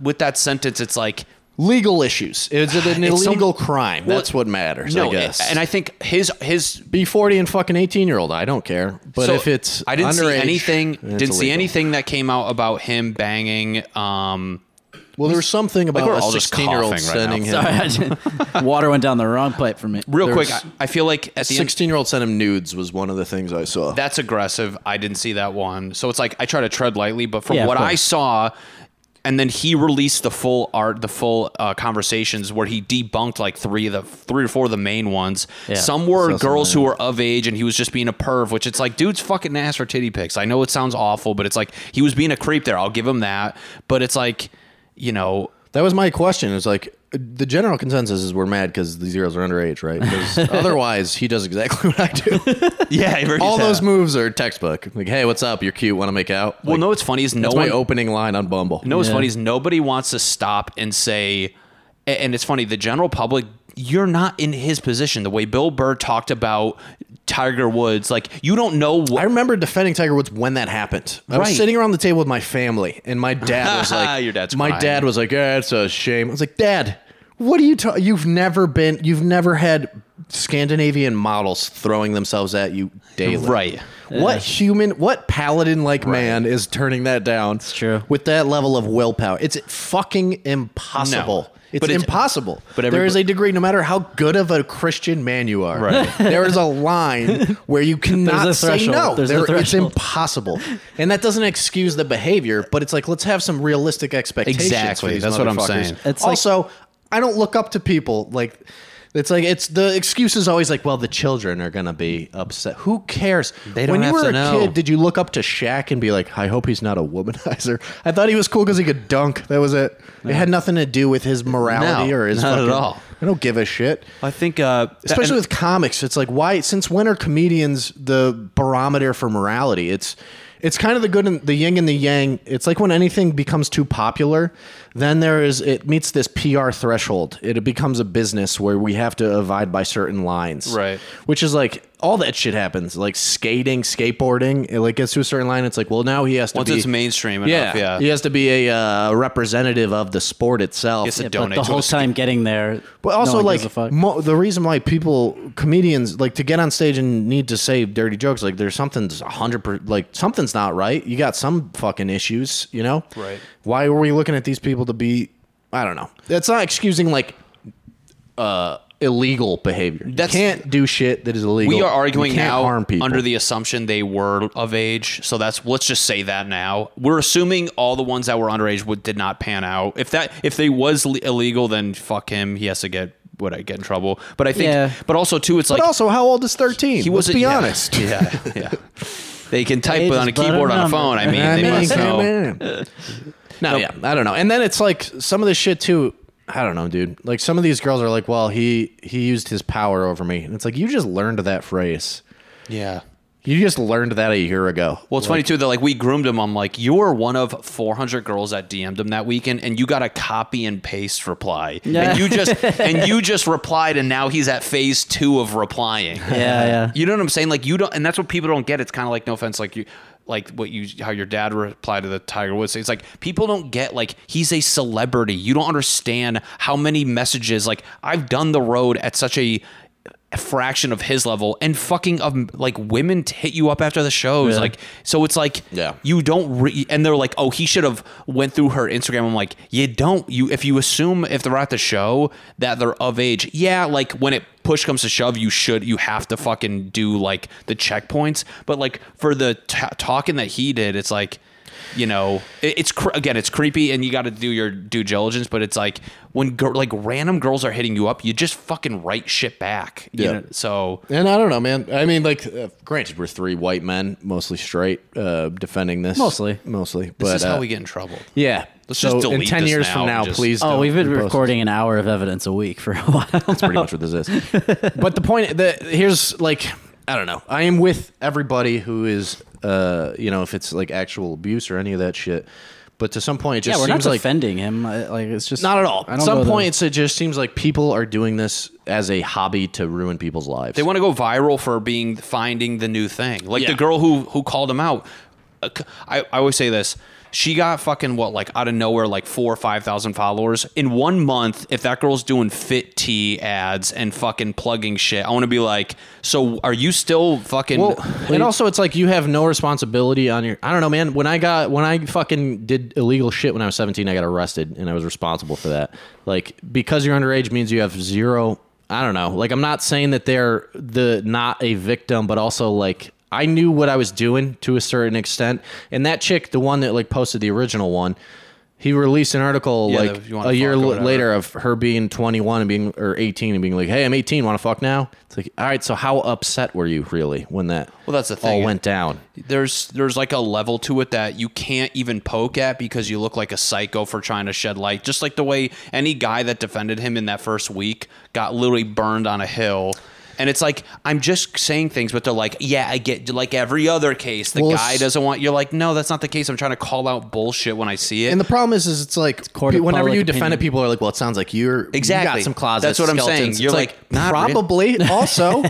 [SPEAKER 4] with that sentence, it's like
[SPEAKER 3] Legal issues. Is it an
[SPEAKER 4] It's so-
[SPEAKER 3] illegal crime?
[SPEAKER 4] Well,
[SPEAKER 3] That's what matters,
[SPEAKER 4] no.
[SPEAKER 3] I guess.
[SPEAKER 4] And I think his his
[SPEAKER 3] be 40 and fucking 18 year old. I don't care. But
[SPEAKER 4] So,
[SPEAKER 3] if it's
[SPEAKER 4] I didn't see
[SPEAKER 3] underage,
[SPEAKER 4] anything
[SPEAKER 3] it's
[SPEAKER 4] didn't see
[SPEAKER 3] illegal.
[SPEAKER 4] anything that came out about him banging um
[SPEAKER 3] Well, there was something about
[SPEAKER 4] we're
[SPEAKER 3] a
[SPEAKER 4] all just
[SPEAKER 3] 16 year old
[SPEAKER 4] coughing right
[SPEAKER 3] sending
[SPEAKER 4] now.
[SPEAKER 1] [laughs]
[SPEAKER 3] him.
[SPEAKER 1] Sorry, I
[SPEAKER 4] [laughs]
[SPEAKER 3] [laughs]
[SPEAKER 1] just- water went down the wrong pipe for me.
[SPEAKER 4] real
[SPEAKER 1] There
[SPEAKER 4] quick.
[SPEAKER 1] was-
[SPEAKER 4] I, I feel like at the end
[SPEAKER 3] 16 year old sent him nudes was one of the things I saw.
[SPEAKER 4] that's aggressive. I didn't see that one. So it's like I try to tread lightly, but from
[SPEAKER 1] Yeah, of
[SPEAKER 4] what I
[SPEAKER 1] course.
[SPEAKER 4] saw and then he released the full art, the full uh, conversations where he debunked like three of the three or four of the main ones.
[SPEAKER 1] Yeah.
[SPEAKER 4] Some were
[SPEAKER 1] Saw some
[SPEAKER 4] girls who were of age, and he was just being a perv, which it's like, dude's fucking ass for titty pics. I know it sounds awful, but it's like he was being a creep there. I'll give him that, but it's like,
[SPEAKER 1] [laughs]
[SPEAKER 4] you know,
[SPEAKER 3] That was my question. It was like the general consensus is we're mad because these girls are underage, right? 'Cause
[SPEAKER 4] [laughs]
[SPEAKER 3] otherwise, he does exactly [laughs] what I do.
[SPEAKER 4] yeah, I've already
[SPEAKER 3] All
[SPEAKER 4] said
[SPEAKER 3] those
[SPEAKER 4] that.
[SPEAKER 3] moves are textbook. Like, hey, what's up? You're cute. Want to make out?
[SPEAKER 4] Well,
[SPEAKER 3] Like,
[SPEAKER 4] no, it's funny is no
[SPEAKER 3] that's
[SPEAKER 4] one.
[SPEAKER 3] my opening line on Bumble.
[SPEAKER 4] No, what's
[SPEAKER 1] Yeah.
[SPEAKER 4] funny is nobody wants to stop and say, a- and it's funny, the general public, you're not in his position. The way Bill Burr talked about Tiger Woods, like, you don't know
[SPEAKER 3] I
[SPEAKER 4] what.
[SPEAKER 3] remember defending Tiger Woods when that happened. I
[SPEAKER 4] Right.
[SPEAKER 3] was sitting around the table with my family, and my dad
[SPEAKER 4] [laughs]
[SPEAKER 3] was like,
[SPEAKER 4] Your dad's
[SPEAKER 3] My
[SPEAKER 4] crying.
[SPEAKER 3] dad was like, "Yeah, it's a shame." I was like, "Dad, what are you? Ta- you've never been. You've never had Scandinavian models throwing themselves at you daily,
[SPEAKER 4] Right.
[SPEAKER 3] What human? What paladin-like man is turning that down? It's
[SPEAKER 1] true.
[SPEAKER 3] With that level of willpower, it's fucking impossible.
[SPEAKER 4] No.
[SPEAKER 3] It's,
[SPEAKER 4] But it's-
[SPEAKER 3] impossible.
[SPEAKER 4] but
[SPEAKER 3] there is
[SPEAKER 4] everybo-
[SPEAKER 3] a degree, no matter how good of a Christian man you are,
[SPEAKER 4] Right.
[SPEAKER 3] [laughs] there is a line where
[SPEAKER 4] [laughs]
[SPEAKER 3] you cannot
[SPEAKER 1] a
[SPEAKER 3] say
[SPEAKER 1] threshold.
[SPEAKER 3] no.
[SPEAKER 1] There's a
[SPEAKER 3] There- it's
[SPEAKER 1] threshold.
[SPEAKER 3] impossible, and that doesn't excuse the behavior. But it's like let's have some realistic expectations. for
[SPEAKER 4] Exactly.
[SPEAKER 3] these
[SPEAKER 4] That's what I'm
[SPEAKER 3] motherfuckers.
[SPEAKER 4] saying.
[SPEAKER 1] It's like-
[SPEAKER 3] also, I don't look up to people like. It's like it's the excuse is always like, well, the children are gonna be upset. Who cares?
[SPEAKER 4] They don't
[SPEAKER 3] when
[SPEAKER 4] have
[SPEAKER 3] you were
[SPEAKER 4] to
[SPEAKER 3] a
[SPEAKER 4] know.
[SPEAKER 3] kid, did you look up to Shaq and be like, I hope he's not a womanizer? [laughs] I thought he was cool because he could dunk. That was it. It had nothing to do with his morality
[SPEAKER 4] No,
[SPEAKER 3] or his
[SPEAKER 4] not at
[SPEAKER 3] fucking-
[SPEAKER 4] all.
[SPEAKER 3] I don't give a shit
[SPEAKER 4] I think, uh,
[SPEAKER 3] especially with comics it's like why since when are comedians the barometer for morality it's it's kind of the good and the yin and the yang it's like when anything becomes too popular then there is it meets this pr threshold it becomes a business where we have to abide by certain lines
[SPEAKER 4] Right.
[SPEAKER 3] which is like all that shit happens like skating skateboarding it like gets to a certain line it's like well now he has to
[SPEAKER 4] once
[SPEAKER 3] be
[SPEAKER 4] it's mainstream enough, yeah.
[SPEAKER 3] he has to be a uh, representative of the sport itself
[SPEAKER 4] Yes, it
[SPEAKER 1] but
[SPEAKER 4] donate
[SPEAKER 1] the
[SPEAKER 4] to
[SPEAKER 1] whole
[SPEAKER 4] us.
[SPEAKER 1] time getting there.
[SPEAKER 3] but
[SPEAKER 1] no
[SPEAKER 3] also,
[SPEAKER 1] one gives a
[SPEAKER 3] like
[SPEAKER 1] fuck.
[SPEAKER 3] mo- the reason why people comedians like to get on stage and need to say dirty jokes, like there's something's hundred per like something's not right. You got some fucking issues, you know.
[SPEAKER 4] Right.
[SPEAKER 3] Why are we looking at these people to be? I don't know. That's not excusing like uh illegal behavior. You
[SPEAKER 4] That's-
[SPEAKER 3] can't do shit that is illegal.
[SPEAKER 4] We are
[SPEAKER 3] You
[SPEAKER 4] arguing
[SPEAKER 3] can't
[SPEAKER 4] now
[SPEAKER 3] harm people.
[SPEAKER 4] under the assumption they were of age. So that's let's just say that now. We're assuming all the ones that were underage would, did not pan out. If that if they was le- illegal, then fuck him. He has to get would I get in trouble? But I think,
[SPEAKER 1] Yeah.
[SPEAKER 4] but also too, it's
[SPEAKER 3] But
[SPEAKER 4] like
[SPEAKER 3] also, how old is thirteen?
[SPEAKER 4] He
[SPEAKER 3] Let's
[SPEAKER 4] wasn't.
[SPEAKER 3] be
[SPEAKER 4] yeah,
[SPEAKER 3] honest.
[SPEAKER 4] Yeah, yeah. They can type
[SPEAKER 1] Age is
[SPEAKER 4] on a
[SPEAKER 1] but a
[SPEAKER 4] keyboard on a
[SPEAKER 1] number.
[SPEAKER 4] phone. I mean,
[SPEAKER 3] I
[SPEAKER 4] they
[SPEAKER 3] mean,
[SPEAKER 4] must
[SPEAKER 3] come
[SPEAKER 4] know.
[SPEAKER 3] on. No, yeah, I don't know. And then it's like some of this shit too. I don't know, dude. Like some of these girls are like, "Well, he he used his power over me," and it's like you just learned that phrase.
[SPEAKER 4] Yeah.
[SPEAKER 3] You just learned that a year ago.
[SPEAKER 4] Well, it's funny too that like we groomed him. I'm like, you were one of 400 girls that DM'd him that weekend, and you got a copy and paste reply,
[SPEAKER 1] Yeah.
[SPEAKER 4] and you just and you just replied, and now he's at phase two of replying.
[SPEAKER 1] yeah, yeah.
[SPEAKER 4] You know what I'm saying? Like you don't, and that's what people don't get. It's kind of like no offense, like you, like what you, how your dad replied to the Tiger Woods. thing. It's like people don't get like he's a celebrity. You don't understand how many messages. Like I've done the road at such a fraction of his level, and fucking um, like women t- hit you up after the shows.
[SPEAKER 1] Yeah.
[SPEAKER 4] Like so, it's like
[SPEAKER 3] Yeah.
[SPEAKER 4] you don't re- and they're like oh he should have went through her instagram i'm like you don't you if you assume if they're at the show that they're of age yeah like when it push comes to shove you should you have to fucking do like the checkpoints but like for the ta talking that he did it's like you know it, it's cr- again it's creepy and you got to do your due diligence but it's like when gir- like random girls are hitting you up you just fucking write shit back you
[SPEAKER 3] Yeah.
[SPEAKER 4] know? so
[SPEAKER 3] And I don't know, man. I mean, like, uh, granted, we're three white men, mostly straight, uh, defending this.
[SPEAKER 1] Mostly.
[SPEAKER 3] mostly. But,
[SPEAKER 4] this is how
[SPEAKER 3] uh,
[SPEAKER 4] we get in trouble
[SPEAKER 3] Yeah.
[SPEAKER 4] Let's
[SPEAKER 3] so
[SPEAKER 4] just
[SPEAKER 3] in
[SPEAKER 4] delete
[SPEAKER 3] ten
[SPEAKER 4] this
[SPEAKER 3] years
[SPEAKER 4] now
[SPEAKER 3] from
[SPEAKER 4] and
[SPEAKER 3] now,
[SPEAKER 4] just-
[SPEAKER 3] please.
[SPEAKER 1] Oh,
[SPEAKER 3] don't
[SPEAKER 1] we've been
[SPEAKER 3] repost
[SPEAKER 1] recording an
[SPEAKER 3] [laughs]
[SPEAKER 1] hour of evidence a week for a while.
[SPEAKER 3] That's pretty much what this is. but the point that here's like I don't know. I am with everybody who is, uh, you know, if it's like actual abuse or any of that shit. But to some point, it just
[SPEAKER 1] yeah, we're not
[SPEAKER 3] seems like
[SPEAKER 1] defending him. I- Like it's just
[SPEAKER 3] not at all.
[SPEAKER 1] I
[SPEAKER 3] At
[SPEAKER 1] don't go
[SPEAKER 3] some
[SPEAKER 1] to-
[SPEAKER 3] point, it's, it just seems like people are doing this as a hobby to ruin people's lives.
[SPEAKER 4] They want to go viral for being finding the new thing. Like
[SPEAKER 3] Yeah.
[SPEAKER 4] the girl who who called him out. Uh, c- I, I always say this. She got fucking what like out of nowhere like four or five thousand followers in one month. If that girl's doing fit tea ads and fucking plugging shit, I want to be like, so are you still fucking?
[SPEAKER 3] Well, and also it's like you have no responsibility on your. I don't know, man. When I got when I fucking did illegal shit when I was seventeen, I got arrested and I was responsible for that. Like because you're underage means you have zero. I don't know. Like I'm not saying that they're the not a victim, but also like I knew what I was doing to a certain extent. And that chick, the one that like posted the original one. He released an article
[SPEAKER 4] Yeah,
[SPEAKER 3] like
[SPEAKER 4] if you wanna
[SPEAKER 3] a year
[SPEAKER 4] fuck or
[SPEAKER 3] l-
[SPEAKER 4] whatever.
[SPEAKER 3] later of her being 21 and being or 18 and being like, "Hey, I'm 18. Want to fuck now?" It's like, all right. So how upset were you really when that
[SPEAKER 4] Well, that's the
[SPEAKER 3] all
[SPEAKER 4] thing.
[SPEAKER 3] went down.
[SPEAKER 4] there's there's like a level to it that you can't even poke at because you look like a psycho for trying to shed light. Just like the way any guy that defended him in that first week got literally burned on a hill. And it's like I'm just saying things, but they're like, "Yeah, I get." Like every other case, the
[SPEAKER 3] Well,
[SPEAKER 4] guy
[SPEAKER 3] it's-
[SPEAKER 4] doesn't want. You're like, "No, that's not the case." I'm trying to call out bullshit when I see it.
[SPEAKER 3] And the problem is, is it's like
[SPEAKER 1] court of
[SPEAKER 3] whenever
[SPEAKER 1] public
[SPEAKER 3] you defend
[SPEAKER 1] opinion.
[SPEAKER 3] it, people are like, "Well, it sounds like you're You
[SPEAKER 4] Exactly.
[SPEAKER 3] got some closet.
[SPEAKER 4] That's what I'm
[SPEAKER 3] skeletons."
[SPEAKER 4] saying.
[SPEAKER 3] It's
[SPEAKER 4] You're like, not really. [laughs]
[SPEAKER 3] probably. also,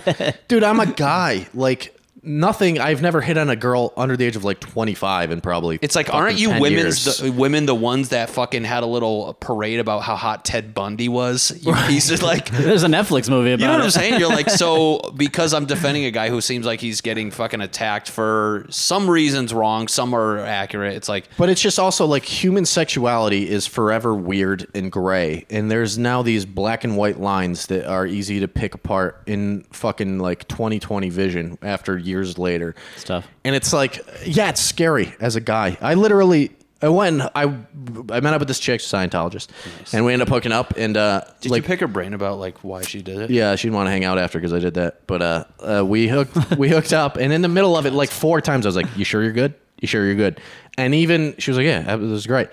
[SPEAKER 3] dude, I'm a guy. Like nothing. I've never hit on a girl under the age of like 25, and probably
[SPEAKER 4] It's like,
[SPEAKER 3] fucking
[SPEAKER 4] aren't you
[SPEAKER 3] 10
[SPEAKER 4] women's
[SPEAKER 3] years.
[SPEAKER 4] the, women the ones that fucking had a little parade about how hot Ted Bundy was?
[SPEAKER 3] [laughs]
[SPEAKER 4] You pieces like
[SPEAKER 1] There's a Netflix movie about
[SPEAKER 4] You know what
[SPEAKER 1] it.
[SPEAKER 4] I'm saying? You're like, [laughs] so because I'm defending a guy who seems like he's getting fucking attacked for some reasons wrong, some are accurate. It's like,
[SPEAKER 3] But it's just also like human sexuality is forever weird and gray, and there's now these black and white lines that are easy to pick apart in fucking like 2020 vision after years later.
[SPEAKER 1] tough.
[SPEAKER 3] And it's like, yeah, it's scary as a guy. I literally, I went, I, I met up with this chick, Scientologist, and we ended up hooking up, and uh,
[SPEAKER 4] did
[SPEAKER 3] like,
[SPEAKER 4] you pick her brain about like why she did it?
[SPEAKER 3] yeah, she didn't want to hang out after because I did that. But uh, uh, we hooked we hooked up, and in the middle of it, like four times, I was like, "You sure you're good? You sure you're good?" And even she was like, "Yeah, it was great."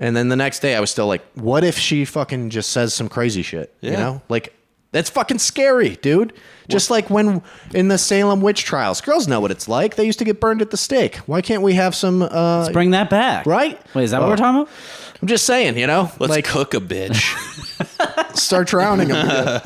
[SPEAKER 3] And then the next day, I was still like, "What if she fucking just says some crazy shit?" You
[SPEAKER 4] Yeah.
[SPEAKER 3] know, like that's fucking scary, dude. Just like when in the Salem witch trials, girls know what it's like. They used to get burned at the stake. Why can't we have some? Uh,
[SPEAKER 1] Bring that back.
[SPEAKER 3] Right?
[SPEAKER 1] Wait, is that
[SPEAKER 3] Oh.
[SPEAKER 1] what we're talking about?
[SPEAKER 3] I'm just saying, you know,
[SPEAKER 4] Let's
[SPEAKER 3] like
[SPEAKER 4] cook a [laughs] bitch.
[SPEAKER 3] start drowning them.
[SPEAKER 1] [laughs]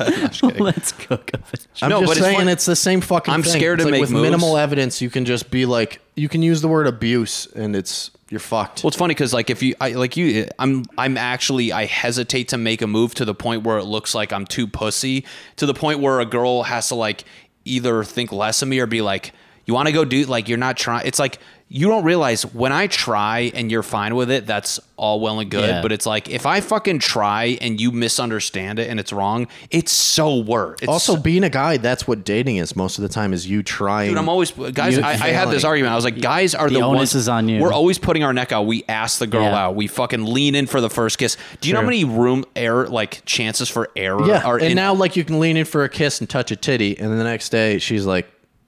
[SPEAKER 1] Let's cook up a
[SPEAKER 3] I'm
[SPEAKER 4] No,
[SPEAKER 3] just
[SPEAKER 4] but it's
[SPEAKER 3] saying
[SPEAKER 4] funny-
[SPEAKER 3] it's, the same fucking.
[SPEAKER 4] I'm
[SPEAKER 3] thing.
[SPEAKER 4] scared
[SPEAKER 3] It's like
[SPEAKER 4] to make
[SPEAKER 3] with
[SPEAKER 4] moves.
[SPEAKER 3] minimal evidence. You can just be like, you can use the word abuse, and it's you're fucked.
[SPEAKER 4] Well, it's funny because like if you, I like you, I'm, I'm actually, I hesitate to make a move to the point where it looks like I'm too pussy, to the point where a girl has to like either think less of me or be like, you want to go do like you're not trying. It's like you don't realize when I try and you're fine with it, that's all well and good.
[SPEAKER 1] Yeah.
[SPEAKER 4] But it's like if I fucking try and you misunderstand it and it's wrong, it's so worse. It's
[SPEAKER 3] also, being a guy, that's what dating is most of the time. Is you trying?
[SPEAKER 4] Dude, I'm always guys.
[SPEAKER 3] You-
[SPEAKER 4] I, I had this
[SPEAKER 3] failing.
[SPEAKER 4] argument. I was like, guys are the,
[SPEAKER 1] onus
[SPEAKER 4] ones,
[SPEAKER 1] is on you.
[SPEAKER 4] We're always putting our neck out. We ask the girl
[SPEAKER 1] Yeah.
[SPEAKER 4] out. We fucking lean in for the first kiss. Do you know how many room error like chances for error?
[SPEAKER 3] yeah.
[SPEAKER 4] are
[SPEAKER 3] and
[SPEAKER 4] in,
[SPEAKER 3] now, like, you can lean in for a kiss and touch a titty, and then the next day she's like,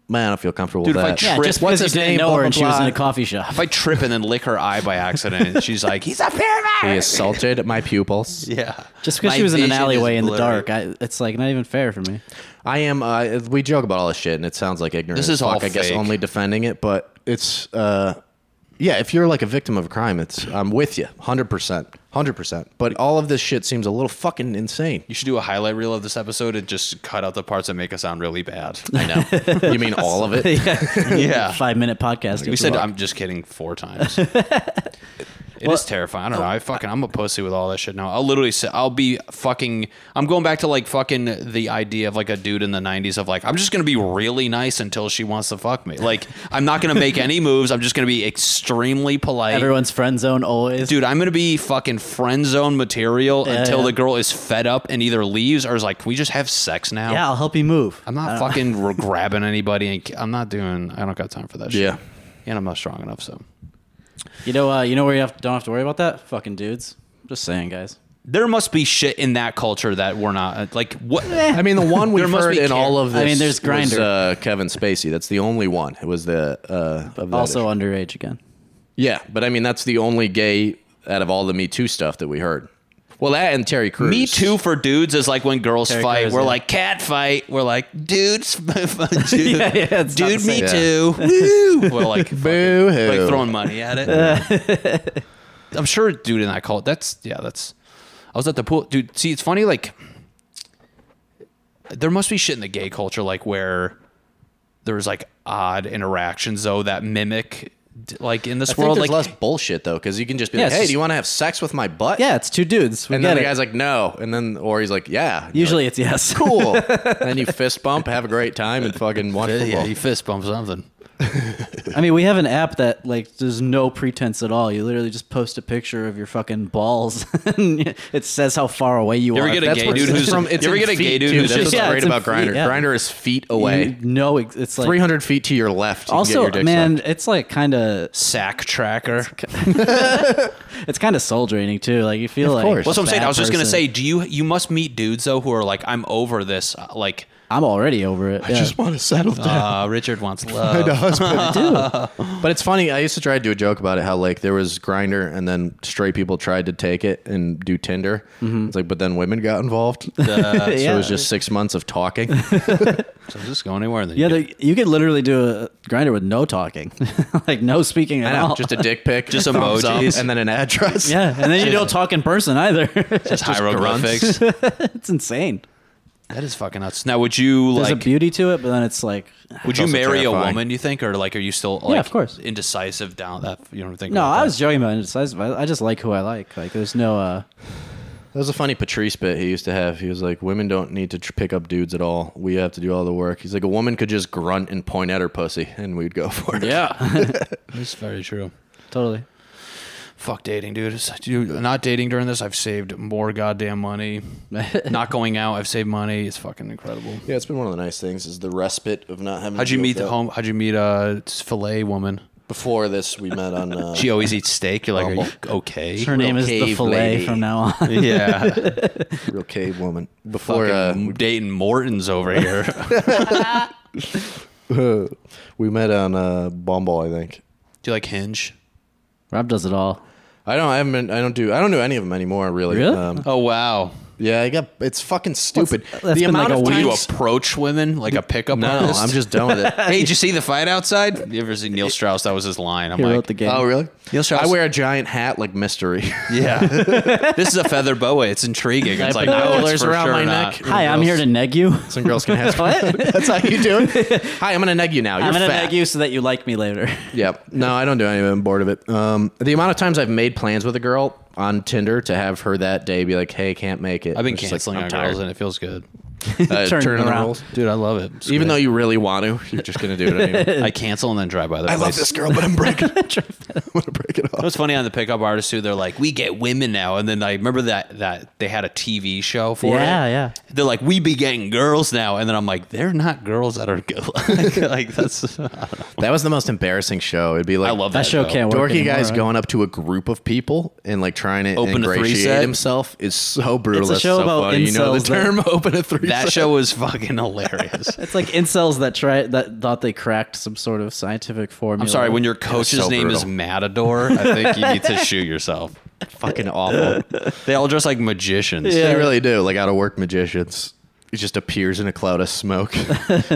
[SPEAKER 3] "Man, I don't feel comfortable
[SPEAKER 4] Dude,
[SPEAKER 3] with
[SPEAKER 4] if I
[SPEAKER 3] that."
[SPEAKER 1] Yeah,
[SPEAKER 4] Trip-
[SPEAKER 1] just
[SPEAKER 4] what's
[SPEAKER 1] because you
[SPEAKER 4] his
[SPEAKER 1] didn't
[SPEAKER 4] name?
[SPEAKER 1] know
[SPEAKER 4] Blah,
[SPEAKER 1] her
[SPEAKER 4] blah,
[SPEAKER 1] and she was in
[SPEAKER 4] blah.
[SPEAKER 1] a coffee shop.
[SPEAKER 4] if I trip and then lick her eye by accident, and she's like, he's a
[SPEAKER 3] He
[SPEAKER 4] pervert.
[SPEAKER 3] assaulted my pupils.
[SPEAKER 4] [laughs] Yeah,
[SPEAKER 1] Just because
[SPEAKER 4] My
[SPEAKER 1] she was in an
[SPEAKER 4] vision is
[SPEAKER 1] alleyway in the
[SPEAKER 4] blurry.
[SPEAKER 1] dark, I, it's like not even fair for
[SPEAKER 4] [laughs]
[SPEAKER 1] me.
[SPEAKER 3] I am. Uh, we joke about all this shit, and it sounds like ignorance.
[SPEAKER 4] This is
[SPEAKER 3] Fuck,
[SPEAKER 4] all
[SPEAKER 3] I guess
[SPEAKER 4] fake.
[SPEAKER 3] only defending it, but it's. Uh, yeah, if you're like a victim of a crime, it's. I'm with you, hundred percent, hundred percent. But all of this shit seems a little fucking
[SPEAKER 4] [laughs]
[SPEAKER 3] insane.
[SPEAKER 4] You should do a highlight reel of this episode and just cut out the parts that make us sound really bad.
[SPEAKER 3] I
[SPEAKER 1] [laughs]
[SPEAKER 3] know. you mean all of it?
[SPEAKER 4] yeah.
[SPEAKER 1] Five minute podcast.
[SPEAKER 4] We said I'm just kidding four
[SPEAKER 1] [laughs]
[SPEAKER 4] times. It is terrifying. I
[SPEAKER 1] oh,
[SPEAKER 4] don't know. I fucking I'm a pussy with all that shit now. I'll literally sit. I'll be fucking. I'm going back to like fucking the idea of like a dude in the '90s of like I'm just gonna be really nice until she wants to fuck
[SPEAKER 1] [laughs]
[SPEAKER 4] me. Like I'm not gonna make any moves. I'm just gonna be extremely polite.
[SPEAKER 1] everyone's friend zone always.
[SPEAKER 4] Dude, I'm gonna be fucking friend zone material until
[SPEAKER 1] yeah.
[SPEAKER 4] the girl is fed up and either leaves or is like, "Can we just have sex now?"
[SPEAKER 1] yeah, I'll help you move. Uh,
[SPEAKER 4] I'm not fucking re- grabbing anybody, and I'm not doing. I don't got time for that. shit. and I'm not strong enough. So
[SPEAKER 1] [laughs] You know, uh, you know where you have, don't have to worry about that. Fucking dudes. Just saying, guys.
[SPEAKER 4] there must be shit in that culture that we're not like what
[SPEAKER 3] I mean, the one we've
[SPEAKER 4] There must
[SPEAKER 3] heard
[SPEAKER 4] be
[SPEAKER 3] in
[SPEAKER 4] care-
[SPEAKER 3] all of this.
[SPEAKER 1] I mean, there's
[SPEAKER 3] was,
[SPEAKER 1] Grindr.
[SPEAKER 3] uh, Kevin Spacey. That's the only one. It was the uh, of that
[SPEAKER 1] Also
[SPEAKER 3] issue.
[SPEAKER 1] underage again.
[SPEAKER 3] yeah. But I mean, that's the only gay out of all the Me Too stuff that we heard. Well, that and Terry Crews.
[SPEAKER 4] Me too for dudes is like when girls
[SPEAKER 1] Terry
[SPEAKER 4] fight.
[SPEAKER 1] Crews,
[SPEAKER 4] we're
[SPEAKER 1] yeah.
[SPEAKER 4] like cat fight. We're like dudes. [laughs]
[SPEAKER 1] [laughs] Yeah,
[SPEAKER 4] dude,
[SPEAKER 1] yeah, it's not the
[SPEAKER 4] dude me
[SPEAKER 1] same. [laughs]
[SPEAKER 4] too. Woo! We're like
[SPEAKER 7] Boo
[SPEAKER 4] fucking-
[SPEAKER 7] hoo.
[SPEAKER 4] like throwing money at it.
[SPEAKER 1] [laughs]
[SPEAKER 4] I'm sure dude and I call it. That's yeah. That's. I was at the pool, dude. See, it's funny. Like there must be shit in the gay culture, like where there's like odd interactions though that mimic d- like in this
[SPEAKER 3] I think
[SPEAKER 4] world
[SPEAKER 3] there's
[SPEAKER 4] like
[SPEAKER 3] less bullshit though, because you can just be
[SPEAKER 1] Yeah,
[SPEAKER 3] like,
[SPEAKER 1] it's
[SPEAKER 3] "Hey,
[SPEAKER 1] just-
[SPEAKER 3] do you want to have sex with my butt?"
[SPEAKER 1] Yeah, it's two dudes. We
[SPEAKER 3] and
[SPEAKER 1] get
[SPEAKER 3] then the
[SPEAKER 1] it.
[SPEAKER 3] guy's like, "No," and then or he's like, "Yeah." And you're
[SPEAKER 1] Usually it's yes.
[SPEAKER 3] like, cool. and then you fist bump, have a great time, and fucking watch
[SPEAKER 4] yeah,
[SPEAKER 3] football.
[SPEAKER 4] you fist bump something.
[SPEAKER 1] I mean, we have an app that like there's no pretense at all. You literally just post a picture of your fucking balls, [laughs] and it says how far away you
[SPEAKER 4] You
[SPEAKER 1] are.
[SPEAKER 4] ever get a
[SPEAKER 1] That's
[SPEAKER 4] gay
[SPEAKER 1] what-
[SPEAKER 4] dude who's
[SPEAKER 3] from-
[SPEAKER 4] from?
[SPEAKER 3] it's
[SPEAKER 4] You ever
[SPEAKER 3] in
[SPEAKER 4] get a gay
[SPEAKER 3] feet,
[SPEAKER 4] dude
[SPEAKER 3] too.
[SPEAKER 4] who's
[SPEAKER 3] That's
[SPEAKER 4] just
[SPEAKER 3] what's
[SPEAKER 1] Yeah,
[SPEAKER 3] great
[SPEAKER 1] it's in
[SPEAKER 3] about Grinder.
[SPEAKER 1] feet, yeah.
[SPEAKER 3] Grinder is feet away.
[SPEAKER 1] No, ex- it's like
[SPEAKER 3] 300 feet to your left. You can get
[SPEAKER 1] also,
[SPEAKER 3] your dick
[SPEAKER 1] man,
[SPEAKER 3] sucked.
[SPEAKER 1] it's like kind of
[SPEAKER 4] sack tracker?
[SPEAKER 1] it's kind of soul draining too. Like you feel like
[SPEAKER 3] course.
[SPEAKER 4] Well, That's what I'm
[SPEAKER 1] a
[SPEAKER 4] saying. I
[SPEAKER 1] bad
[SPEAKER 4] was just gonna
[SPEAKER 1] person.
[SPEAKER 4] say, do you you must meet dudes though who are like, I'm over this. uh, Like,
[SPEAKER 1] I'm already over it. yeah.
[SPEAKER 7] want to settle down.
[SPEAKER 1] [laughs]
[SPEAKER 4] uh, Richard wants love.
[SPEAKER 3] But it's funny. I used to try to do a joke about it how like there was Grinder, and then straight people tried to take it and do Tinder. It's like, but then women got involved. So it
[SPEAKER 1] Yeah.
[SPEAKER 3] was just six months of talking.
[SPEAKER 4] So just go anywhere. And then
[SPEAKER 1] Yeah, they, you could literally do a grinder with no talking, [laughs] like no speaking at
[SPEAKER 3] I know,
[SPEAKER 1] all.
[SPEAKER 3] just a dick pic,
[SPEAKER 4] Just
[SPEAKER 3] thumbs up,
[SPEAKER 4] emojis.
[SPEAKER 3] and then an address.
[SPEAKER 1] yeah, and
[SPEAKER 4] [laughs]
[SPEAKER 1] then you don't talk in person either. [laughs]
[SPEAKER 4] just hieroglyphics.
[SPEAKER 1] it's insane.
[SPEAKER 4] that is fucking nuts. Now, would you
[SPEAKER 1] There's a
[SPEAKER 4] like?
[SPEAKER 1] beauty to it, but then it's like
[SPEAKER 4] Would you
[SPEAKER 3] also
[SPEAKER 4] marry a
[SPEAKER 3] terrifying.
[SPEAKER 4] woman? You think, or like, are you still like,
[SPEAKER 1] Yeah, of course.
[SPEAKER 4] indecisive down that? You don't think?
[SPEAKER 1] no.
[SPEAKER 4] about
[SPEAKER 1] I
[SPEAKER 4] that?
[SPEAKER 1] was joking about indecisive. I, I just like who I like. Like there's no. uh
[SPEAKER 3] That was a funny Patrice bit he used to have. He was like, "Women don't need to tr- pick up dudes at all. We have to do all the work." He's like, "A woman could just grunt and point at her pussy, and we'd go for it."
[SPEAKER 4] Yeah, that's very true.
[SPEAKER 1] [laughs] Totally.
[SPEAKER 4] Fuck dating, dude. It's- dude. Not dating during this. I've saved more
[SPEAKER 1] [laughs]
[SPEAKER 4] goddamn money. not going out. I've saved money. It's fucking incredible.
[SPEAKER 3] yeah. It's been one of the nice things is the respite of not having.
[SPEAKER 4] How'd
[SPEAKER 3] to
[SPEAKER 4] you
[SPEAKER 3] deal
[SPEAKER 4] meet
[SPEAKER 3] with
[SPEAKER 4] the
[SPEAKER 3] that.
[SPEAKER 4] home? How'd you meet a fillet woman?
[SPEAKER 3] Before this, we met on. Uh,
[SPEAKER 4] She always eats steak. You're like, are you okay?
[SPEAKER 1] Her name is the
[SPEAKER 3] cave
[SPEAKER 1] fillet
[SPEAKER 3] lady.
[SPEAKER 1] from now on. [laughs]
[SPEAKER 4] [laughs] Yeah,
[SPEAKER 3] real cave woman. Before uh,
[SPEAKER 4] Fucking dating Morton's [laughs] over here.
[SPEAKER 3] uh, [laughs] we met on uh, Bumble, I think.
[SPEAKER 4] Do you like Hinge?
[SPEAKER 1] Rob does it all.
[SPEAKER 3] I don't. I haven't. Been, I don't do. I don't do any of them anymore. Really.
[SPEAKER 1] Really?
[SPEAKER 3] Um,
[SPEAKER 4] Oh wow!
[SPEAKER 3] yeah. I got. It's fucking stupid.
[SPEAKER 1] that's been like a
[SPEAKER 4] Do
[SPEAKER 1] week.
[SPEAKER 4] you
[SPEAKER 3] times-
[SPEAKER 4] approach women like a
[SPEAKER 3] [laughs]
[SPEAKER 4] pickup
[SPEAKER 3] No,
[SPEAKER 4] artist?
[SPEAKER 3] I'm just done with it.
[SPEAKER 4] Hey, did you see the fight outside? You ever see Neil Strauss? That was his line. I'm
[SPEAKER 1] He
[SPEAKER 4] like,
[SPEAKER 1] wrote the game.
[SPEAKER 3] Oh, really?
[SPEAKER 4] Neil Strauss-
[SPEAKER 3] I wear a giant hat like mystery. [laughs]
[SPEAKER 4] yeah, this is a feather boa. It's intriguing. It's like,
[SPEAKER 3] put
[SPEAKER 4] no, it's
[SPEAKER 3] rollers
[SPEAKER 4] for
[SPEAKER 3] around
[SPEAKER 4] sure
[SPEAKER 3] my neck.
[SPEAKER 4] not.
[SPEAKER 1] Hi, I'm here to neg you.
[SPEAKER 3] Some girls can [laughs] have. That's how you do [laughs] it. Hi, I'm gonna neg you now.
[SPEAKER 1] [laughs]
[SPEAKER 3] You're
[SPEAKER 1] I'm gonna
[SPEAKER 3] fat.
[SPEAKER 1] neg you so that you like me later. [laughs]
[SPEAKER 3] Yep. No, I don't do any of it. I'm bored of it. Um, the amount of times I've made plans with a girl on Tinder to have her that day be like, "Hey, can't make it."
[SPEAKER 4] I've been
[SPEAKER 3] It's just
[SPEAKER 4] canceling
[SPEAKER 3] like,
[SPEAKER 4] on
[SPEAKER 3] I'm [laughs]
[SPEAKER 4] girls,
[SPEAKER 3] tired.
[SPEAKER 4] and it feels good,
[SPEAKER 3] Uh,
[SPEAKER 1] Turn
[SPEAKER 3] turn
[SPEAKER 1] it
[SPEAKER 3] on the
[SPEAKER 1] around.
[SPEAKER 3] rules.
[SPEAKER 4] dude. I love it. It's
[SPEAKER 3] Even
[SPEAKER 4] great.
[SPEAKER 3] though you really want to, you're just gonna do it anyway. [laughs]
[SPEAKER 4] I cancel and then drive by the place.
[SPEAKER 3] girl, but I'm
[SPEAKER 4] [laughs]
[SPEAKER 3] breaking. I'm gonna break it off.
[SPEAKER 4] What's funny on the pickup artist too? They're like, we get women now, and then I remember that that they had a TV show for
[SPEAKER 1] Yeah,
[SPEAKER 4] it.
[SPEAKER 1] yeah.
[SPEAKER 4] They're like, we be getting girls now, and then I'm like, they're not girls that are [laughs] good. like, like, that's I don't know.
[SPEAKER 3] That was the most embarrassing show. It'd be like
[SPEAKER 4] I love that,
[SPEAKER 1] That show
[SPEAKER 4] though.
[SPEAKER 1] can't work.
[SPEAKER 3] dorky
[SPEAKER 1] anymore,
[SPEAKER 3] guy's
[SPEAKER 1] right?
[SPEAKER 3] going up to a group of people and like trying to
[SPEAKER 4] Open a three
[SPEAKER 3] ingratiate
[SPEAKER 4] set?
[SPEAKER 3] himself is so brutal.
[SPEAKER 1] It's a
[SPEAKER 3] That's
[SPEAKER 1] show
[SPEAKER 3] so
[SPEAKER 1] about
[SPEAKER 3] funny. You know the
[SPEAKER 1] incels that-
[SPEAKER 3] term [laughs] "open a three
[SPEAKER 4] That
[SPEAKER 3] set?
[SPEAKER 4] show was
[SPEAKER 1] [laughs]
[SPEAKER 4] fucking hilarious.
[SPEAKER 1] It's like incels that try that thought they cracked some sort of scientific formula.
[SPEAKER 4] I'm sorry, when your coach's
[SPEAKER 3] so
[SPEAKER 4] name is
[SPEAKER 3] brutal.
[SPEAKER 4] Matador, I think you
[SPEAKER 1] [laughs]
[SPEAKER 4] need to shoot yourself.
[SPEAKER 3] fucking awful.
[SPEAKER 4] They all dress like magicians.
[SPEAKER 1] Yeah.
[SPEAKER 3] [laughs] They really do. Like out of work magicians, it just appears in a cloud
[SPEAKER 1] [laughs]
[SPEAKER 3] of smoke.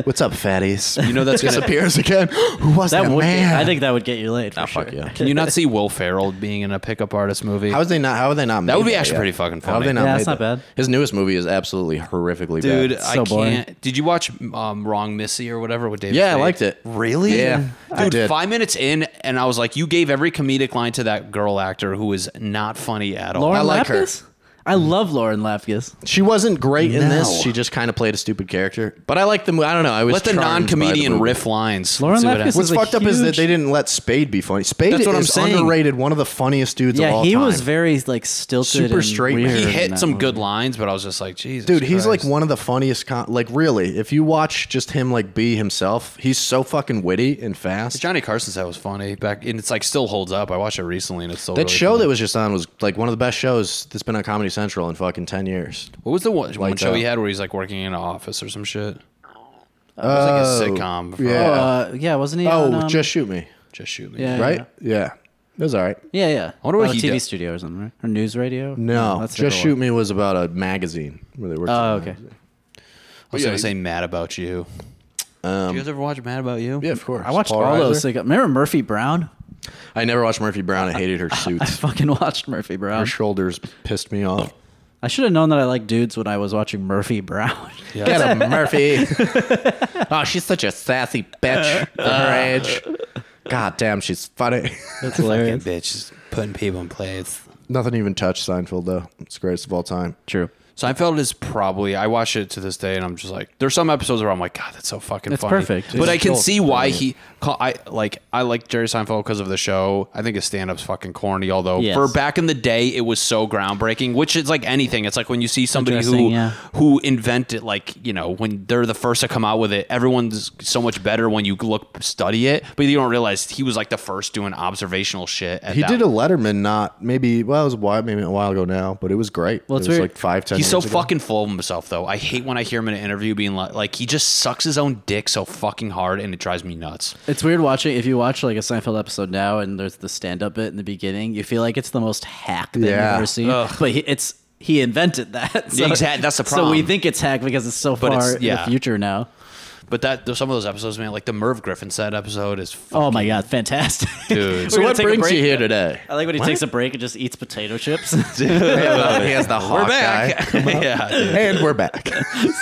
[SPEAKER 3] What's up, fatties?
[SPEAKER 4] You know
[SPEAKER 3] [laughs]
[SPEAKER 4] that's gonna.
[SPEAKER 3] disappears again. Who was that,
[SPEAKER 1] that would
[SPEAKER 3] man?
[SPEAKER 1] I think that would get you laid. For
[SPEAKER 3] Ah,
[SPEAKER 1] sure.
[SPEAKER 3] fuck yeah.
[SPEAKER 4] Can you not see Will Ferrell being in a pickup artist movie?
[SPEAKER 3] How is they not? How are they not?
[SPEAKER 4] That would
[SPEAKER 3] made
[SPEAKER 4] be actually
[SPEAKER 3] yet?
[SPEAKER 4] pretty fucking
[SPEAKER 3] How have
[SPEAKER 4] funny.
[SPEAKER 3] they not
[SPEAKER 1] Yeah,
[SPEAKER 3] made
[SPEAKER 1] it's not
[SPEAKER 3] that?
[SPEAKER 1] bad.
[SPEAKER 3] His newest movie is absolutely horrifically bad,
[SPEAKER 4] Dude,
[SPEAKER 1] so
[SPEAKER 4] I
[SPEAKER 1] boring.
[SPEAKER 4] can't. Did you watch um, Wrong Missy or whatever with David?
[SPEAKER 3] Yeah, I
[SPEAKER 4] Spade?
[SPEAKER 3] liked it.
[SPEAKER 4] Really?
[SPEAKER 3] Yeah, I
[SPEAKER 4] Dude,
[SPEAKER 3] did.
[SPEAKER 4] five minutes in, and I was like, you gave every comedic line to that girl actor who is not funny at all.
[SPEAKER 1] Lauren
[SPEAKER 3] I like her. Mm-hmm.
[SPEAKER 1] Lapkus? I love Lauren Lapkus.
[SPEAKER 3] She wasn't great in
[SPEAKER 4] No.
[SPEAKER 3] this. She just kind of played a stupid character. But I like the movie. I don't know. I was
[SPEAKER 4] Let the
[SPEAKER 3] charmed by
[SPEAKER 4] non-comedian
[SPEAKER 3] movie.
[SPEAKER 4] riff lines.
[SPEAKER 1] Lauren
[SPEAKER 4] See what
[SPEAKER 1] Lapkus
[SPEAKER 4] happens.
[SPEAKER 1] is-
[SPEAKER 3] What's
[SPEAKER 1] was a
[SPEAKER 3] fucked up is that
[SPEAKER 1] huge-
[SPEAKER 3] they didn't let Spade be funny. Spade
[SPEAKER 4] That's what I'm
[SPEAKER 3] is
[SPEAKER 4] saying.
[SPEAKER 3] underrated. One of the funniest dudes of
[SPEAKER 1] Yeah,
[SPEAKER 3] all
[SPEAKER 1] he
[SPEAKER 3] time.
[SPEAKER 1] was very like stilted,
[SPEAKER 3] Super
[SPEAKER 1] and
[SPEAKER 3] straight man.
[SPEAKER 1] Weird
[SPEAKER 4] He
[SPEAKER 1] in
[SPEAKER 4] hit
[SPEAKER 1] that
[SPEAKER 4] some
[SPEAKER 1] movie.
[SPEAKER 4] good lines, but I was just like, Jesus,
[SPEAKER 3] Dude, he's like
[SPEAKER 4] Christ.
[SPEAKER 3] one of the funniest. Con- like, really, if you watch just him like be himself, he's so fucking witty and fast.
[SPEAKER 4] Johnny Carson said it was funny back, and it's like still holds up. I watched it recently, and it's still
[SPEAKER 3] That
[SPEAKER 4] really
[SPEAKER 3] show
[SPEAKER 4] funny.
[SPEAKER 3] that was just on was like one of the best shows that's been on Comedy Central in fucking ten years.
[SPEAKER 4] What was the one, one show
[SPEAKER 3] that.
[SPEAKER 4] he had where he's like working in an office or some shit? it was like a sitcom. For,
[SPEAKER 1] Oh,
[SPEAKER 3] yeah.
[SPEAKER 1] uh, yeah, wasn't he?
[SPEAKER 3] Oh,
[SPEAKER 1] on, um,
[SPEAKER 3] just shoot me,
[SPEAKER 4] Just shoot me.
[SPEAKER 1] yeah,
[SPEAKER 3] right? Yeah. It was all right.
[SPEAKER 1] Yeah, yeah.
[SPEAKER 4] wonder
[SPEAKER 1] About
[SPEAKER 4] what
[SPEAKER 1] a
[SPEAKER 4] he
[SPEAKER 1] TV
[SPEAKER 4] does.
[SPEAKER 1] studio or something, right? Or news radio? Oh,
[SPEAKER 3] No,
[SPEAKER 1] that's a
[SPEAKER 3] just
[SPEAKER 1] different
[SPEAKER 3] shoot me was about a magazine where they worked.
[SPEAKER 1] one. Oh,
[SPEAKER 3] on
[SPEAKER 1] okay.
[SPEAKER 4] I was
[SPEAKER 3] Oh,
[SPEAKER 8] yeah,
[SPEAKER 4] gonna
[SPEAKER 8] he-
[SPEAKER 4] say Mad About You. Do you guys ever watch Mad About You?
[SPEAKER 3] Um, Yeah, of course.
[SPEAKER 1] I watched
[SPEAKER 3] Paul
[SPEAKER 1] all those
[SPEAKER 3] Reiser.
[SPEAKER 1] things. Remember Murphy Brown? [laughs]
[SPEAKER 3] I never watched Murphy Brown. I hated her
[SPEAKER 1] I
[SPEAKER 3] suits.
[SPEAKER 1] fucking watched Murphy
[SPEAKER 3] her
[SPEAKER 1] Brown.
[SPEAKER 3] shoulders pissed me off.
[SPEAKER 1] I should have known that I like dudes when I was watching Murphy Brown. [laughs]
[SPEAKER 3] Get him, Murphy. oh, she's such a sassy bitch for her age. God damn, she's funny. [laughs]
[SPEAKER 1] That's
[SPEAKER 4] Fucking [laughs]
[SPEAKER 1] hilarious.
[SPEAKER 4] bitch, just putting people in place.
[SPEAKER 3] Nothing even touched Seinfeld though. It's the greatest of all time.
[SPEAKER 1] True.
[SPEAKER 4] Seinfeld is probably I watch it to this day, and I'm just like, there's some episodes where I'm like, God, that's so fucking.
[SPEAKER 1] It's
[SPEAKER 4] funny.
[SPEAKER 1] perfect.
[SPEAKER 4] but
[SPEAKER 1] It's
[SPEAKER 4] I
[SPEAKER 1] still
[SPEAKER 4] can see why he. Call, I like I like Jerry Seinfeld because of the show. I think his stand-up's fucking corny. Although
[SPEAKER 1] Yes.
[SPEAKER 4] for back in the day, it was so groundbreaking. Which is like anything. It's like when you see somebody who
[SPEAKER 1] Interesting, yeah.
[SPEAKER 4] who invented like you know when they're the first to come out with it. Everyone's so much better when you look study it, but you don't realize he was like the first doing observational shit. At
[SPEAKER 3] He
[SPEAKER 4] that
[SPEAKER 3] did a Letterman, not maybe. Well, it was a while, maybe a while ago now, but it was great.
[SPEAKER 1] Well,
[SPEAKER 3] it
[SPEAKER 1] it's
[SPEAKER 3] was
[SPEAKER 1] weird.
[SPEAKER 3] like five, ten.
[SPEAKER 4] He's so
[SPEAKER 3] years ago.
[SPEAKER 4] fucking full of himself, though. I hate when I hear him in an interview being like, like he just sucks his own dick so fucking hard, and it drives me nuts.
[SPEAKER 1] It's weird watching if you watch like a Seinfeld episode now and there's the stand up bit in the beginning, you feel like it's the most hack that
[SPEAKER 3] Yeah.
[SPEAKER 1] you've ever seen.
[SPEAKER 4] Ugh.
[SPEAKER 1] But he, it's he invented that. [laughs] So,
[SPEAKER 4] exact- that's the
[SPEAKER 1] So we
[SPEAKER 4] problem.
[SPEAKER 1] think it's hack because it's so
[SPEAKER 4] But
[SPEAKER 1] far
[SPEAKER 4] it's-
[SPEAKER 1] in the
[SPEAKER 4] yeah.
[SPEAKER 1] future now.
[SPEAKER 4] But that those- some of those episodes, man, like the Merv Griffin said episode is. Fucking,
[SPEAKER 1] Oh my god, fantastic. [laughs]
[SPEAKER 4] Dude. So
[SPEAKER 1] We're gonna
[SPEAKER 3] What
[SPEAKER 1] take a
[SPEAKER 3] brings
[SPEAKER 1] break.
[SPEAKER 3] you here today?
[SPEAKER 1] I like when he takes a break and just eats potato
[SPEAKER 3] [laughs]
[SPEAKER 1] chips. [laughs]
[SPEAKER 3] he has the hawk
[SPEAKER 4] We're [laughs] back. yeah, dude.
[SPEAKER 3] and we're back.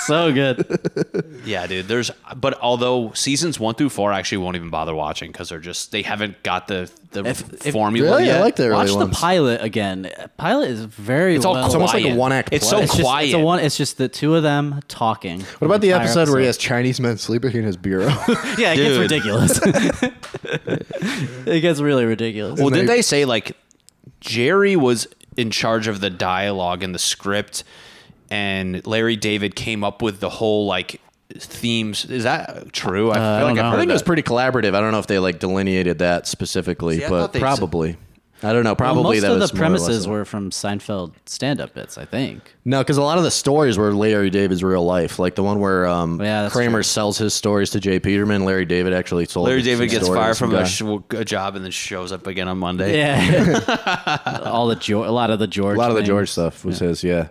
[SPEAKER 1] so good.
[SPEAKER 4] yeah, dude. There's, but although seasons one through four, I actually won't even bother watching because they're just they haven't got the the
[SPEAKER 1] If- if-
[SPEAKER 4] formula.
[SPEAKER 3] Really? I
[SPEAKER 4] yet.
[SPEAKER 3] like the early
[SPEAKER 1] Watch the
[SPEAKER 3] ones.
[SPEAKER 1] pilot again. Pilot is very
[SPEAKER 4] It's all
[SPEAKER 1] well-
[SPEAKER 4] quiet.
[SPEAKER 3] almost like a one-act
[SPEAKER 4] It's so
[SPEAKER 3] play.
[SPEAKER 1] It's just,
[SPEAKER 4] quiet.
[SPEAKER 1] It's, a one, it's just the two of them talking.
[SPEAKER 3] What about the episode, where he has Chinese men sleeping in his bureau? [laughs]
[SPEAKER 1] Yeah, it gets
[SPEAKER 4] Dude.
[SPEAKER 1] ridiculous. [laughs] it gets really ridiculous.
[SPEAKER 4] Well,
[SPEAKER 3] And
[SPEAKER 4] did
[SPEAKER 3] they-
[SPEAKER 4] they say like Jerry was in charge of the dialogue and the script, and Larry David came up with the whole like themes? Is that true? I feel
[SPEAKER 1] I don't know.
[SPEAKER 4] I've
[SPEAKER 3] Uh, I
[SPEAKER 4] heard
[SPEAKER 3] think it was
[SPEAKER 4] that.
[SPEAKER 3] pretty collaborative. I don't know if they like delineated that specifically,
[SPEAKER 4] See, I
[SPEAKER 3] but
[SPEAKER 4] thought they-
[SPEAKER 3] probably. I don't know. Probably
[SPEAKER 1] most
[SPEAKER 3] that
[SPEAKER 1] of
[SPEAKER 3] was
[SPEAKER 1] the
[SPEAKER 3] more or less
[SPEAKER 1] premises
[SPEAKER 3] a-
[SPEAKER 1] were from Seinfeld stand-up bits, I
[SPEAKER 3] [laughs]
[SPEAKER 1] think.
[SPEAKER 3] No, because a lot of the stories were Larry David's real life, like the one where um,
[SPEAKER 1] Yeah, that's
[SPEAKER 3] Kramer
[SPEAKER 1] true.
[SPEAKER 3] sells his stories to Jay Peterman. Larry David actually sold.
[SPEAKER 4] Larry
[SPEAKER 3] his
[SPEAKER 4] David gets
[SPEAKER 3] story to
[SPEAKER 4] fired
[SPEAKER 3] some
[SPEAKER 4] from a,
[SPEAKER 3] guy.
[SPEAKER 4] sh- a job and then shows up again on Monday.
[SPEAKER 1] Yeah,
[SPEAKER 3] [laughs]
[SPEAKER 1] all the Geor a lot of the George,
[SPEAKER 3] a lot of the
[SPEAKER 1] things.
[SPEAKER 3] George stuff was his. Yeah,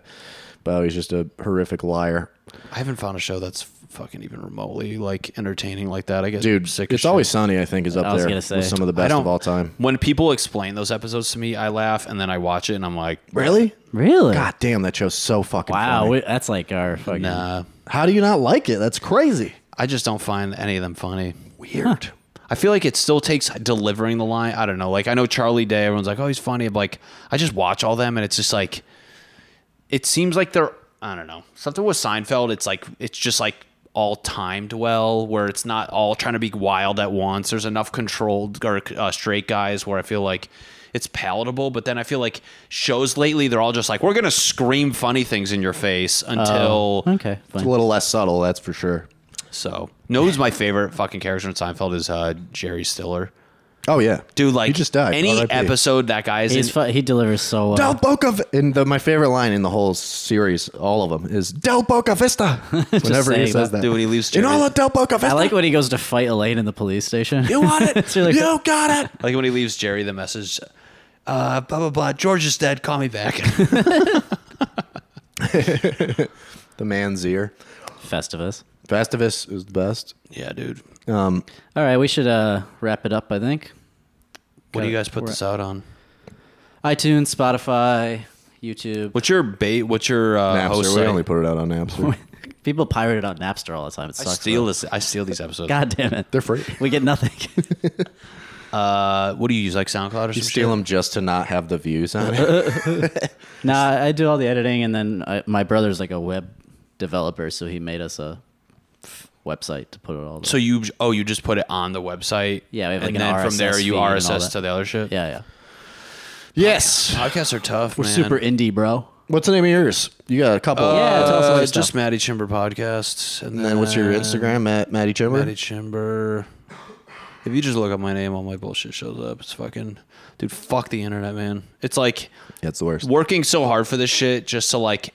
[SPEAKER 3] but oh, he's just a horrific liar,
[SPEAKER 4] I haven't found a show that's fucking even remotely like entertaining like that. I guess
[SPEAKER 3] dude.
[SPEAKER 4] Sick
[SPEAKER 3] it's
[SPEAKER 4] as
[SPEAKER 3] always
[SPEAKER 4] shit.
[SPEAKER 3] sunny. I think is up
[SPEAKER 1] I was
[SPEAKER 3] there
[SPEAKER 1] gonna say.
[SPEAKER 3] with some of the
[SPEAKER 4] I
[SPEAKER 3] best
[SPEAKER 4] don't-
[SPEAKER 3] of all time.
[SPEAKER 4] When people explain those episodes to me, I laugh and then I watch it and I'm like,
[SPEAKER 3] Really?
[SPEAKER 1] Really?
[SPEAKER 3] God damn, that show's so fucking.
[SPEAKER 1] wow,
[SPEAKER 3] funny.
[SPEAKER 1] we, that's like our fucking.
[SPEAKER 4] nah.
[SPEAKER 3] How do you not like it? That's crazy.
[SPEAKER 4] I just don't find any of them funny.
[SPEAKER 3] Weird.
[SPEAKER 4] I feel like it still takes delivering the line. I don't know. Like I know Charlie Day, everyone's like, "Oh, he's funny." I'm like, I just watch all them, and it's just like, it seems like they're. I don't know. Something with Seinfeld, it's like it's just like all timed well, where it's not all trying to be wild at once. There's enough controlled or uh, straight guys where I feel like it's palatable. But then I feel like shows lately, they're all just like, we're gonna scream funny things in your face until
[SPEAKER 1] Oh, Okay. Fine.
[SPEAKER 3] It's a little less subtle, that's for sure.
[SPEAKER 4] so. No, who's my favorite fucking character in Seinfeld is uh, Jerry Stiller.
[SPEAKER 3] Oh yeah,
[SPEAKER 4] Dude, like
[SPEAKER 3] he just died.
[SPEAKER 4] any
[SPEAKER 3] RIP.
[SPEAKER 4] episode that guy is
[SPEAKER 1] He's
[SPEAKER 4] in,
[SPEAKER 1] fu- he delivers so well.
[SPEAKER 3] Del Boca. V- And the, my favorite line in the whole series, all of them, is Del Boca
[SPEAKER 4] [laughs]
[SPEAKER 3] Vista. Whenever he
[SPEAKER 1] saying
[SPEAKER 3] says
[SPEAKER 1] that.
[SPEAKER 3] that,
[SPEAKER 4] Dude, when
[SPEAKER 3] [laughs]
[SPEAKER 4] he leaves
[SPEAKER 3] in
[SPEAKER 4] Jerry-
[SPEAKER 3] all of Del Boca Vista,
[SPEAKER 1] I like when he goes to fight Elaine in the police station. [laughs]
[SPEAKER 3] you want it,
[SPEAKER 1] really
[SPEAKER 3] you got it.
[SPEAKER 4] like when he leaves Jerry the message, uh, blah blah blah. George is dead. Call me back.
[SPEAKER 3] The man's ear.
[SPEAKER 1] Festivus.
[SPEAKER 3] Festivus is the best.
[SPEAKER 4] yeah, dude.
[SPEAKER 3] Um,
[SPEAKER 1] All right, we should uh, wrap it up. I think
[SPEAKER 4] What do you guys put
[SPEAKER 1] We're-
[SPEAKER 4] this out on?
[SPEAKER 1] iTunes, Spotify, YouTube.
[SPEAKER 4] What's your bait? What's your uh, host?
[SPEAKER 3] Napster. We
[SPEAKER 4] site?
[SPEAKER 3] only put it out on
[SPEAKER 4] [laughs]
[SPEAKER 3] Napster.
[SPEAKER 1] People pirate it on Napster all the time. It
[SPEAKER 4] I
[SPEAKER 1] sucks.
[SPEAKER 4] steal
[SPEAKER 1] though.
[SPEAKER 4] this. I steal these episodes.
[SPEAKER 1] God damn it.
[SPEAKER 3] They're free.
[SPEAKER 1] [laughs] We get
[SPEAKER 4] [laughs]
[SPEAKER 1] nothing.
[SPEAKER 4] Uh, what do you use? Like SoundCloud or
[SPEAKER 3] You
[SPEAKER 4] some
[SPEAKER 3] steal
[SPEAKER 4] shit?
[SPEAKER 3] them just to not have the views on it.
[SPEAKER 4] [laughs]
[SPEAKER 1] nah, I do all the editing, and then I, my brother's like a web developer, so he made us a f- website to put it all.
[SPEAKER 4] So you oh you just put it on the website.
[SPEAKER 1] Yeah, we have, like, an
[SPEAKER 4] and then from
[SPEAKER 1] RSS
[SPEAKER 4] there you
[SPEAKER 1] feed and all
[SPEAKER 4] RSS
[SPEAKER 1] that.
[SPEAKER 4] to the other shit.
[SPEAKER 1] yeah, yeah.
[SPEAKER 3] yes.
[SPEAKER 4] Podcasts are tough.
[SPEAKER 1] We're
[SPEAKER 4] man.
[SPEAKER 1] super indie, bro.
[SPEAKER 3] What's the name of yours? You got a couple.
[SPEAKER 1] Yeah, tell us all
[SPEAKER 4] Uh,
[SPEAKER 1] your
[SPEAKER 4] just
[SPEAKER 1] stuff.
[SPEAKER 4] Maddie Chimber podcasts, and,
[SPEAKER 3] and then what's your
[SPEAKER 4] then-
[SPEAKER 3] Instagram at Maddie Chimber?
[SPEAKER 4] Maddie Chimber. If you just look up my name, all my bullshit shows up. It's fucking, dude. Fuck the internet, man. It's like
[SPEAKER 3] That's the worst.
[SPEAKER 4] working so hard for this shit just to like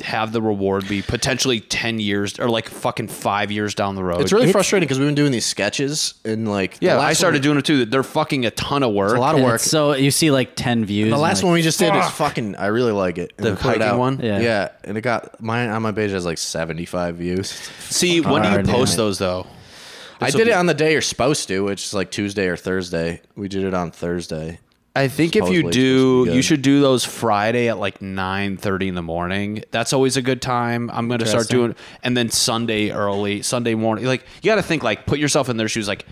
[SPEAKER 4] have the reward be potentially 10 years or like fucking five years down the road.
[SPEAKER 3] It's really frustrating because we've been doing these sketches and like the
[SPEAKER 4] yeah,
[SPEAKER 3] last
[SPEAKER 4] I started
[SPEAKER 3] one-
[SPEAKER 4] doing it too. They're fucking a ton of work.
[SPEAKER 3] a lot of
[SPEAKER 1] And
[SPEAKER 3] work.
[SPEAKER 1] it's So you see like ten views.
[SPEAKER 3] The
[SPEAKER 1] and,
[SPEAKER 3] last
[SPEAKER 1] like,
[SPEAKER 3] one we just did is fucking. I really like it. And
[SPEAKER 4] The
[SPEAKER 3] we put it
[SPEAKER 4] hiking
[SPEAKER 3] out.
[SPEAKER 4] one?
[SPEAKER 3] yeah.
[SPEAKER 1] Yeah.
[SPEAKER 3] and it got mine on my page has like seventy
[SPEAKER 1] [laughs]
[SPEAKER 3] five views.
[SPEAKER 4] See, when do you
[SPEAKER 1] Alright,
[SPEAKER 4] post
[SPEAKER 1] yeah.
[SPEAKER 4] those though?
[SPEAKER 3] I did it on the day you're supposed to, which is like Tuesday or Thursday. We did it on Thursday.
[SPEAKER 4] I think if
[SPEAKER 3] Supposedly
[SPEAKER 4] you
[SPEAKER 3] it's supposed to
[SPEAKER 4] do,
[SPEAKER 3] be good.
[SPEAKER 4] you should do those Friday at like nine thirty in the morning. That's always a good time. I'm going to start doing, and then Sunday early, Sunday morning. Like you got to think, like put yourself in their shoes. Like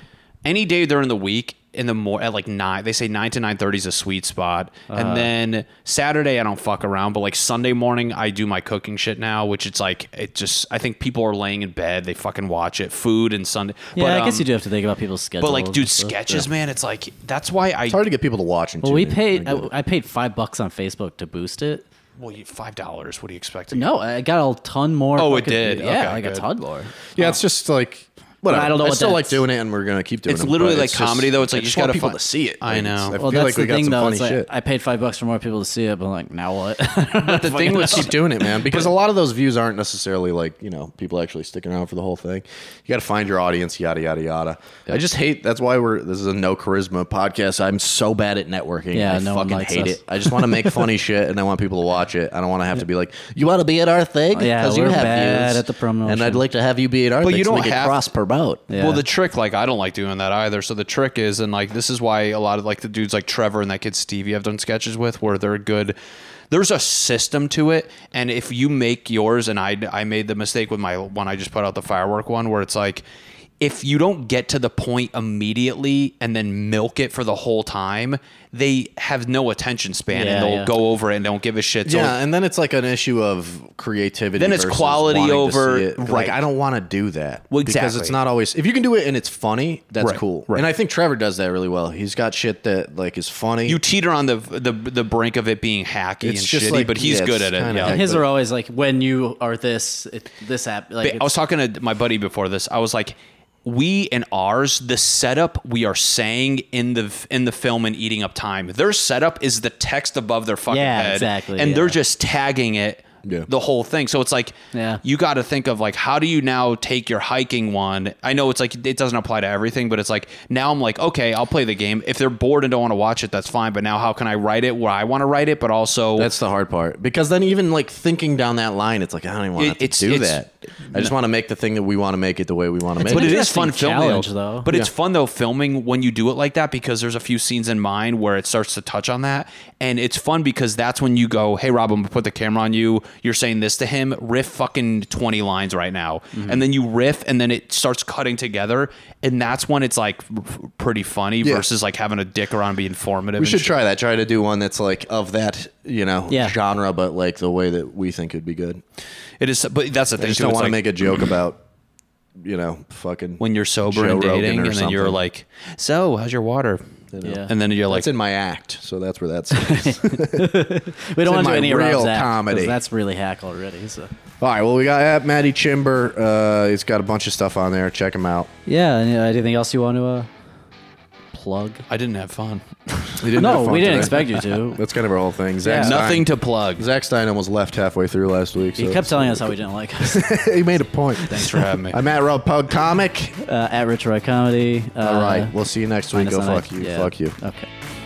[SPEAKER 4] any day during the week in the more at like nine, they say nine to nine thirty is a sweet spot. and then Saturday, I don't fuck around, but like Sunday morning, I do my cooking shit now, which it's like it just. I think people are laying in bed, they fucking watch it. Food and Sunday.
[SPEAKER 1] Yeah,
[SPEAKER 4] but,
[SPEAKER 1] I guess
[SPEAKER 4] um,
[SPEAKER 1] you do have to think about people's schedules.
[SPEAKER 4] But like,
[SPEAKER 1] and
[SPEAKER 4] dude,
[SPEAKER 1] stuff.
[SPEAKER 4] sketches, man. It's like that's why I
[SPEAKER 3] It's hard to get people to watch. And
[SPEAKER 1] Well, we
[SPEAKER 3] tune in.
[SPEAKER 1] paid. uh, I, I paid five bucks on Facebook to boost it.
[SPEAKER 4] Well, you, five dollars. What do you expect?
[SPEAKER 1] No, I got a ton more.
[SPEAKER 4] Oh, it
[SPEAKER 1] fucking-
[SPEAKER 4] did.
[SPEAKER 1] Yeah,
[SPEAKER 4] Okay,
[SPEAKER 1] like a
[SPEAKER 4] good.
[SPEAKER 1] ton more.
[SPEAKER 3] yeah, it's just like. Whatever.
[SPEAKER 1] uh, I don't know
[SPEAKER 3] I
[SPEAKER 1] what
[SPEAKER 3] still like
[SPEAKER 1] that's-
[SPEAKER 3] doing it, and we're gonna keep doing
[SPEAKER 4] It's
[SPEAKER 3] it. but
[SPEAKER 4] literally like
[SPEAKER 3] just-
[SPEAKER 4] comedy, though. It's like
[SPEAKER 3] I
[SPEAKER 4] you
[SPEAKER 3] just
[SPEAKER 4] just
[SPEAKER 3] want
[SPEAKER 4] gotta
[SPEAKER 3] people
[SPEAKER 4] fi-
[SPEAKER 3] to see it.
[SPEAKER 4] I
[SPEAKER 3] Like,
[SPEAKER 4] know.
[SPEAKER 3] it's- I
[SPEAKER 1] Well,
[SPEAKER 3] feel
[SPEAKER 1] that's
[SPEAKER 3] like
[SPEAKER 1] the
[SPEAKER 3] we got
[SPEAKER 1] thing
[SPEAKER 3] some
[SPEAKER 1] though.
[SPEAKER 3] funny
[SPEAKER 1] It's like
[SPEAKER 3] shit.
[SPEAKER 1] I paid five bucks for more people to see it, but like now what?
[SPEAKER 4] But the thing with
[SPEAKER 3] keep doing it,
[SPEAKER 1] [laughs]
[SPEAKER 3] man, because a lot of those views aren't necessarily like you know people actually sticking around for the whole thing. You got to find your audience, yada yada yada. I just hate. That's why we're this is a no charisma podcast. I'm so bad at networking.
[SPEAKER 1] Yeah,
[SPEAKER 3] I
[SPEAKER 1] no one
[SPEAKER 3] fucking
[SPEAKER 1] likes
[SPEAKER 3] hate
[SPEAKER 1] us.
[SPEAKER 3] it. I just want
[SPEAKER 1] [laughs]
[SPEAKER 3] to make funny shit, and I want people to watch it. I don't want to have to be like, you want to be at our thing
[SPEAKER 1] Yeah,
[SPEAKER 3] you
[SPEAKER 1] we're
[SPEAKER 3] have
[SPEAKER 1] bad
[SPEAKER 3] views,
[SPEAKER 1] at the promotion.
[SPEAKER 3] and I'd like to have you be at our
[SPEAKER 4] But
[SPEAKER 3] thing
[SPEAKER 4] you
[SPEAKER 3] so we
[SPEAKER 4] don't
[SPEAKER 3] can
[SPEAKER 4] have-
[SPEAKER 3] cross promote.
[SPEAKER 1] Yeah.
[SPEAKER 4] Well, the trick, like, I don't like doing that either. So the trick is, and like, this is why a lot of like the dudes like Trevor and that kid Stevie I've done sketches with where they're good. There's a system to it, and if you make yours, and I I made the mistake with my one I just put out the firework one where it's like. If you don't get to the point immediately and then milk it for the whole time, they have no attention span
[SPEAKER 1] Yeah,
[SPEAKER 4] and they'll
[SPEAKER 1] yeah.
[SPEAKER 4] go over it and don't give a shit. So
[SPEAKER 3] yeah, and then it's like an issue of creativity.
[SPEAKER 4] Then it's
[SPEAKER 3] versus
[SPEAKER 4] quality
[SPEAKER 3] wanting to
[SPEAKER 4] over-
[SPEAKER 3] see it. Like
[SPEAKER 4] right.
[SPEAKER 3] I don't want to do that
[SPEAKER 4] Well,
[SPEAKER 3] because it's
[SPEAKER 4] exactly.
[SPEAKER 3] not always. If you can do it and it's funny, that's
[SPEAKER 4] Right,
[SPEAKER 3] cool.
[SPEAKER 4] right.
[SPEAKER 3] And I think Trevor does that really well. He's got shit that like is funny.
[SPEAKER 4] you teeter on the the the brink of it being hacky
[SPEAKER 3] It's
[SPEAKER 4] and
[SPEAKER 3] just
[SPEAKER 4] shitty,
[SPEAKER 3] like-
[SPEAKER 4] but he's
[SPEAKER 3] yeah,
[SPEAKER 4] good
[SPEAKER 3] it's
[SPEAKER 4] at it.
[SPEAKER 3] kinda
[SPEAKER 4] Yeah.
[SPEAKER 3] hacky.
[SPEAKER 1] His
[SPEAKER 3] but-
[SPEAKER 1] are always like when you are this it, this app. Like
[SPEAKER 4] I was talking to my buddy before this. I was like, we and ours, the setup we are saying in the in the film and eating up time. Their setup is the text above their fucking
[SPEAKER 1] Yeah,
[SPEAKER 4] head,
[SPEAKER 1] exactly,
[SPEAKER 4] and they're
[SPEAKER 1] yeah.
[SPEAKER 4] just tagging it.
[SPEAKER 3] Yeah.
[SPEAKER 4] The whole thing. So it's like,
[SPEAKER 1] Yeah.
[SPEAKER 4] you got to think of like, how do you now take your hiking one? I know it's like, it doesn't apply to everything, but it's like, now I'm like, okay, I'll play the game. If they're bored and don't want to watch it, that's fine. But now how can I write it where I want to write it, but also
[SPEAKER 3] that's the hard part because then even like thinking down that line, it's like I don't even want
[SPEAKER 4] It-
[SPEAKER 3] to
[SPEAKER 4] it's-
[SPEAKER 3] do
[SPEAKER 4] it's-
[SPEAKER 3] that. I just want to make the thing that we want to make it the way we want to make
[SPEAKER 4] but
[SPEAKER 3] it.
[SPEAKER 4] it is fun
[SPEAKER 1] interesting
[SPEAKER 4] filming
[SPEAKER 1] challenge, though.
[SPEAKER 4] But it's fun though filming when you do it like that because there's a few scenes in mind where it starts to touch on that, and it's fun because that's when you go, "Hey, Rob, I'm gonna put the camera on you. You're saying this to him. Riff fucking twenty lines right now,
[SPEAKER 1] Mm-hmm.
[SPEAKER 4] and then you riff, and then it starts cutting together, and that's when it's like f- pretty funny versus like having a dick around and be informative.
[SPEAKER 3] We
[SPEAKER 4] and
[SPEAKER 3] should
[SPEAKER 4] shit.
[SPEAKER 3] try that. Try to do one that's like of that, you know,
[SPEAKER 1] Yeah.
[SPEAKER 3] genre, but like the way that we think it'd be good.
[SPEAKER 4] It is, but that's the
[SPEAKER 3] I
[SPEAKER 4] thing.
[SPEAKER 3] just
[SPEAKER 4] too,
[SPEAKER 3] don't
[SPEAKER 4] it's
[SPEAKER 3] want to
[SPEAKER 4] like-
[SPEAKER 3] make a joke about, you know, fucking
[SPEAKER 4] when you're sober
[SPEAKER 3] Joe
[SPEAKER 4] and
[SPEAKER 3] Rogan
[SPEAKER 4] dating,
[SPEAKER 3] or
[SPEAKER 4] and then you're
[SPEAKER 3] something.
[SPEAKER 4] like, "So, how's your water?"
[SPEAKER 1] Yeah.
[SPEAKER 4] And then you're like,
[SPEAKER 3] That's in my act, so that's where
[SPEAKER 4] [laughs]
[SPEAKER 3] that's.
[SPEAKER 1] we don't
[SPEAKER 3] in
[SPEAKER 1] want to do
[SPEAKER 3] my
[SPEAKER 1] any
[SPEAKER 3] real
[SPEAKER 1] real
[SPEAKER 3] comedy.
[SPEAKER 1] comedy. That's really hack already. So
[SPEAKER 3] All right. Well, we got at Maddie Chimber. Uh, he's got a bunch of stuff on there. Check him out.
[SPEAKER 1] yeah. and, uh, Anything else you want to uh, plug?
[SPEAKER 4] "I didn't have fun."
[SPEAKER 1] No, we didn't expect you to.
[SPEAKER 3] [laughs] That's kind of our whole thing. Zach
[SPEAKER 1] Yeah.
[SPEAKER 3] Stein,
[SPEAKER 4] Nothing to plug.
[SPEAKER 3] Zach Stein almost left halfway through last week.
[SPEAKER 1] He
[SPEAKER 3] so-
[SPEAKER 1] kept telling us how we didn't like us.
[SPEAKER 3] [laughs] he made a point.
[SPEAKER 4] Thanks for having me.
[SPEAKER 3] I'm at Rob Pug Comic.
[SPEAKER 1] Uh, at Rich Roy Comedy. Uh,
[SPEAKER 3] All right. We'll see you next
[SPEAKER 1] find
[SPEAKER 3] week.
[SPEAKER 1] us
[SPEAKER 3] Go
[SPEAKER 1] on
[SPEAKER 3] fuck
[SPEAKER 1] i-
[SPEAKER 3] you.
[SPEAKER 1] yeah.
[SPEAKER 3] Fuck you.
[SPEAKER 1] Okay.